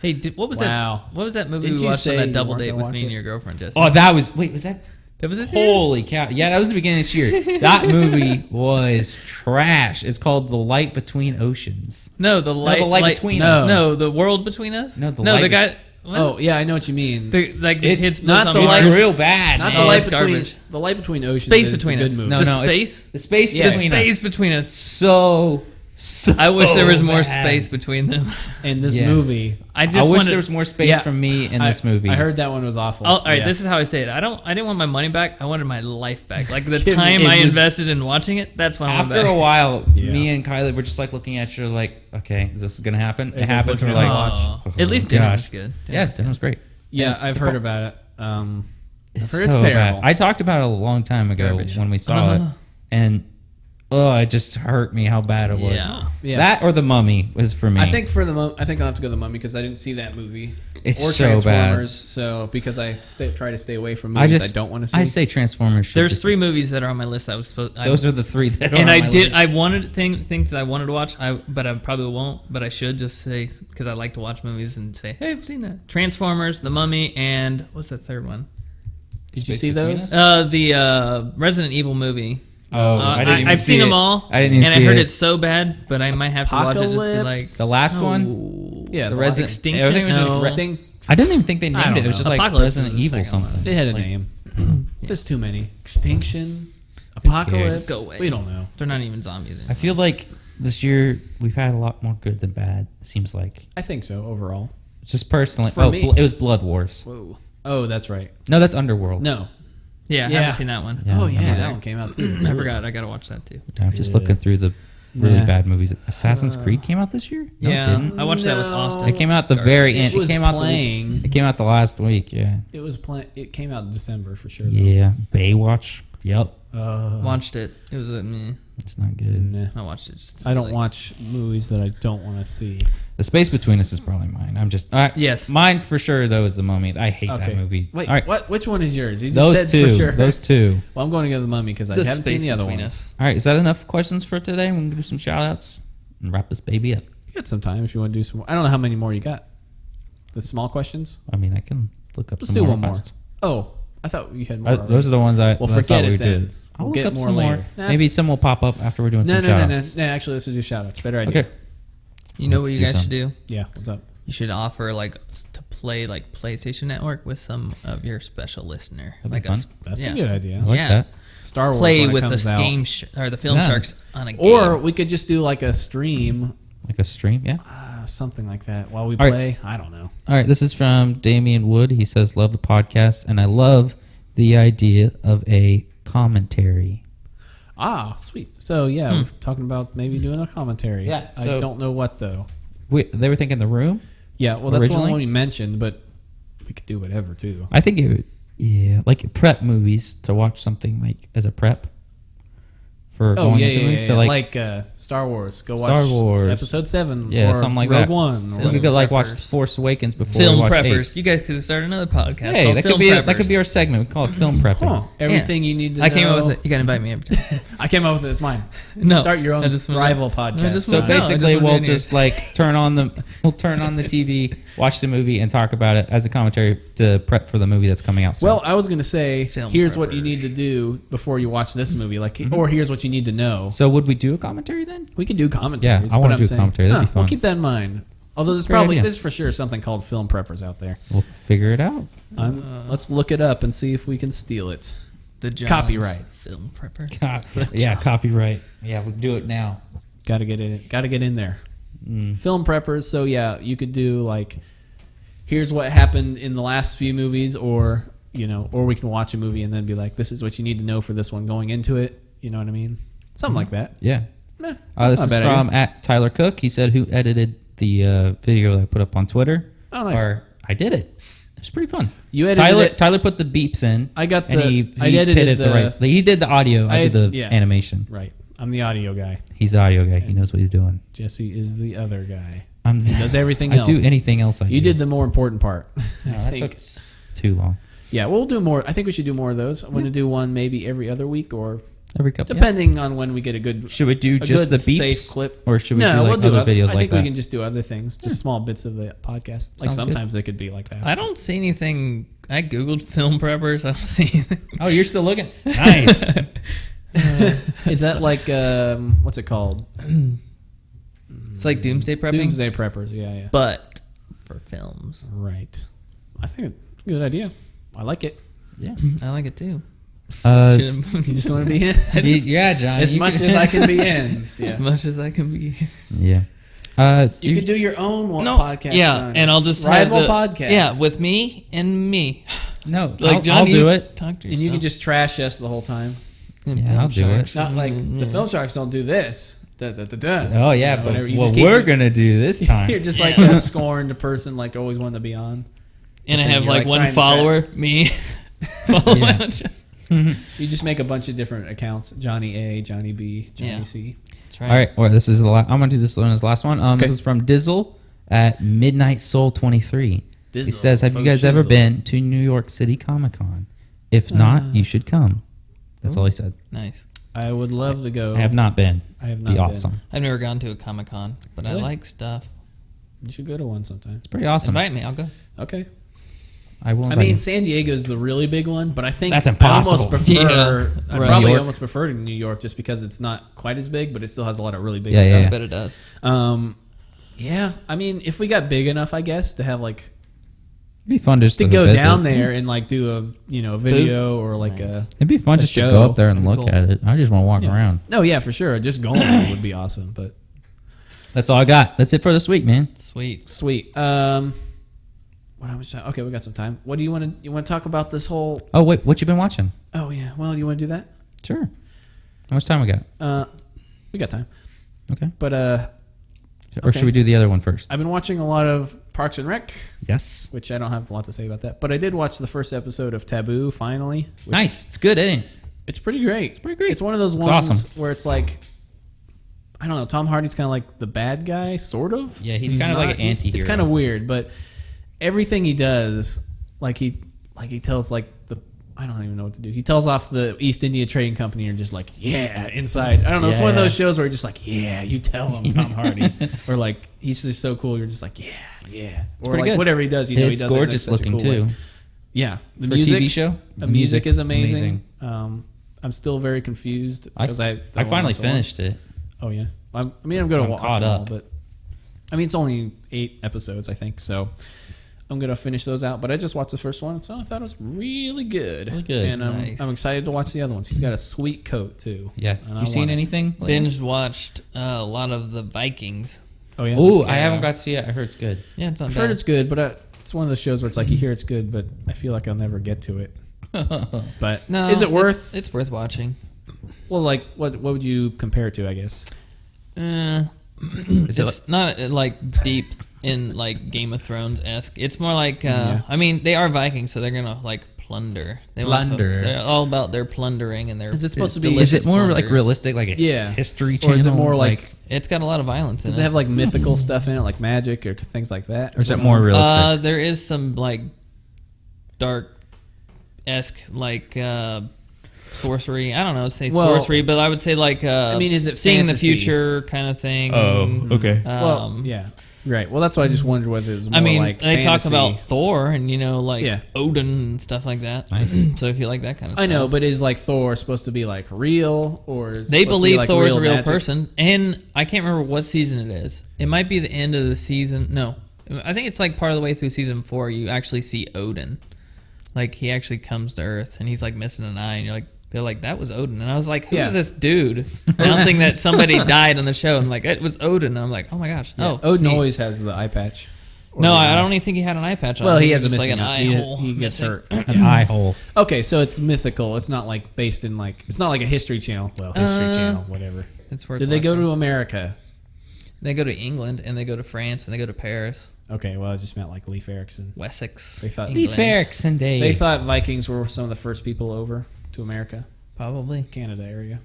C: Hey, did, what was
A: Wow.
C: that? What was that movie
A: Didn't
C: we
A: you
C: watched on
A: say
C: that
A: you
C: double
A: weren't
C: date
A: gonna
C: with
A: watch
C: me and
A: it?
C: your girlfriend, Jesse?
B: Oh, that was. Wait, was that?
C: that was this year?
B: Holy cow! Yeah, that was the beginning of this year. That movie was trash. It's called The Light Between Oceans.
C: No, the light,
B: the light between
C: no.
B: us.
C: No, the world between us.
B: No, the
C: no,
B: light
C: the
B: be-
C: guy. what?
A: Oh yeah, I know what you mean.
C: the, like the
B: It's
C: kids.
A: not
C: lives
A: the
C: on
A: light-
B: It's
C: Mars.
B: real bad.
A: Not
B: man.
A: the light
C: it's
A: between
C: garbage.
A: the light between oceans.
C: Space
A: is
C: between
A: a good
C: us.
A: Movie.
B: No,
C: the
B: no, it's-
C: space. Oh,
B: the space
A: Yeah.
B: between
C: space
B: us.
C: between us.
B: So So
C: I wish there was more
B: bad.
C: space between them.
A: And this
B: Yeah.
A: movie,
C: I
B: I
C: just
B: wish
C: wanted,
B: there was more space
A: Yeah.
B: from me in this
A: I,
B: movie.
A: I heard that one was awful.
C: I'll, Oh, all right,
A: Yeah.
C: this is how I say it. I don't. I didn't want my money back. I wanted my life back. Like the
A: Give me-
C: time
A: it was-
C: I invested in watching it. That's when I went
B: after a
C: back.
B: while,
A: Yeah.
B: me and Kylie were just like looking at you, like, okay, is this gonna happen? It,
A: was
B: happens. We're
A: looking
B: like,
C: Aw.
B: oh,
C: at least dinner was good. Dinner
B: Yeah, dinner was great.
A: yeah,
B: And
A: I've
B: the
A: heard
B: pro-
A: about it. Um, I've
B: It's
A: heard it's
B: so
A: terrible.
B: bad. I talked about it a long time ago
C: Garbage.
B: when we saw
C: Uh-huh.
B: it, and oh, it just hurt me how bad it was.
C: Yeah.
A: Yeah.
B: That or the Mummy was for me.
A: I think for the mum I think I'll have to go to the Mummy because I didn't see that movie
B: It's
A: or
B: so bad.
A: Transformers. So because I sta try to stay away from
B: I
A: movies I,
B: just
A: don't want to see.
B: I say Transformers. should
C: There's
B: just-
C: three movies that are on my list. I was supposed. I,
B: Those are the three that. Are
C: and
B: on
C: I
B: my
C: did.
B: list.
C: I wanted thing, things that I wanted to watch. I but I probably won't. But I should just say because I like to watch movies and say, hey, I've seen that. Transformers, The Mummy, and what's the third one?
A: Did you
B: Space
A: see
B: Between
A: those?
B: Us?
C: Uh, the uh, Resident Evil movie.
B: Oh,
C: Uh,
B: I didn't even
C: have
B: see
C: seen
B: it.
C: them all.
B: I didn't even
C: and
B: see
C: I heard
B: it.
C: it's so bad, but I might have to watch it just to be like
A: Apocalypse.
B: The last one.
C: one.
A: Yeah,
B: The
A: the
B: Resident.
C: Extinction?
B: I think it was just
C: No.
B: Re-
A: Thing-
B: I didn't even think they
A: don't
B: named it. It was
A: know.
B: just like
C: Apocalypse
B: Resident
C: is the
B: Evil
C: second one.
B: something.
A: They had a name. There's too many. Extinction, apocalypse.
C: Just go away.
A: We don't know.
C: They're not even zombies.
B: I
C: Anymore.
B: feel like this year we've had a lot more good than bad. It seems like
A: I think so overall.
B: just personally.
A: For
B: oh,
A: me-
B: bl- it was Blood Wars.
A: Whoa. Oh, that's right.
B: No, that's Underworld.
A: No.
C: Yeah, I
A: Yeah.
C: haven't seen that one.
B: Yeah,
A: oh yeah,
B: I'm
A: that one came out too.
C: I forgot. I gotta watch that too.
B: I'm just
A: Yeah.
B: looking through the really
A: Yeah.
B: bad movies. Assassin's Creed came out this year. No,
C: Uh, yeah,
B: it didn't.
C: I watched that with
A: No.
C: Austin.
B: It came out the very
A: It
B: end. It
A: was
B: came out
A: playing.
B: the. It came out the last week. Yeah.
A: It was plan- It came out in December for sure. though.
B: Yeah. Baywatch. Yep.
A: Uh,
C: Watched it. It was a me.
B: It's not good.
A: nah.
C: I watched it just. to
A: I
C: be
A: don't
C: like-
A: watch movies that I don't want to see.
B: The space between us is probably mine. I'm just. All right.
C: Yes.
B: Mine for sure though is the Mummy. I hate
A: Okay.
B: that movie.
A: Wait,
B: All right.
A: what? Which one is yours? You just
B: Those
A: said
B: two.
A: for sure.
B: Those two.
A: Well, I'm going to go to the mummy because I
C: The
A: haven't seen
C: space
A: the other
C: between
A: ones.
C: us.
B: All right, is that enough questions for today? We're gonna do some shout outs and wrap this baby up.
A: You got some time if you want to do some. More. I don't know how many more you got. The small questions.
B: I mean, I can look up.
A: Let's
B: some
A: do
B: more
A: one more.
B: fast.
A: Oh, I thought you had more.
B: Uh,
A: already.
B: those are the ones I.
A: Well,
B: that I
A: forget
B: thought we
A: it then.
B: did. I'll
A: We'll
B: look
A: get
B: up
A: more
B: some more.
A: later.
B: Maybe some will pop up after we're doing
A: no,
B: some
A: no,
B: shout
A: no, no,
B: outs.
A: no. Actually, let's do shout outs. Better idea.
B: Okay.
C: You know
B: Let's
C: what you
B: do
C: guys
B: some.
C: should do?
A: Yeah. What's up?
C: You should offer like s- to play like PlayStation Network with some of your special listener.
B: be
C: like
B: fun.
C: s-
A: That's
C: yeah.
A: a good idea.
B: I like
C: Yeah.
B: that.
A: Star Wars
C: Play
A: when it
C: with
A: comes
C: the
A: out.
C: game sh- or the film
B: Yeah.
C: sharks on a game.
A: Or we could just do like a stream,
B: Like a stream, yeah.
A: uh, something like that, while we
B: All right.
A: play. I don't know.
B: All right, this is from Damian Wood. He says, "Love the podcast, and I love the idea of a commentary."
A: Ah, sweet. So yeah,
B: Hmm.
A: we're talking about maybe doing a commentary.
B: Yeah,
A: I
B: so-
A: don't know what though.
B: Wait, they were thinking the room.
A: Yeah. Well, that's the
B: Originally?
A: one we mentioned, but we could do whatever too.
B: I think it would, yeah, like prep movies to watch something like as a prep for
A: Oh
B: going
A: yeah,
B: into
A: yeah, yeah,
B: movies. so
A: yeah.
B: like,
A: like, uh, Star Wars. Go
B: Star
A: watch
B: Wars.
A: episode seven.
B: Yeah,
A: or
B: something like
A: Rogue
B: that.
A: One.
B: we
A: or-
B: could like watch
C: preppers.
B: Force Awakens before
C: film
B: we watch
C: preppers.
B: Eight.
C: You guys could start another podcast.
B: Hey,
C: called
B: that
C: Film
B: could be
C: preppers.
B: that could be our segment. We call it film prepping.
A: Huh, everything you need to.
C: I came up
A: know.
C: with it. You gotta invite me every time.
A: I came up with it. It's mine.
C: No,
A: start your own
C: I just wanna-
A: rival
C: I
A: podcast.
C: just
B: So
C: No, I just
B: basically,
C: wanted
B: we'll
C: in here.
B: just like turn on the we'll turn on the TV, watch the movie, and talk about it as a commentary to prep for the movie that's coming out. Soon.
A: well, I was gonna say,
C: Film
A: here's what
C: preppers.
A: you need to do before you watch this movie, like,
B: Mm-hmm.
A: or here's what you need to know.
B: so would we do a commentary then?
A: We could do commentaries.
B: Yeah, I
A: but
B: wanna
A: I'm
B: do a
A: saying-
B: commentary. That'd be
A: We'll
B: fun.
A: keep that in mind. Although there's
B: Great
A: probably
B: idea.
A: there's for sure something called film preppers out there.
B: We'll figure it out.
A: I'm,
B: Uh,
A: let's look it up and see if we can steal it.
C: the Johns
A: Copyright.
C: film preppers.
B: yeah, copyright. Yeah, we'll do it now.
A: Got to get in. Got to get in there.
B: Mm.
A: Film preppers. So yeah, you could do like, here's what happened in the last few movies, or you know, or we can watch a movie and then be like, this is what you need to know for this one going into it. You know what I mean? Something like that.
B: Yeah.
A: Meh,
B: Mm-hmm. Uh,
A: that's
B: this is
A: not a bad
B: from
A: idea.
B: at Tyler Cook. He said, "Who edited the uh, video that I put up on Twitter?"
A: Oh, nice.
B: Or I did it. It was pretty fun.
A: You edited
B: Tyler.
A: it.
B: Tyler put the beeps in.
A: I got
B: and
A: the-
B: he,
A: I
B: he
A: edited
B: pitted the,
A: the-
B: right. He did the audio. I,
A: I-
B: did the
A: yeah.
B: animation.
A: right. I'm the audio guy.
B: He's the audio guy. He knows what he's doing.
A: Jesse is the other guy.
B: I'm
A: Does everything
B: I
A: else.
B: do Oh, anything else. I
A: You
B: do.
A: did the more important part.
B: No,
A: I
B: that
A: think.
B: took s- too long.
A: Yeah, we'll do more. I think we should do more of those. I'm going to do one maybe every other week or
B: Every couple. yeah.
A: depending on when we get a good
B: Should we do
A: a
B: just the
A: good
B: beeps,
A: safe clip.
B: or should we
A: no,
B: do like
A: we'll do
B: other
A: other-
B: videos
A: I
B: like
A: think
B: that?
A: we can just do other things, just small bits of the podcast. Like
B: Sounds good.
A: sometimes they could be like that.
C: I don't see anything. I googled film preppers. I don't see anything.
B: oh, you're still looking. Nice.
A: Is that like um, what's it called?
C: It's like doomsday prepping,
A: Doomsday preppers. Yeah, yeah.
C: but for films.
A: Right. I think it's a good idea. I like it.
B: yeah.
C: I like it too.
B: Uh,
A: You just want to be in
B: yeah, John.
A: as
B: you
A: much
B: can-
A: as I can be in.
C: as
A: Yeah.
C: much as I can be.
B: Yeah. Uh, do
A: You
B: you-
A: could do your own one podcast.
C: yeah,
A: on it.
C: and I'll just
A: rival
C: have the,
A: podcast.
C: Yeah, with me and me.
B: no,
C: Like
B: I'll,
C: John,
B: I'll
C: you
B: do it.
C: Talk to
A: and you can
C: yourself.
A: just trash us the whole time.
B: Yeah, I'll do it.
C: Sharks.
A: Not like the
C: Yeah.
A: film sharks don't do this. Da, da, da, da.
B: Mm-hmm. Oh yeah,
A: You know,
B: but
A: whatever. You
B: what
A: just keep
B: we're
A: do-
B: gonna do this
A: You're
B: time?
A: just like a scorned person, like always wanted to be on.
C: And I
A: then
C: have
A: you're,
C: like,
A: like,
C: one
A: trying to
C: follower, me. Follow
B: Yeah.
C: my-
A: You just make a bunch of different accounts: Johnny A, Johnny B, Johnny
C: Yeah.
A: C.
C: That's
B: All right. Well, this is the. La- I'm gonna do this one as last one. Um, this
A: Okay.
B: is from Dizzle at Midnight Soul 23. He
E: Dizzle,
B: says, "Have you
E: faux
B: guys ever
E: shizzle."
B: been to New York City Comic Con? If
A: Uh,
B: not, you should come." That's
A: oh.
B: all he said.
C: Nice.
A: I would love to go.
B: I have not been.
A: I have
B: Be
A: Oh. not
B: awesome.
A: been.
C: I've never gone to a Comic Con, but I like stuff.
A: You should go to one sometime.
B: It's pretty awesome.
C: Invite me, I'll go.
A: Okay.
B: I will.
A: I
B: Invite
A: mean,
B: you.
A: San Diego's the really big one, but I think
B: That's
A: I
B: impossible.
A: almost prefer.
C: Yeah.
A: I
C: Right. New
A: probably
B: York.
A: almost prefer to New York just because it's not quite as big, but it still has a lot of really big
B: Yeah,
A: stuff.
B: yeah,
C: I bet it does.
A: Um, yeah, I mean, if we got big enough, I guess to have like
B: it'd be fun just
A: to
B: to
A: go
B: visit. Hmm.
A: down there and like do a you know a video or like a
B: It'd be fun
A: a
B: just to
A: show.
B: go up there and
C: That'd
B: look
C: be
B: at it. I just want to walk around.
A: no, yeah, for sure. Just going there would be awesome, but
B: That's all I got. That's it for this week, man.
C: Sweet.
A: sweet. Um, what how much time? Okay, we got some time. What do you want to you want to talk about this whole?
B: Oh wait, what you been watching?
A: Oh yeah, well you want to do that?
B: Sure. How much time we got?
A: Uh, we got time,
B: Okay.
A: but uh,
B: Or
A: Okay.
B: should we do the other one first?
A: I've been watching a lot of Parks and Rec,
B: Yes.
A: which I don't have a lot to say about that, but I did watch the first episode of Taboo finally. which
B: Nice. It's good, eh? isn't it?
A: It's pretty great. It's
B: pretty great.
A: It's one of those ones
B: awesome.
A: where it's like, I don't know. Tom Hardy's kind of like the bad guy, sort of.
B: Yeah, he's kinda like an
A: he's- It's
B: anti-hero.
A: kind of weird, but everything he does, like he, like he tells like the. I don't even know what to do. He tells off the East India Trading Company and just like, yeah, inside. I don't know. It's one of
B: Yeah.
A: those shows where you're just like, yeah, you tell him, Tom Hardy. or like, he's just so cool. You're just like, yeah, yeah. Or
B: pretty
A: like
B: good.
A: whatever he does, you know, he
B: It's
A: does it in, like,
B: gorgeous
A: such a
B: looking,
A: cool way.
B: too.
A: Yeah. The
B: For a TV show?
A: The
B: Music,
A: music is amazing.
B: amazing.
A: Um, I'm still very confused
B: I,
A: because I I,
B: I finally
A: watched so long.
B: finished it.
A: Oh yeah. I'm, I mean, I'm gonna
B: I'm
A: watch
B: caught
A: them all,
B: up.
A: but I mean, it's only eight episodes, I think. So I'm gonna finish those out. But I just watched the first one, so I thought it was really good.
B: Really good.
A: And I'm,
C: Nice.
A: I'm excited to watch the other ones. He's got a sweet coat too.
B: Yeah.
A: And I
B: you seen
A: want it.
B: anything?
C: Binge watched uh, a lot of the Vikings.
A: Oh yeah. Ooh,
B: Oh, I haven't got to see it. I heard it's good.
C: Yeah, it's not
A: I've
C: bad.
A: heard it's good, but uh it's one of those shows where it's like you hear it's good, but I feel like I'll never get to it. But
C: no,
A: is it
C: it's-
A: worth?
C: It's worth watching.
A: well, like what? What would you compare it to? I guess.
C: Uh,
B: Is it
C: it's not uh, like deep in like Game of Thrones esque. It's more like uh,
A: Yeah.
C: I mean they are Vikings, so they're gonna like plunder. They want to-
B: Plunder.
C: they're all about their plundering and their.
A: Is it supposed to be-
B: Is
C: delicious
B: it more like
C: plunders.
B: realistic, like a
A: Yeah.
B: history channel?
A: Or is it more like
C: It's got a lot of violence.
A: Does
C: in
A: it have like mythical stuff in it, like magic or things like that?
B: or is it more realistic?
C: Uh, there is some like dark esque like uh, sorcery. I don't know, say
A: Well-
C: sorcery, but I would say like uh,
A: I mean, is it
C: seeing
A: fantasy?
C: the future kind of thing?
B: Oh.
A: Mm-hmm.
E: okay.
C: Um,
A: Well, yeah, right. Well, that's why I just wondered whether it was more
C: I mean,
A: like
C: they talk
A: fantasy.
C: about Thor and you know like
A: Yeah.
C: Odin and stuff like that.
B: Nice.
C: so if you like that kind of,
A: I
C: stuff.
A: know, but is like Thor supposed to be like real or is it supposed
C: They
A: to be,
C: believe
A: like,
C: Thor is a real
A: magic?
C: person, and I can't remember what season it is. It might be the end of the season. No, I think it's like part of the way through season four. You actually see Odin, like he actually comes to Earth, and he's like missing an eye, and you're like, they're like, that was Odin, and I was like, who is
A: Yeah.
C: this dude announcing that somebody died on the show? And like, it was Odin. And I'm like, oh my gosh, oh
A: Odin
C: he-
A: always has the eye patch. Or
C: No,
A: the-
C: I don't even think he had an eye patch on.
A: Well,
C: I
A: he
C: think
A: has a
C: it's just,
A: missing
C: like
A: eye.
C: an eye
A: He-
C: hole.
A: He gets
C: missing.
A: hurt.
B: an eye hole?
A: Okay, so it's mythical. It's not like based in like it's not like a history channel. Well, history
C: Uh,
A: channel, whatever.
C: It's worth
A: Did they go
C: watching.
A: to America?
C: They go to England and they go to France and they go to Paris,
A: Okay, well, I just meant like Leif Erikson.
C: Wessex.
A: They thought-
C: England,
B: and Dave.
A: They thought Vikings were some of the first people over to America.
C: probably.
A: Canada area.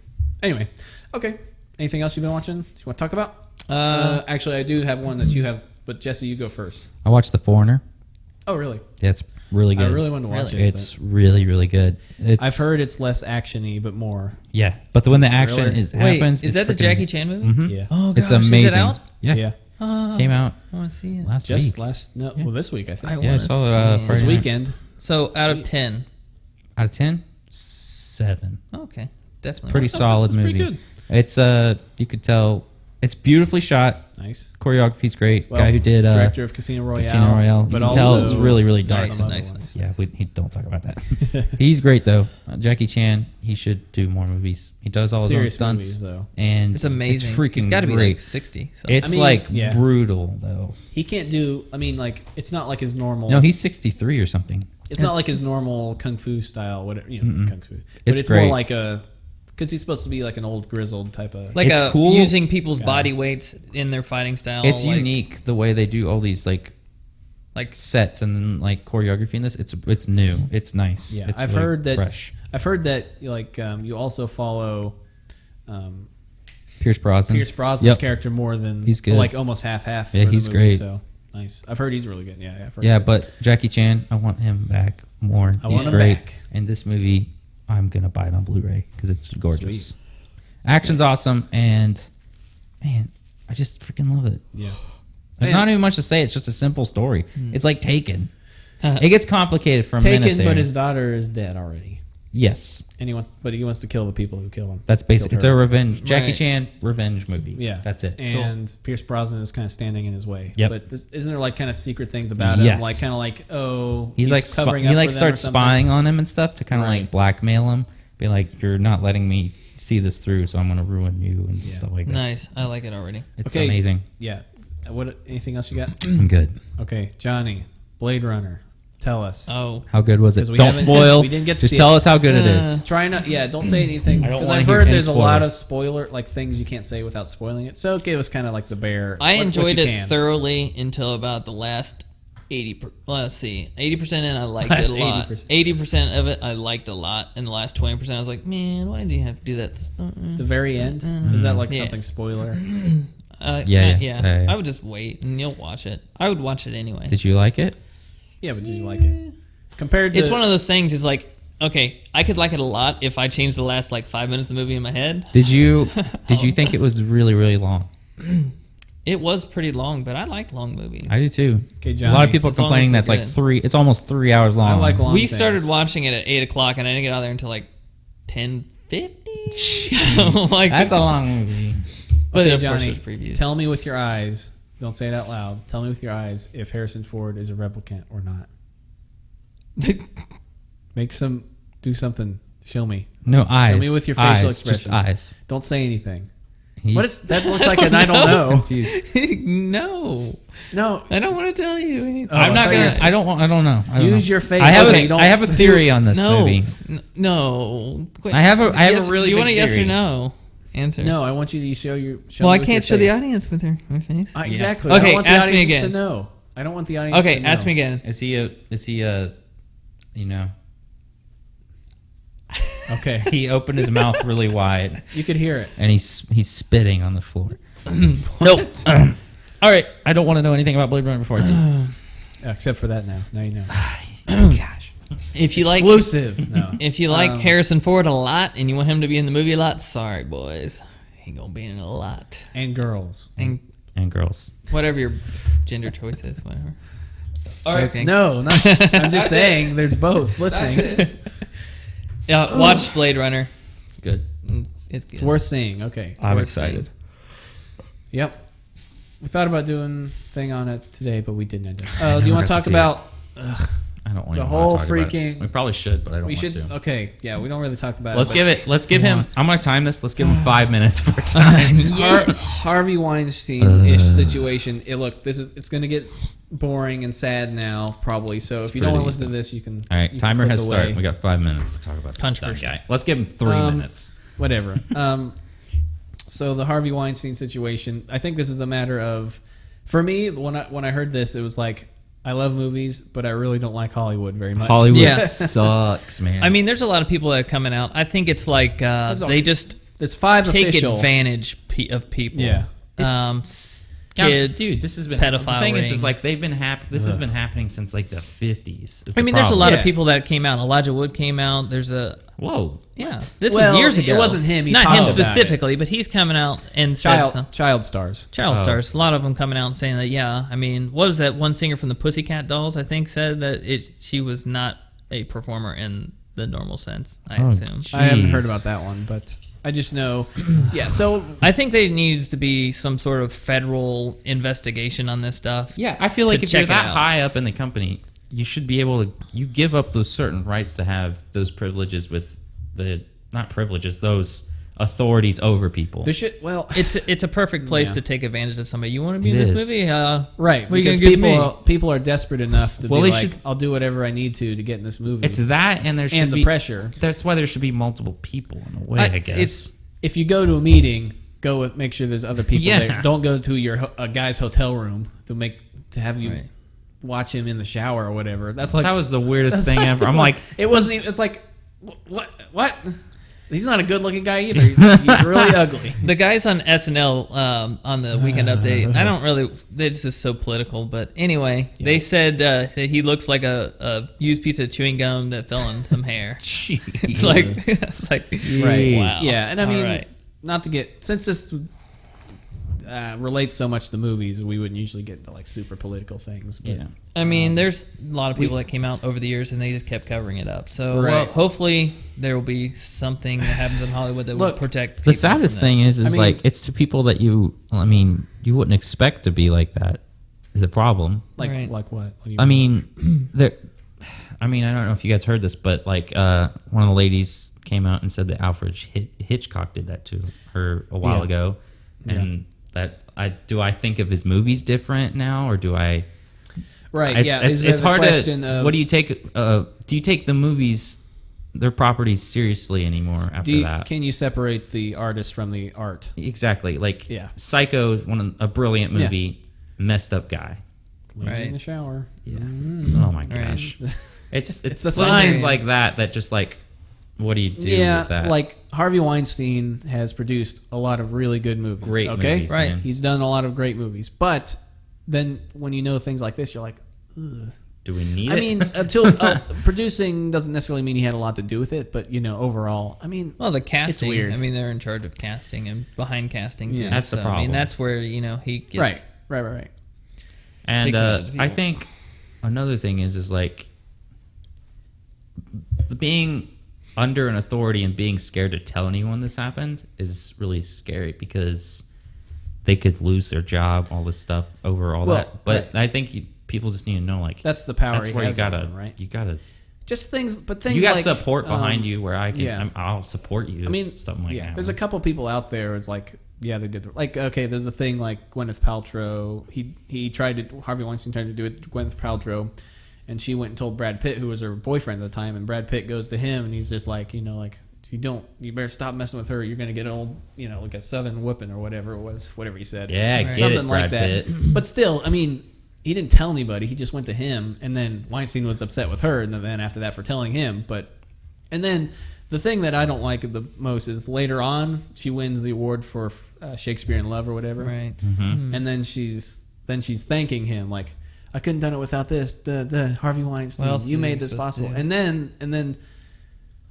A: Anyway, okay. Anything else you've been watching? You want to talk about?
C: Uh,
A: Uh, actually, I do have one that you have, but Jesse, you go first.
B: I watched The Foreigner.
A: Oh, really?
B: That's really good.
A: I really wanted to watch
C: Really?
A: it.
B: It's really really good. It's,
A: but I've heard it's less actiony, but more.
B: Yeah, but the, when the action
A: Thriller.
B: is
C: wait,
B: happens,
C: is
B: it's
C: that the
B: freaking- Mm-hmm.
C: Jackie Chan movie?
A: Yeah.
C: Oh, gosh,
B: It's amazing.
C: Is it out?
B: Yeah,
A: yeah.
C: Oh,
B: came out
C: I want to see it.
B: last
A: Just
B: week.
A: last no, well this week I think.
C: I
B: yeah, I
C: wanna
B: saw it uh,
C: see
A: this
C: it.
B: Friday night.
A: weekend.
C: So out of ten,
B: Out of ten, seven.
C: okay, definitely.
B: Pretty
C: watch
B: solid
A: that's pretty
B: movie.
A: good.
B: It's uh, you could tell It's beautifully shot.
A: Nice.
B: Choreography's great.
A: Well,
B: Guy who did uh,
A: director of Casino Royale.
B: Casino Royale.
A: But
B: you
A: also
B: can tell it's really, really dark.
A: Nice,
C: Some
A: nice,
C: other
A: nice.
B: Yeah, we he, don't talk about that. He's great though. Uh, Jackie Chan. He should do more movies. He does all his
A: Serious
B: own
A: movies,
B: stunts
A: though.
B: and
C: It's amazing.
B: It's freaking
C: It's got to be like
B: great.
C: sixty. So.
A: I
B: it's
A: mean,
B: like
A: yeah.
B: brutal though.
A: He can't do. I mean, like it's not like his normal.
B: No, he's 63 or something.
A: it's, not like his normal kung fu style. Whatever you know, kung fu. But
B: It's
A: it's, more
B: great.
A: like a because he's supposed to be like an old grizzled type of.
C: like
B: It's
C: a,
B: cool.
C: using people's body weights in their fighting style.
B: It's
C: like,
B: unique the way they do all these like
C: Like
B: sets and then like choreography in this. It's it's new. It's nice.
A: yeah,
B: It's
A: I've
B: really
A: heard that.
B: fresh.
A: I've heard that like um, you also follow. Um,
B: Pierce Brosnan.
A: Pierce Brosnan's
B: Mm. Yep.
A: character more than
B: He's good.
A: Like almost half half.
B: Yeah,
A: for the
B: he's
A: movie,
B: great.
A: So nice. I've heard he's really good. Yeah, I've heard
B: Yeah,
A: that.
B: but Jackie Chan, I want him back more.
A: I
B: He's
A: want him
B: great.
A: back.
B: And this movie, I'm gonna buy it on Blu-ray because it's gorgeous.
A: Sweet.
B: Action's awesome, and man, I just freaking love it.
A: yeah. Man.
B: There's
A: Hmm.
B: not even much to say. It's just a simple story. It's like Taken. it gets complicated for a minute
A: Taken,
B: there.
A: but his daughter is dead already.
B: yes,
A: Anyone, but he wants to kill the people who kill him.
B: that's basic.
A: Killed
B: It's
A: her.
B: a revenge Jackie
C: Right.
B: Chan revenge movie.
A: Yeah,
B: that's it.
A: And Pierce Brosnan is kind of standing in his way.
B: Yep.
A: But this, isn't there like kind of secret things about him?
B: Yes.
A: Like kind of like oh,
B: he's, like sp- he
A: up
B: like
A: for them or
B: starts
A: something?
B: spying on him and stuff to kind of
A: Right.
B: like blackmail him. Be like, you're not letting me see this through, so I'm gonna ruin you and
A: Yeah.
B: stuff like that.
C: nice. I like it already.
B: It's
A: Okay.
B: amazing.
A: Yeah. Uh, What? Anything else you got?
B: I'm good.
A: okay, Johnny, Blade Runner. Tell us.
C: Oh,
B: How good was it?
A: 'Cause we
B: Don't
A: haven't-
B: spoil.
A: we didn't get to
B: Just
A: see
B: tell
A: it.
B: us how good it
C: Uh,
B: is.
A: Try not. Yeah. Don't say anything
B: I don't
A: because
B: wanna
A: I've
B: hear
A: heard
B: any
A: there's a lot
B: spoiler.
A: of spoiler like things you can't say without spoiling it. So give us kind of like the bear.
C: I
A: what- what
C: enjoyed
A: you
C: it
A: can.
C: thoroughly until about the last eighty. Per, let's see, eighty percent in. I liked
A: Last
C: it a lot.
A: 80%.
C: Eighty percent of it I liked a lot, and the last twenty percent I was like, man, why do you have to do that? uh-uh.
A: The very end is that like
B: Mm-hmm.
C: Yeah.
A: something spoiler?
C: Uh,
B: Yeah,
C: yeah,
B: yeah,
C: yeah,
B: yeah, yeah.
C: I would just wait, and you'll watch it. I would watch it anyway.
B: Did you like it?
A: Yeah, but did you like it? Compared to
C: it's one of those things. Is like, okay, I could like it a lot if I changed the last like five minutes of the movie in my head.
B: Did you did you think it was really really long?
C: It was pretty long, but I like long movies.
B: I do too.
A: Okay,
B: a lot
A: Johnny.
B: of people are
C: As long
B: complaining that's
C: as they're
B: like
C: good.
B: three. It's almost three hours long.
A: I like long.
C: we
A: things.
C: started watching it at eight o'clock, and I didn't get out there until like ten fifty. like
B: That's a long movie.
C: But
A: Okay,
C: of
A: Johnny,
C: course, there's previews.
A: Tell me with your eyes. Don't say it out loud. Tell me with your eyes if Harrison Ford is a replicant or not. Make some do something. Show me.
B: No eyes.
A: me with your facial
B: eyes, Just
A: expression.
B: eyes.
A: Don't say anything.
B: He's
A: What is that? Looks like an I don't know.
B: confused.
C: no,
A: No,
C: I don't want to tell you. Anything.
A: Oh,
B: I'm
A: I
B: not
A: thought you
B: gonna.
A: were-
B: I don't want. I don't know. I don't
A: Use
B: know.
A: your face.
B: I have,
A: Okay,
B: a,
A: don't-
B: I have a theory on this
C: no,
B: movie.
C: N- no. Quick.
B: I have a- I have a really
C: You want
B: big
C: a yes
B: theory.
C: or no answer?
A: no. I want you to show your. Show
C: Well,
A: me
C: I
A: with
C: can't show
A: your
C: the
A: face.
C: audience with her, my face.
A: I- exactly.
C: Okay,
A: I want the
C: ask me
A: audience
C: again.
A: to know. I don't want the audience.
C: okay,
A: to know.
C: ask me again.
B: Is he a? Is he a? You know,
A: Okay,
B: he opened his mouth really wide
A: you could hear it.
B: and he's he's spitting on the floor.
A: Nope.
B: All right, I don't want to know anything about Blade Runner before I see. it.
A: Except for that now. Now you know.
B: Gosh,
C: If you like,
A: Exclusive. no.
C: if you like
A: Um,
C: Harrison Ford a lot and you want him to be in the movie a lot, sorry boys, he gonna be in it a lot.
A: And girls.
C: And
B: and girls.
C: whatever your gender choice is, whatever. Joking.
A: No, not, I'm just saying. There's both listening.
C: Yeah, Uh, watch Blade Runner.
B: Good.
C: It's, it's good.
A: It's worth seeing. Okay.
B: I'm
C: worth
B: excited.
A: Yep. We thought about doing thing on it today, but we didn't end up. Uh, do
B: never
A: you want
B: got
A: to
B: to
A: talk
B: see
A: about?
B: I don't want
A: The
B: even
A: whole
B: wanna talk about it.
A: freaking-
B: We probably should, but I don't
A: We
B: want
A: should.
B: to.
A: Okay. Yeah, we don't really talk about
B: Let's
A: it.
B: give it. Let's give him. I'm gonna time this. Let's give him five minutes for time.
A: but Har- Harvey Weinstein
B: Uh.
A: ish situation. It, look, this is it's going to get boring and sad now, probably. So if you don't want
B: pretty-
A: to listen to this, you can.
B: All
A: you
B: right,
A: can
B: timer
A: click
B: has
A: away.
B: started. We got five minutes to talk about this dumb
C: Controversial.
B: guy. Let's give him three
A: Um,
B: minutes.
A: whatever. um, so the Harvey Weinstein situation. I think this is a matter of, for me, when I when I heard this, it was like I love movies, but I really don't like Hollywood very much.
B: Hollywood
C: Yeah.
B: sucks, man.
C: I mean, there's a lot of people that are coming out. I think it's like uh,
A: There's a-
C: they just
A: There's five
C: take
A: official.
C: advantage pe- of people.
A: Yeah.
C: Um, s-
B: Yeah,
C: kids.
B: dude, this has been
C: pedophile
B: The thing is, is
C: ring.
B: like they've been hap- This has been happening since like the fifties.
C: I mean, there's a lot
A: Yeah.
C: of people that came out. Elijah Wood came out. There's a
B: Whoa,
C: yeah. This
A: Well,
C: was years
A: it
C: ago.
A: wasn't him. He
C: Not
A: talked
C: him
A: about it.
C: specifically, but he's coming out and said some-
A: child child stars.
C: Child
B: Oh.
C: stars, a lot of them coming out and saying that, yeah, I mean, what was that one singer from the Pussycat Dolls, I think, said that it, she was not a performer in the normal sense. I
B: Oh,
C: assume.
B: gee.
A: I haven't heard
B: Jeez.
A: about that one, but I just know. Yeah, so
C: I think there needs to be some sort of federal investigation on this stuff.
B: Yeah, I feel like
C: to
B: if you're
C: check it
B: that
C: out.
B: high up in the company, you should be able to. You give up those certain rights to have those privileges with the not privileges, those authorities over people.
A: the shit. Well,
C: It's it's a perfect place
A: Yeah.
C: to take advantage of somebody. You want to be
B: It
C: in this
B: is.
C: movie? Uh,
A: right,
C: What are you
A: because
C: gonna give
A: people
C: me?
A: people are desperate enough to
B: Well,
A: be
B: they
A: like,
B: should-
A: I'll do whatever I need to to get in this movie.
B: It's that, and there should
A: and the
B: be
A: pressure.
B: That's why there should be multiple people in a way.
C: I-
B: I,
C: it's-
B: guess.
A: if you go to a meeting, go with make sure there's other people
B: Yeah.
A: there. Don't go to your ho- a guy's hotel room to make to have you
C: Right.
A: watch him in the shower or whatever. That's like
B: that was the weirdest
A: that's
B: thing ever. I'm like,
A: it wasn't even. It's like wh- what what. He's not a good-looking guy either. He's, he's really ugly.
C: the guys on SNL um, on the Weekend Update. I don't really. This is so political, but anyway, they said uh, that he looks like a, a used piece of chewing gum that fell in some hair.
B: jeez.
C: It's like it's like
B: Right.
C: Wow.
A: Yeah, and I
C: All
A: mean,
C: right.
A: not to get since this uh, relates so much to movies, we wouldn't usually get into like super political things. But
B: yeah.
C: I mean, there's a lot of people that came out over the years and they just kept covering it up. So
A: Right.
C: well, hopefully there will be something that happens in Hollywood that will
A: Look,
C: protect.
B: The
C: people
B: saddest
C: from this.
B: thing is, is
A: I mean-
B: like it's to people that you. I mean, you wouldn't expect to be like that. Is a problem.
A: like
C: Right.
A: like what? what do you
B: I mean, there. I mean, I don't know if you guys heard this, but like uh, one of the ladies came out and said that Alfred Hit- Hitchcock did that to her a while
A: Yeah.
B: ago, and that I do. I think of his movies different now, or do I?
A: right?
B: It's,
A: yeah,
B: it's,
A: is there
B: it's
A: the
B: hard
A: question
B: to.
A: of-
B: What do you take? Uh, do you take the movies, their properties seriously anymore after
A: do you-
B: that?
A: Can you separate the artist from the art?
B: exactly. Like
A: Yeah.
B: Psycho, one of, a brilliant
A: Yeah.
B: movie, messed up guy.
A: Leave it
C: Right.
A: in the shower.
B: Yeah. Oh my gosh. It's it's,
A: the
B: little things
A: signs.
B: like that that just like what do you do
A: yeah,
B: with that?
A: like Harvey Weinstein has produced a lot of really good movies.
B: Great
A: okay,
B: movies,
C: Right.
B: man.
A: He's done a lot of great movies, but then when you know things like this, you're like, Ugh.
B: do we need
A: I
B: it?
A: mean, until uh, producing doesn't necessarily mean he had a lot to do with it, but you know, overall, I mean,
C: Well, the casting.
A: weird.
C: I mean, they're in charge of casting and behind casting. Too.
A: Yeah.
B: That's the
C: I mean,
B: problem.
C: that's where you know he gets
A: right, right, right, right.
B: and
C: takes a
B: uh,
C: lot of
B: I
C: people.
B: think another thing is is like being under an authority and being scared to tell anyone this happened is really scary because they could lose their job, all this stuff over all
A: Well,
B: that. But I think you, people just need to know like
A: That's the power.
B: that's
A: he
B: where you
A: has
B: gotta
A: over them, right.
B: you gotta
A: Just things, but things.
B: you got
A: like,
B: support behind
A: um,
B: you where I can
A: yeah.
B: I'm, I'll support you.
A: I mean,
B: something like
A: yeah,
B: that.
A: There's a couple people out there. It's like, yeah, they did. The, like, okay, there's a thing like Gwyneth Paltrow. He he tried to Harvey Weinstein tried to do it. to Gwyneth Paltrow, and she went and told Brad Pitt, who was her boyfriend at the time, and Brad Pitt goes to him, and he's just like, you know, like if you don't, you better stop messing with her. You're gonna get old, you know, like a southern whooping or whatever it was, whatever he said.
B: yeah, get
A: something
B: it,
A: like
B: Brad
A: that.
B: Pitt.
A: But still, I mean, he didn't tell anybody. He just went to him, and then Weinstein was upset with her, and then after that for telling him. But and then the thing that I don't like the most is later on she wins the award for uh, Shakespeare in Love or whatever,
C: Right.
B: Mm-hmm.
A: and then she's then she's thanking him like. I couldn't done it without this. The the Harvey
C: What
A: Weinstein,
C: else
A: you
C: are
A: made
C: you
A: this
C: supposed to
A: possible.
C: do?
A: And then and then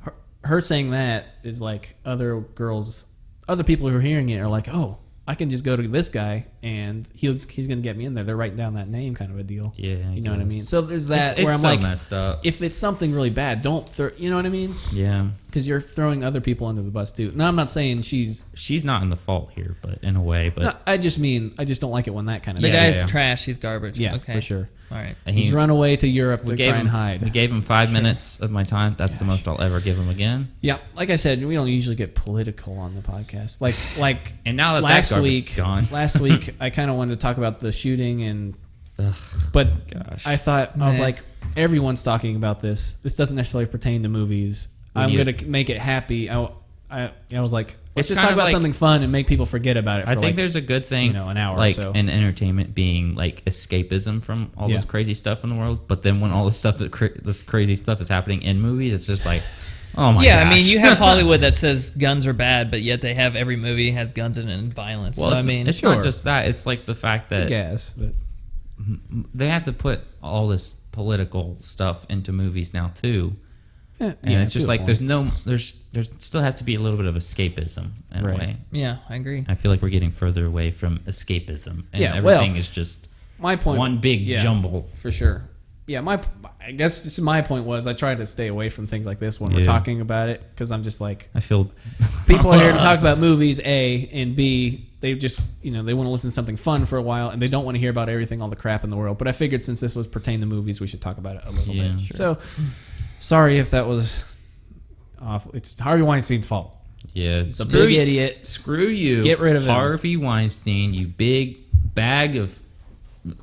A: her, her saying that is like other girls, other people who are hearing it are like, oh, I can just go to this guy and he'll he's gonna get me in there. They're writing down that name, kind of a deal.
B: Yeah, I
A: you know what I
B: guess.
A: mean. So there's that
B: It's, it's
A: where I'm
B: so
A: like,
B: messed up.
A: if it's something really bad, don't throw. You know what I mean?
B: yeah,
A: Because you're throwing other people under the bus too. No, I'm not saying she's.
B: she's not in the fault here, but in a way, but
A: no, I just mean I just don't like it when that kind of.
C: The
B: Yeah,
A: thing-
C: guy's
B: yeah, yeah.
C: trash. He's garbage.
A: yeah,
C: okay.
A: for sure.
C: All right.
B: he,
A: He's run away to Europe to
B: we
A: try
B: gave him
A: and hide.
B: we gave him five minutes of my time. That's the most I'll ever give him again.
A: Yeah, like I said, we don't usually get political on the podcast. Like, like
B: And now that that
A: last
B: garbage
A: week,
B: is gone.
A: last week I kind of wanted to talk about the shooting, and
B: Ugh,
A: but
B: Gosh.
A: I thought I was
C: Meh.
A: like, everyone's talking about this. This doesn't necessarily pertain to movies.
B: We
A: I'm
B: need-
A: gonna make it happy. I, I, I was like, let's
B: It's
A: just
B: kind
A: talk
B: of
A: about
B: like-
A: something fun and make people forget about it. For
B: I think
A: like,
B: there's a good thing,
A: you know, an hour or
B: like
A: so.
B: in entertainment being like escapism from all this
A: Yeah.
B: crazy stuff in the world. But then when all this stuff, that cra- this crazy stuff is happening in movies, it's just like, oh my
C: yeah,
B: gosh.
C: I mean, you have Hollywood that says guns are bad, but yet they have every movie has guns in it and violence.
B: Well,
C: so,
B: it's,
C: I mean,
B: it's
A: sure.
B: not just that. It's like the fact that
A: gas, but
B: they have to put all this political stuff into movies now too.
A: yeah,
B: And
A: yeah,
B: it's just
A: to a
B: like
A: point.
B: there's no there's there still has to be a little bit of escapism in
A: Right.
B: a way.
C: yeah, I agree.
B: I feel like we're getting further away from escapism and
A: Yeah, well,
B: everything is just
A: my point.
B: one big
A: yeah.
B: jumble.
A: for sure. yeah, my I guess just my point was I try to stay away from things like this when we're
B: Yeah.
A: talking about it because I'm just like
B: I feel
A: people are here to talk about movies A and B. They just you know they want to listen to something fun for a while and they don't want to hear about everything all the crap in the world. But I figured since this was pertain to movies, we should talk about it a little
B: Yeah,
A: bit.
B: sure.
A: So sorry if that was awful. It's Harvey Weinstein's fault.
B: yeah.
A: He's a
B: screw
A: big
B: you.
A: idiot.
B: Screw you.
A: Get rid of him.
B: Harvey Weinstein. You big bag of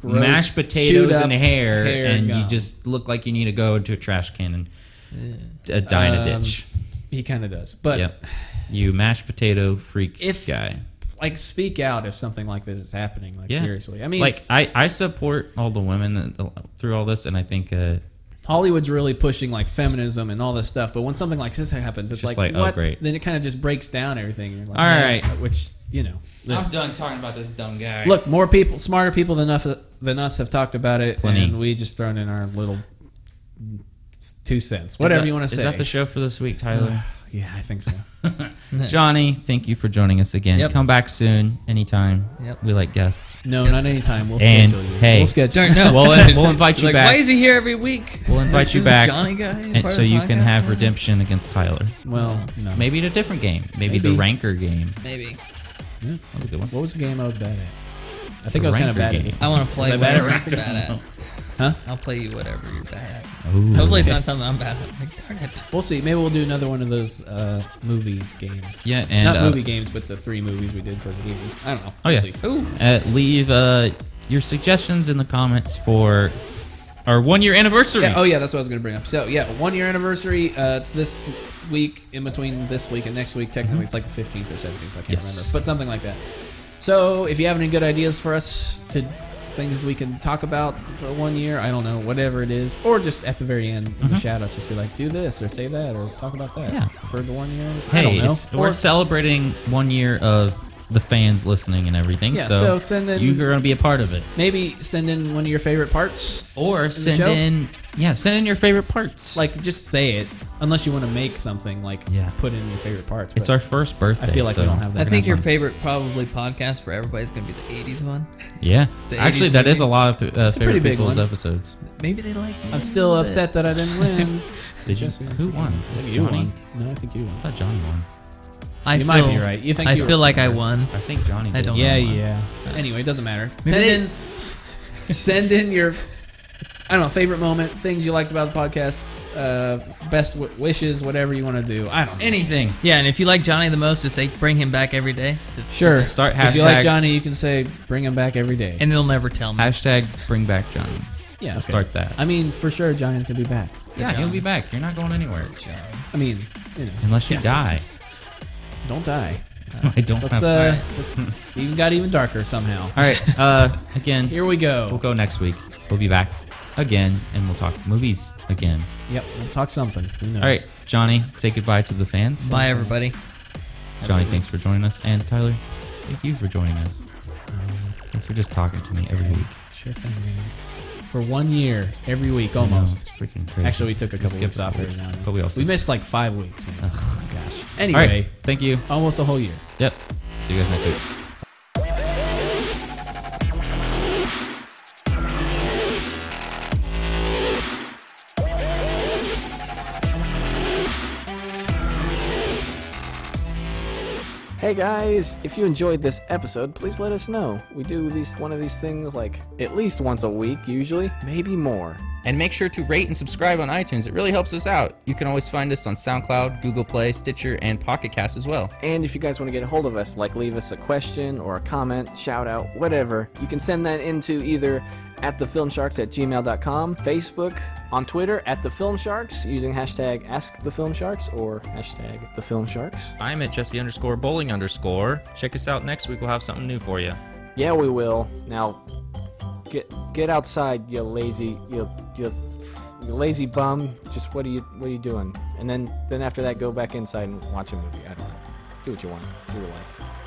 A: Gross,
B: mashed potatoes
A: chewed
B: and
A: up
B: hair,
A: hair
B: and you
A: gum.
B: just look like you need to go into a trash can and uh, die in a
A: Um,
B: ditch.
A: He kind of does, but
B: Yep. You mashed potato freak
A: If-
B: guy.
A: like speak out if something like this is happening. Like
B: Yeah.
A: seriously, I mean,
B: like I, I support all the women that, uh, through all this, and I think uh,
A: Hollywood's really pushing like feminism and all this stuff, but when something like this happens, it's
B: Just
A: like,
B: like, oh,
A: what?
B: great.
A: Then it kind of just breaks down everything. You're like,
B: All
A: man,
B: right.
A: which you know,
D: I'm done talking about this dumb guy.
A: look, more people, smarter people than us, than us have talked about it,
B: Plenty.
A: and we just thrown in our little two cents, whatever
B: is that-
A: you want to say.
B: Is that the show for this week, Tyler?
A: yeah, I think so.
B: Johnny, thank you for joining us again.
C: Yep.
B: Come back soon, anytime.
C: Yep.
B: We like guests.
A: No,
C: Yes.
A: not anytime. We'll
B: And,
A: schedule you.
B: hey,
A: we'll schedule.
C: Don't know.
B: We'll, uh, we'll invite you
C: like,
B: back,
C: why is he here every week?
B: We'll invite
C: Is
B: you
C: this
B: back,
C: Johnny guy,
B: and so you can have
C: redemption.
B: redemption against Tyler.
A: Well, no.
B: Maybe in a different game. Maybe, the
A: Maybe.
B: ranker game.
C: Maybe
B: That was a good one.
A: What was the game I was bad at? I think I was kind
B: Ranker
A: of bad at
B: game.
A: this.
C: I want to play
A: Was I bad at
C: whatever
A: Raptor?
C: you're bad at.
A: Huh?
C: I'll play you whatever you're bad at.
B: Ooh.
C: Hopefully, it's not something I'm bad at. Like, darn it.
A: We'll see. Maybe we'll do another one of those uh, movie games.
B: Yeah, and
A: not
B: uh,
A: movie games, but the three movies we did for the games. I don't know.
B: Oh,
A: We'll
B: yeah.
A: see.
C: Ooh,
B: uh, leave uh, your suggestions in the comments for our one year anniversary.
A: Yeah, oh yeah, that's what I was gonna bring up. So yeah, one year anniversary. Uh, it's this week, in between this week and next week. Technically, it's like the fifteenth or seventeenth. I can't
B: Yes.
A: remember, but something like that. So if you have any good ideas for us to things we can talk about for one year, I don't know, whatever it is, or just at the very end in the shout out, just be like, do this or say that or talk about that
B: Mm-hmm. Yeah.
A: for the one year.
B: hey,
A: I don't know.
B: it's- we're
A: Or-
B: celebrating one year of the fans listening and everything.
A: Yeah,
B: so,
A: so send in-
B: you're going to be a part of it.
A: Maybe send in one of your favorite parts,
B: Or
A: in the
B: send
A: show.
B: in, yeah, send in your favorite parts.
A: like just say it, unless you want to make something like
B: Yeah.
A: put in your favorite parts.
B: it's
A: but
B: our first birthday.
A: I feel like
B: so.
A: we don't have
C: I
A: that.
C: think your
A: anymore.
C: favorite probably podcast for everybody's gonna be the '80s one.
B: Yeah,
C: The
B: actually,
C: 80s
B: that is a
C: movies.
B: lot of uh,
A: pretty
B: favorite
A: big
B: people's
A: one.
B: episodes.
C: Maybe they like. me a
A: I'm still
C: little
A: upset that I didn't win.
B: Did you?
A: Jesse, I
B: Who
A: think
B: won?
A: I
B: Was
A: think
B: it
A: you
B: Johnny?
A: won. No, I think you won.
B: I thought Johnny won.
C: bit. I
A: you
C: feel,
A: might be right. You think
C: I
A: you
C: feel
A: were-
C: like I won.
B: I think Johnny.
C: I
B: did
C: don't
B: win
A: Yeah,
B: one.
A: yeah. Anyway, it doesn't matter.
C: Maybe
A: Send in, send in your, I don't know, favorite moment, things you liked about the podcast, uh, best w- wishes, whatever you want to do. I don't. know.
B: Anything.
C: Yeah, and if you like Johnny the most, just say bring him back every day. Just
A: Sure.
B: Start
A: If you like
B: hashtag-
A: Johnny, you can say bring him back every day.
C: and they'll never tell me.
B: Hashtag bring back Johnny.
A: yeah,
B: We'll
A: okay.
B: start that.
A: I mean, for sure, Johnny's gonna be back.
B: yeah,
C: Johnny.
B: he'll be back. You're not going anywhere.
A: I mean, you know,
B: Unless you die.
A: don't die.
B: I don't
A: Let's
B: have.
A: uh, let's even got even darker somehow.
B: All right. Uh, again,
A: Here we
B: we'll
A: go.
B: go next week. We'll be back again, and we'll talk movies again.
A: Yep, we'll talk something. Who knows?
B: All right, Johnny, say goodbye to the fans.
C: Bye, everybody.
B: Johnny, thanks for joining us, and Tyler, thank you for joining us. Thanks for just talking to me every week.
A: Uh, Sure thing. man. For one year, every week
B: I know,
A: almost.
B: it's freaking crazy.
A: Actually, we took a couple
B: skipped
A: weeks
B: a
A: off every
B: couple weeks,
A: now and then.
B: but we also-
A: we missed like five weeks. Man.
B: Ugh, gosh. All
A: Anyway,
B: right, thank you.
A: almost a whole year.
B: Yep. See you guys next week.
A: Hey guys, if you enjoyed this episode, please let us know. We do these one of these things like at least once a week, usually, maybe more.
E: And make sure to rate and subscribe on iTunes. It really helps us out. You can always find us on SoundCloud, Google Play, Stitcher, and Pocket Cast as well.
A: And if you guys want to get a hold of us, like leave us a question or a comment, shout out, whatever, you can send that into either at thefilmsharks at gmail.com, Facebook, on Twitter at thefilmsharks using hashtag askthefilmsharks or hashtag thefilmsharks.
E: I'm at Jesse underscore bowling underscore. Check us out next week. We'll have something new for you.
A: Yeah, we will. Now, get get outside, you lazy, you you, you lazy bum. Just what are you what are you doing? And then then after that, go back inside and watch a movie. I don't know. Do what you want. Do your life.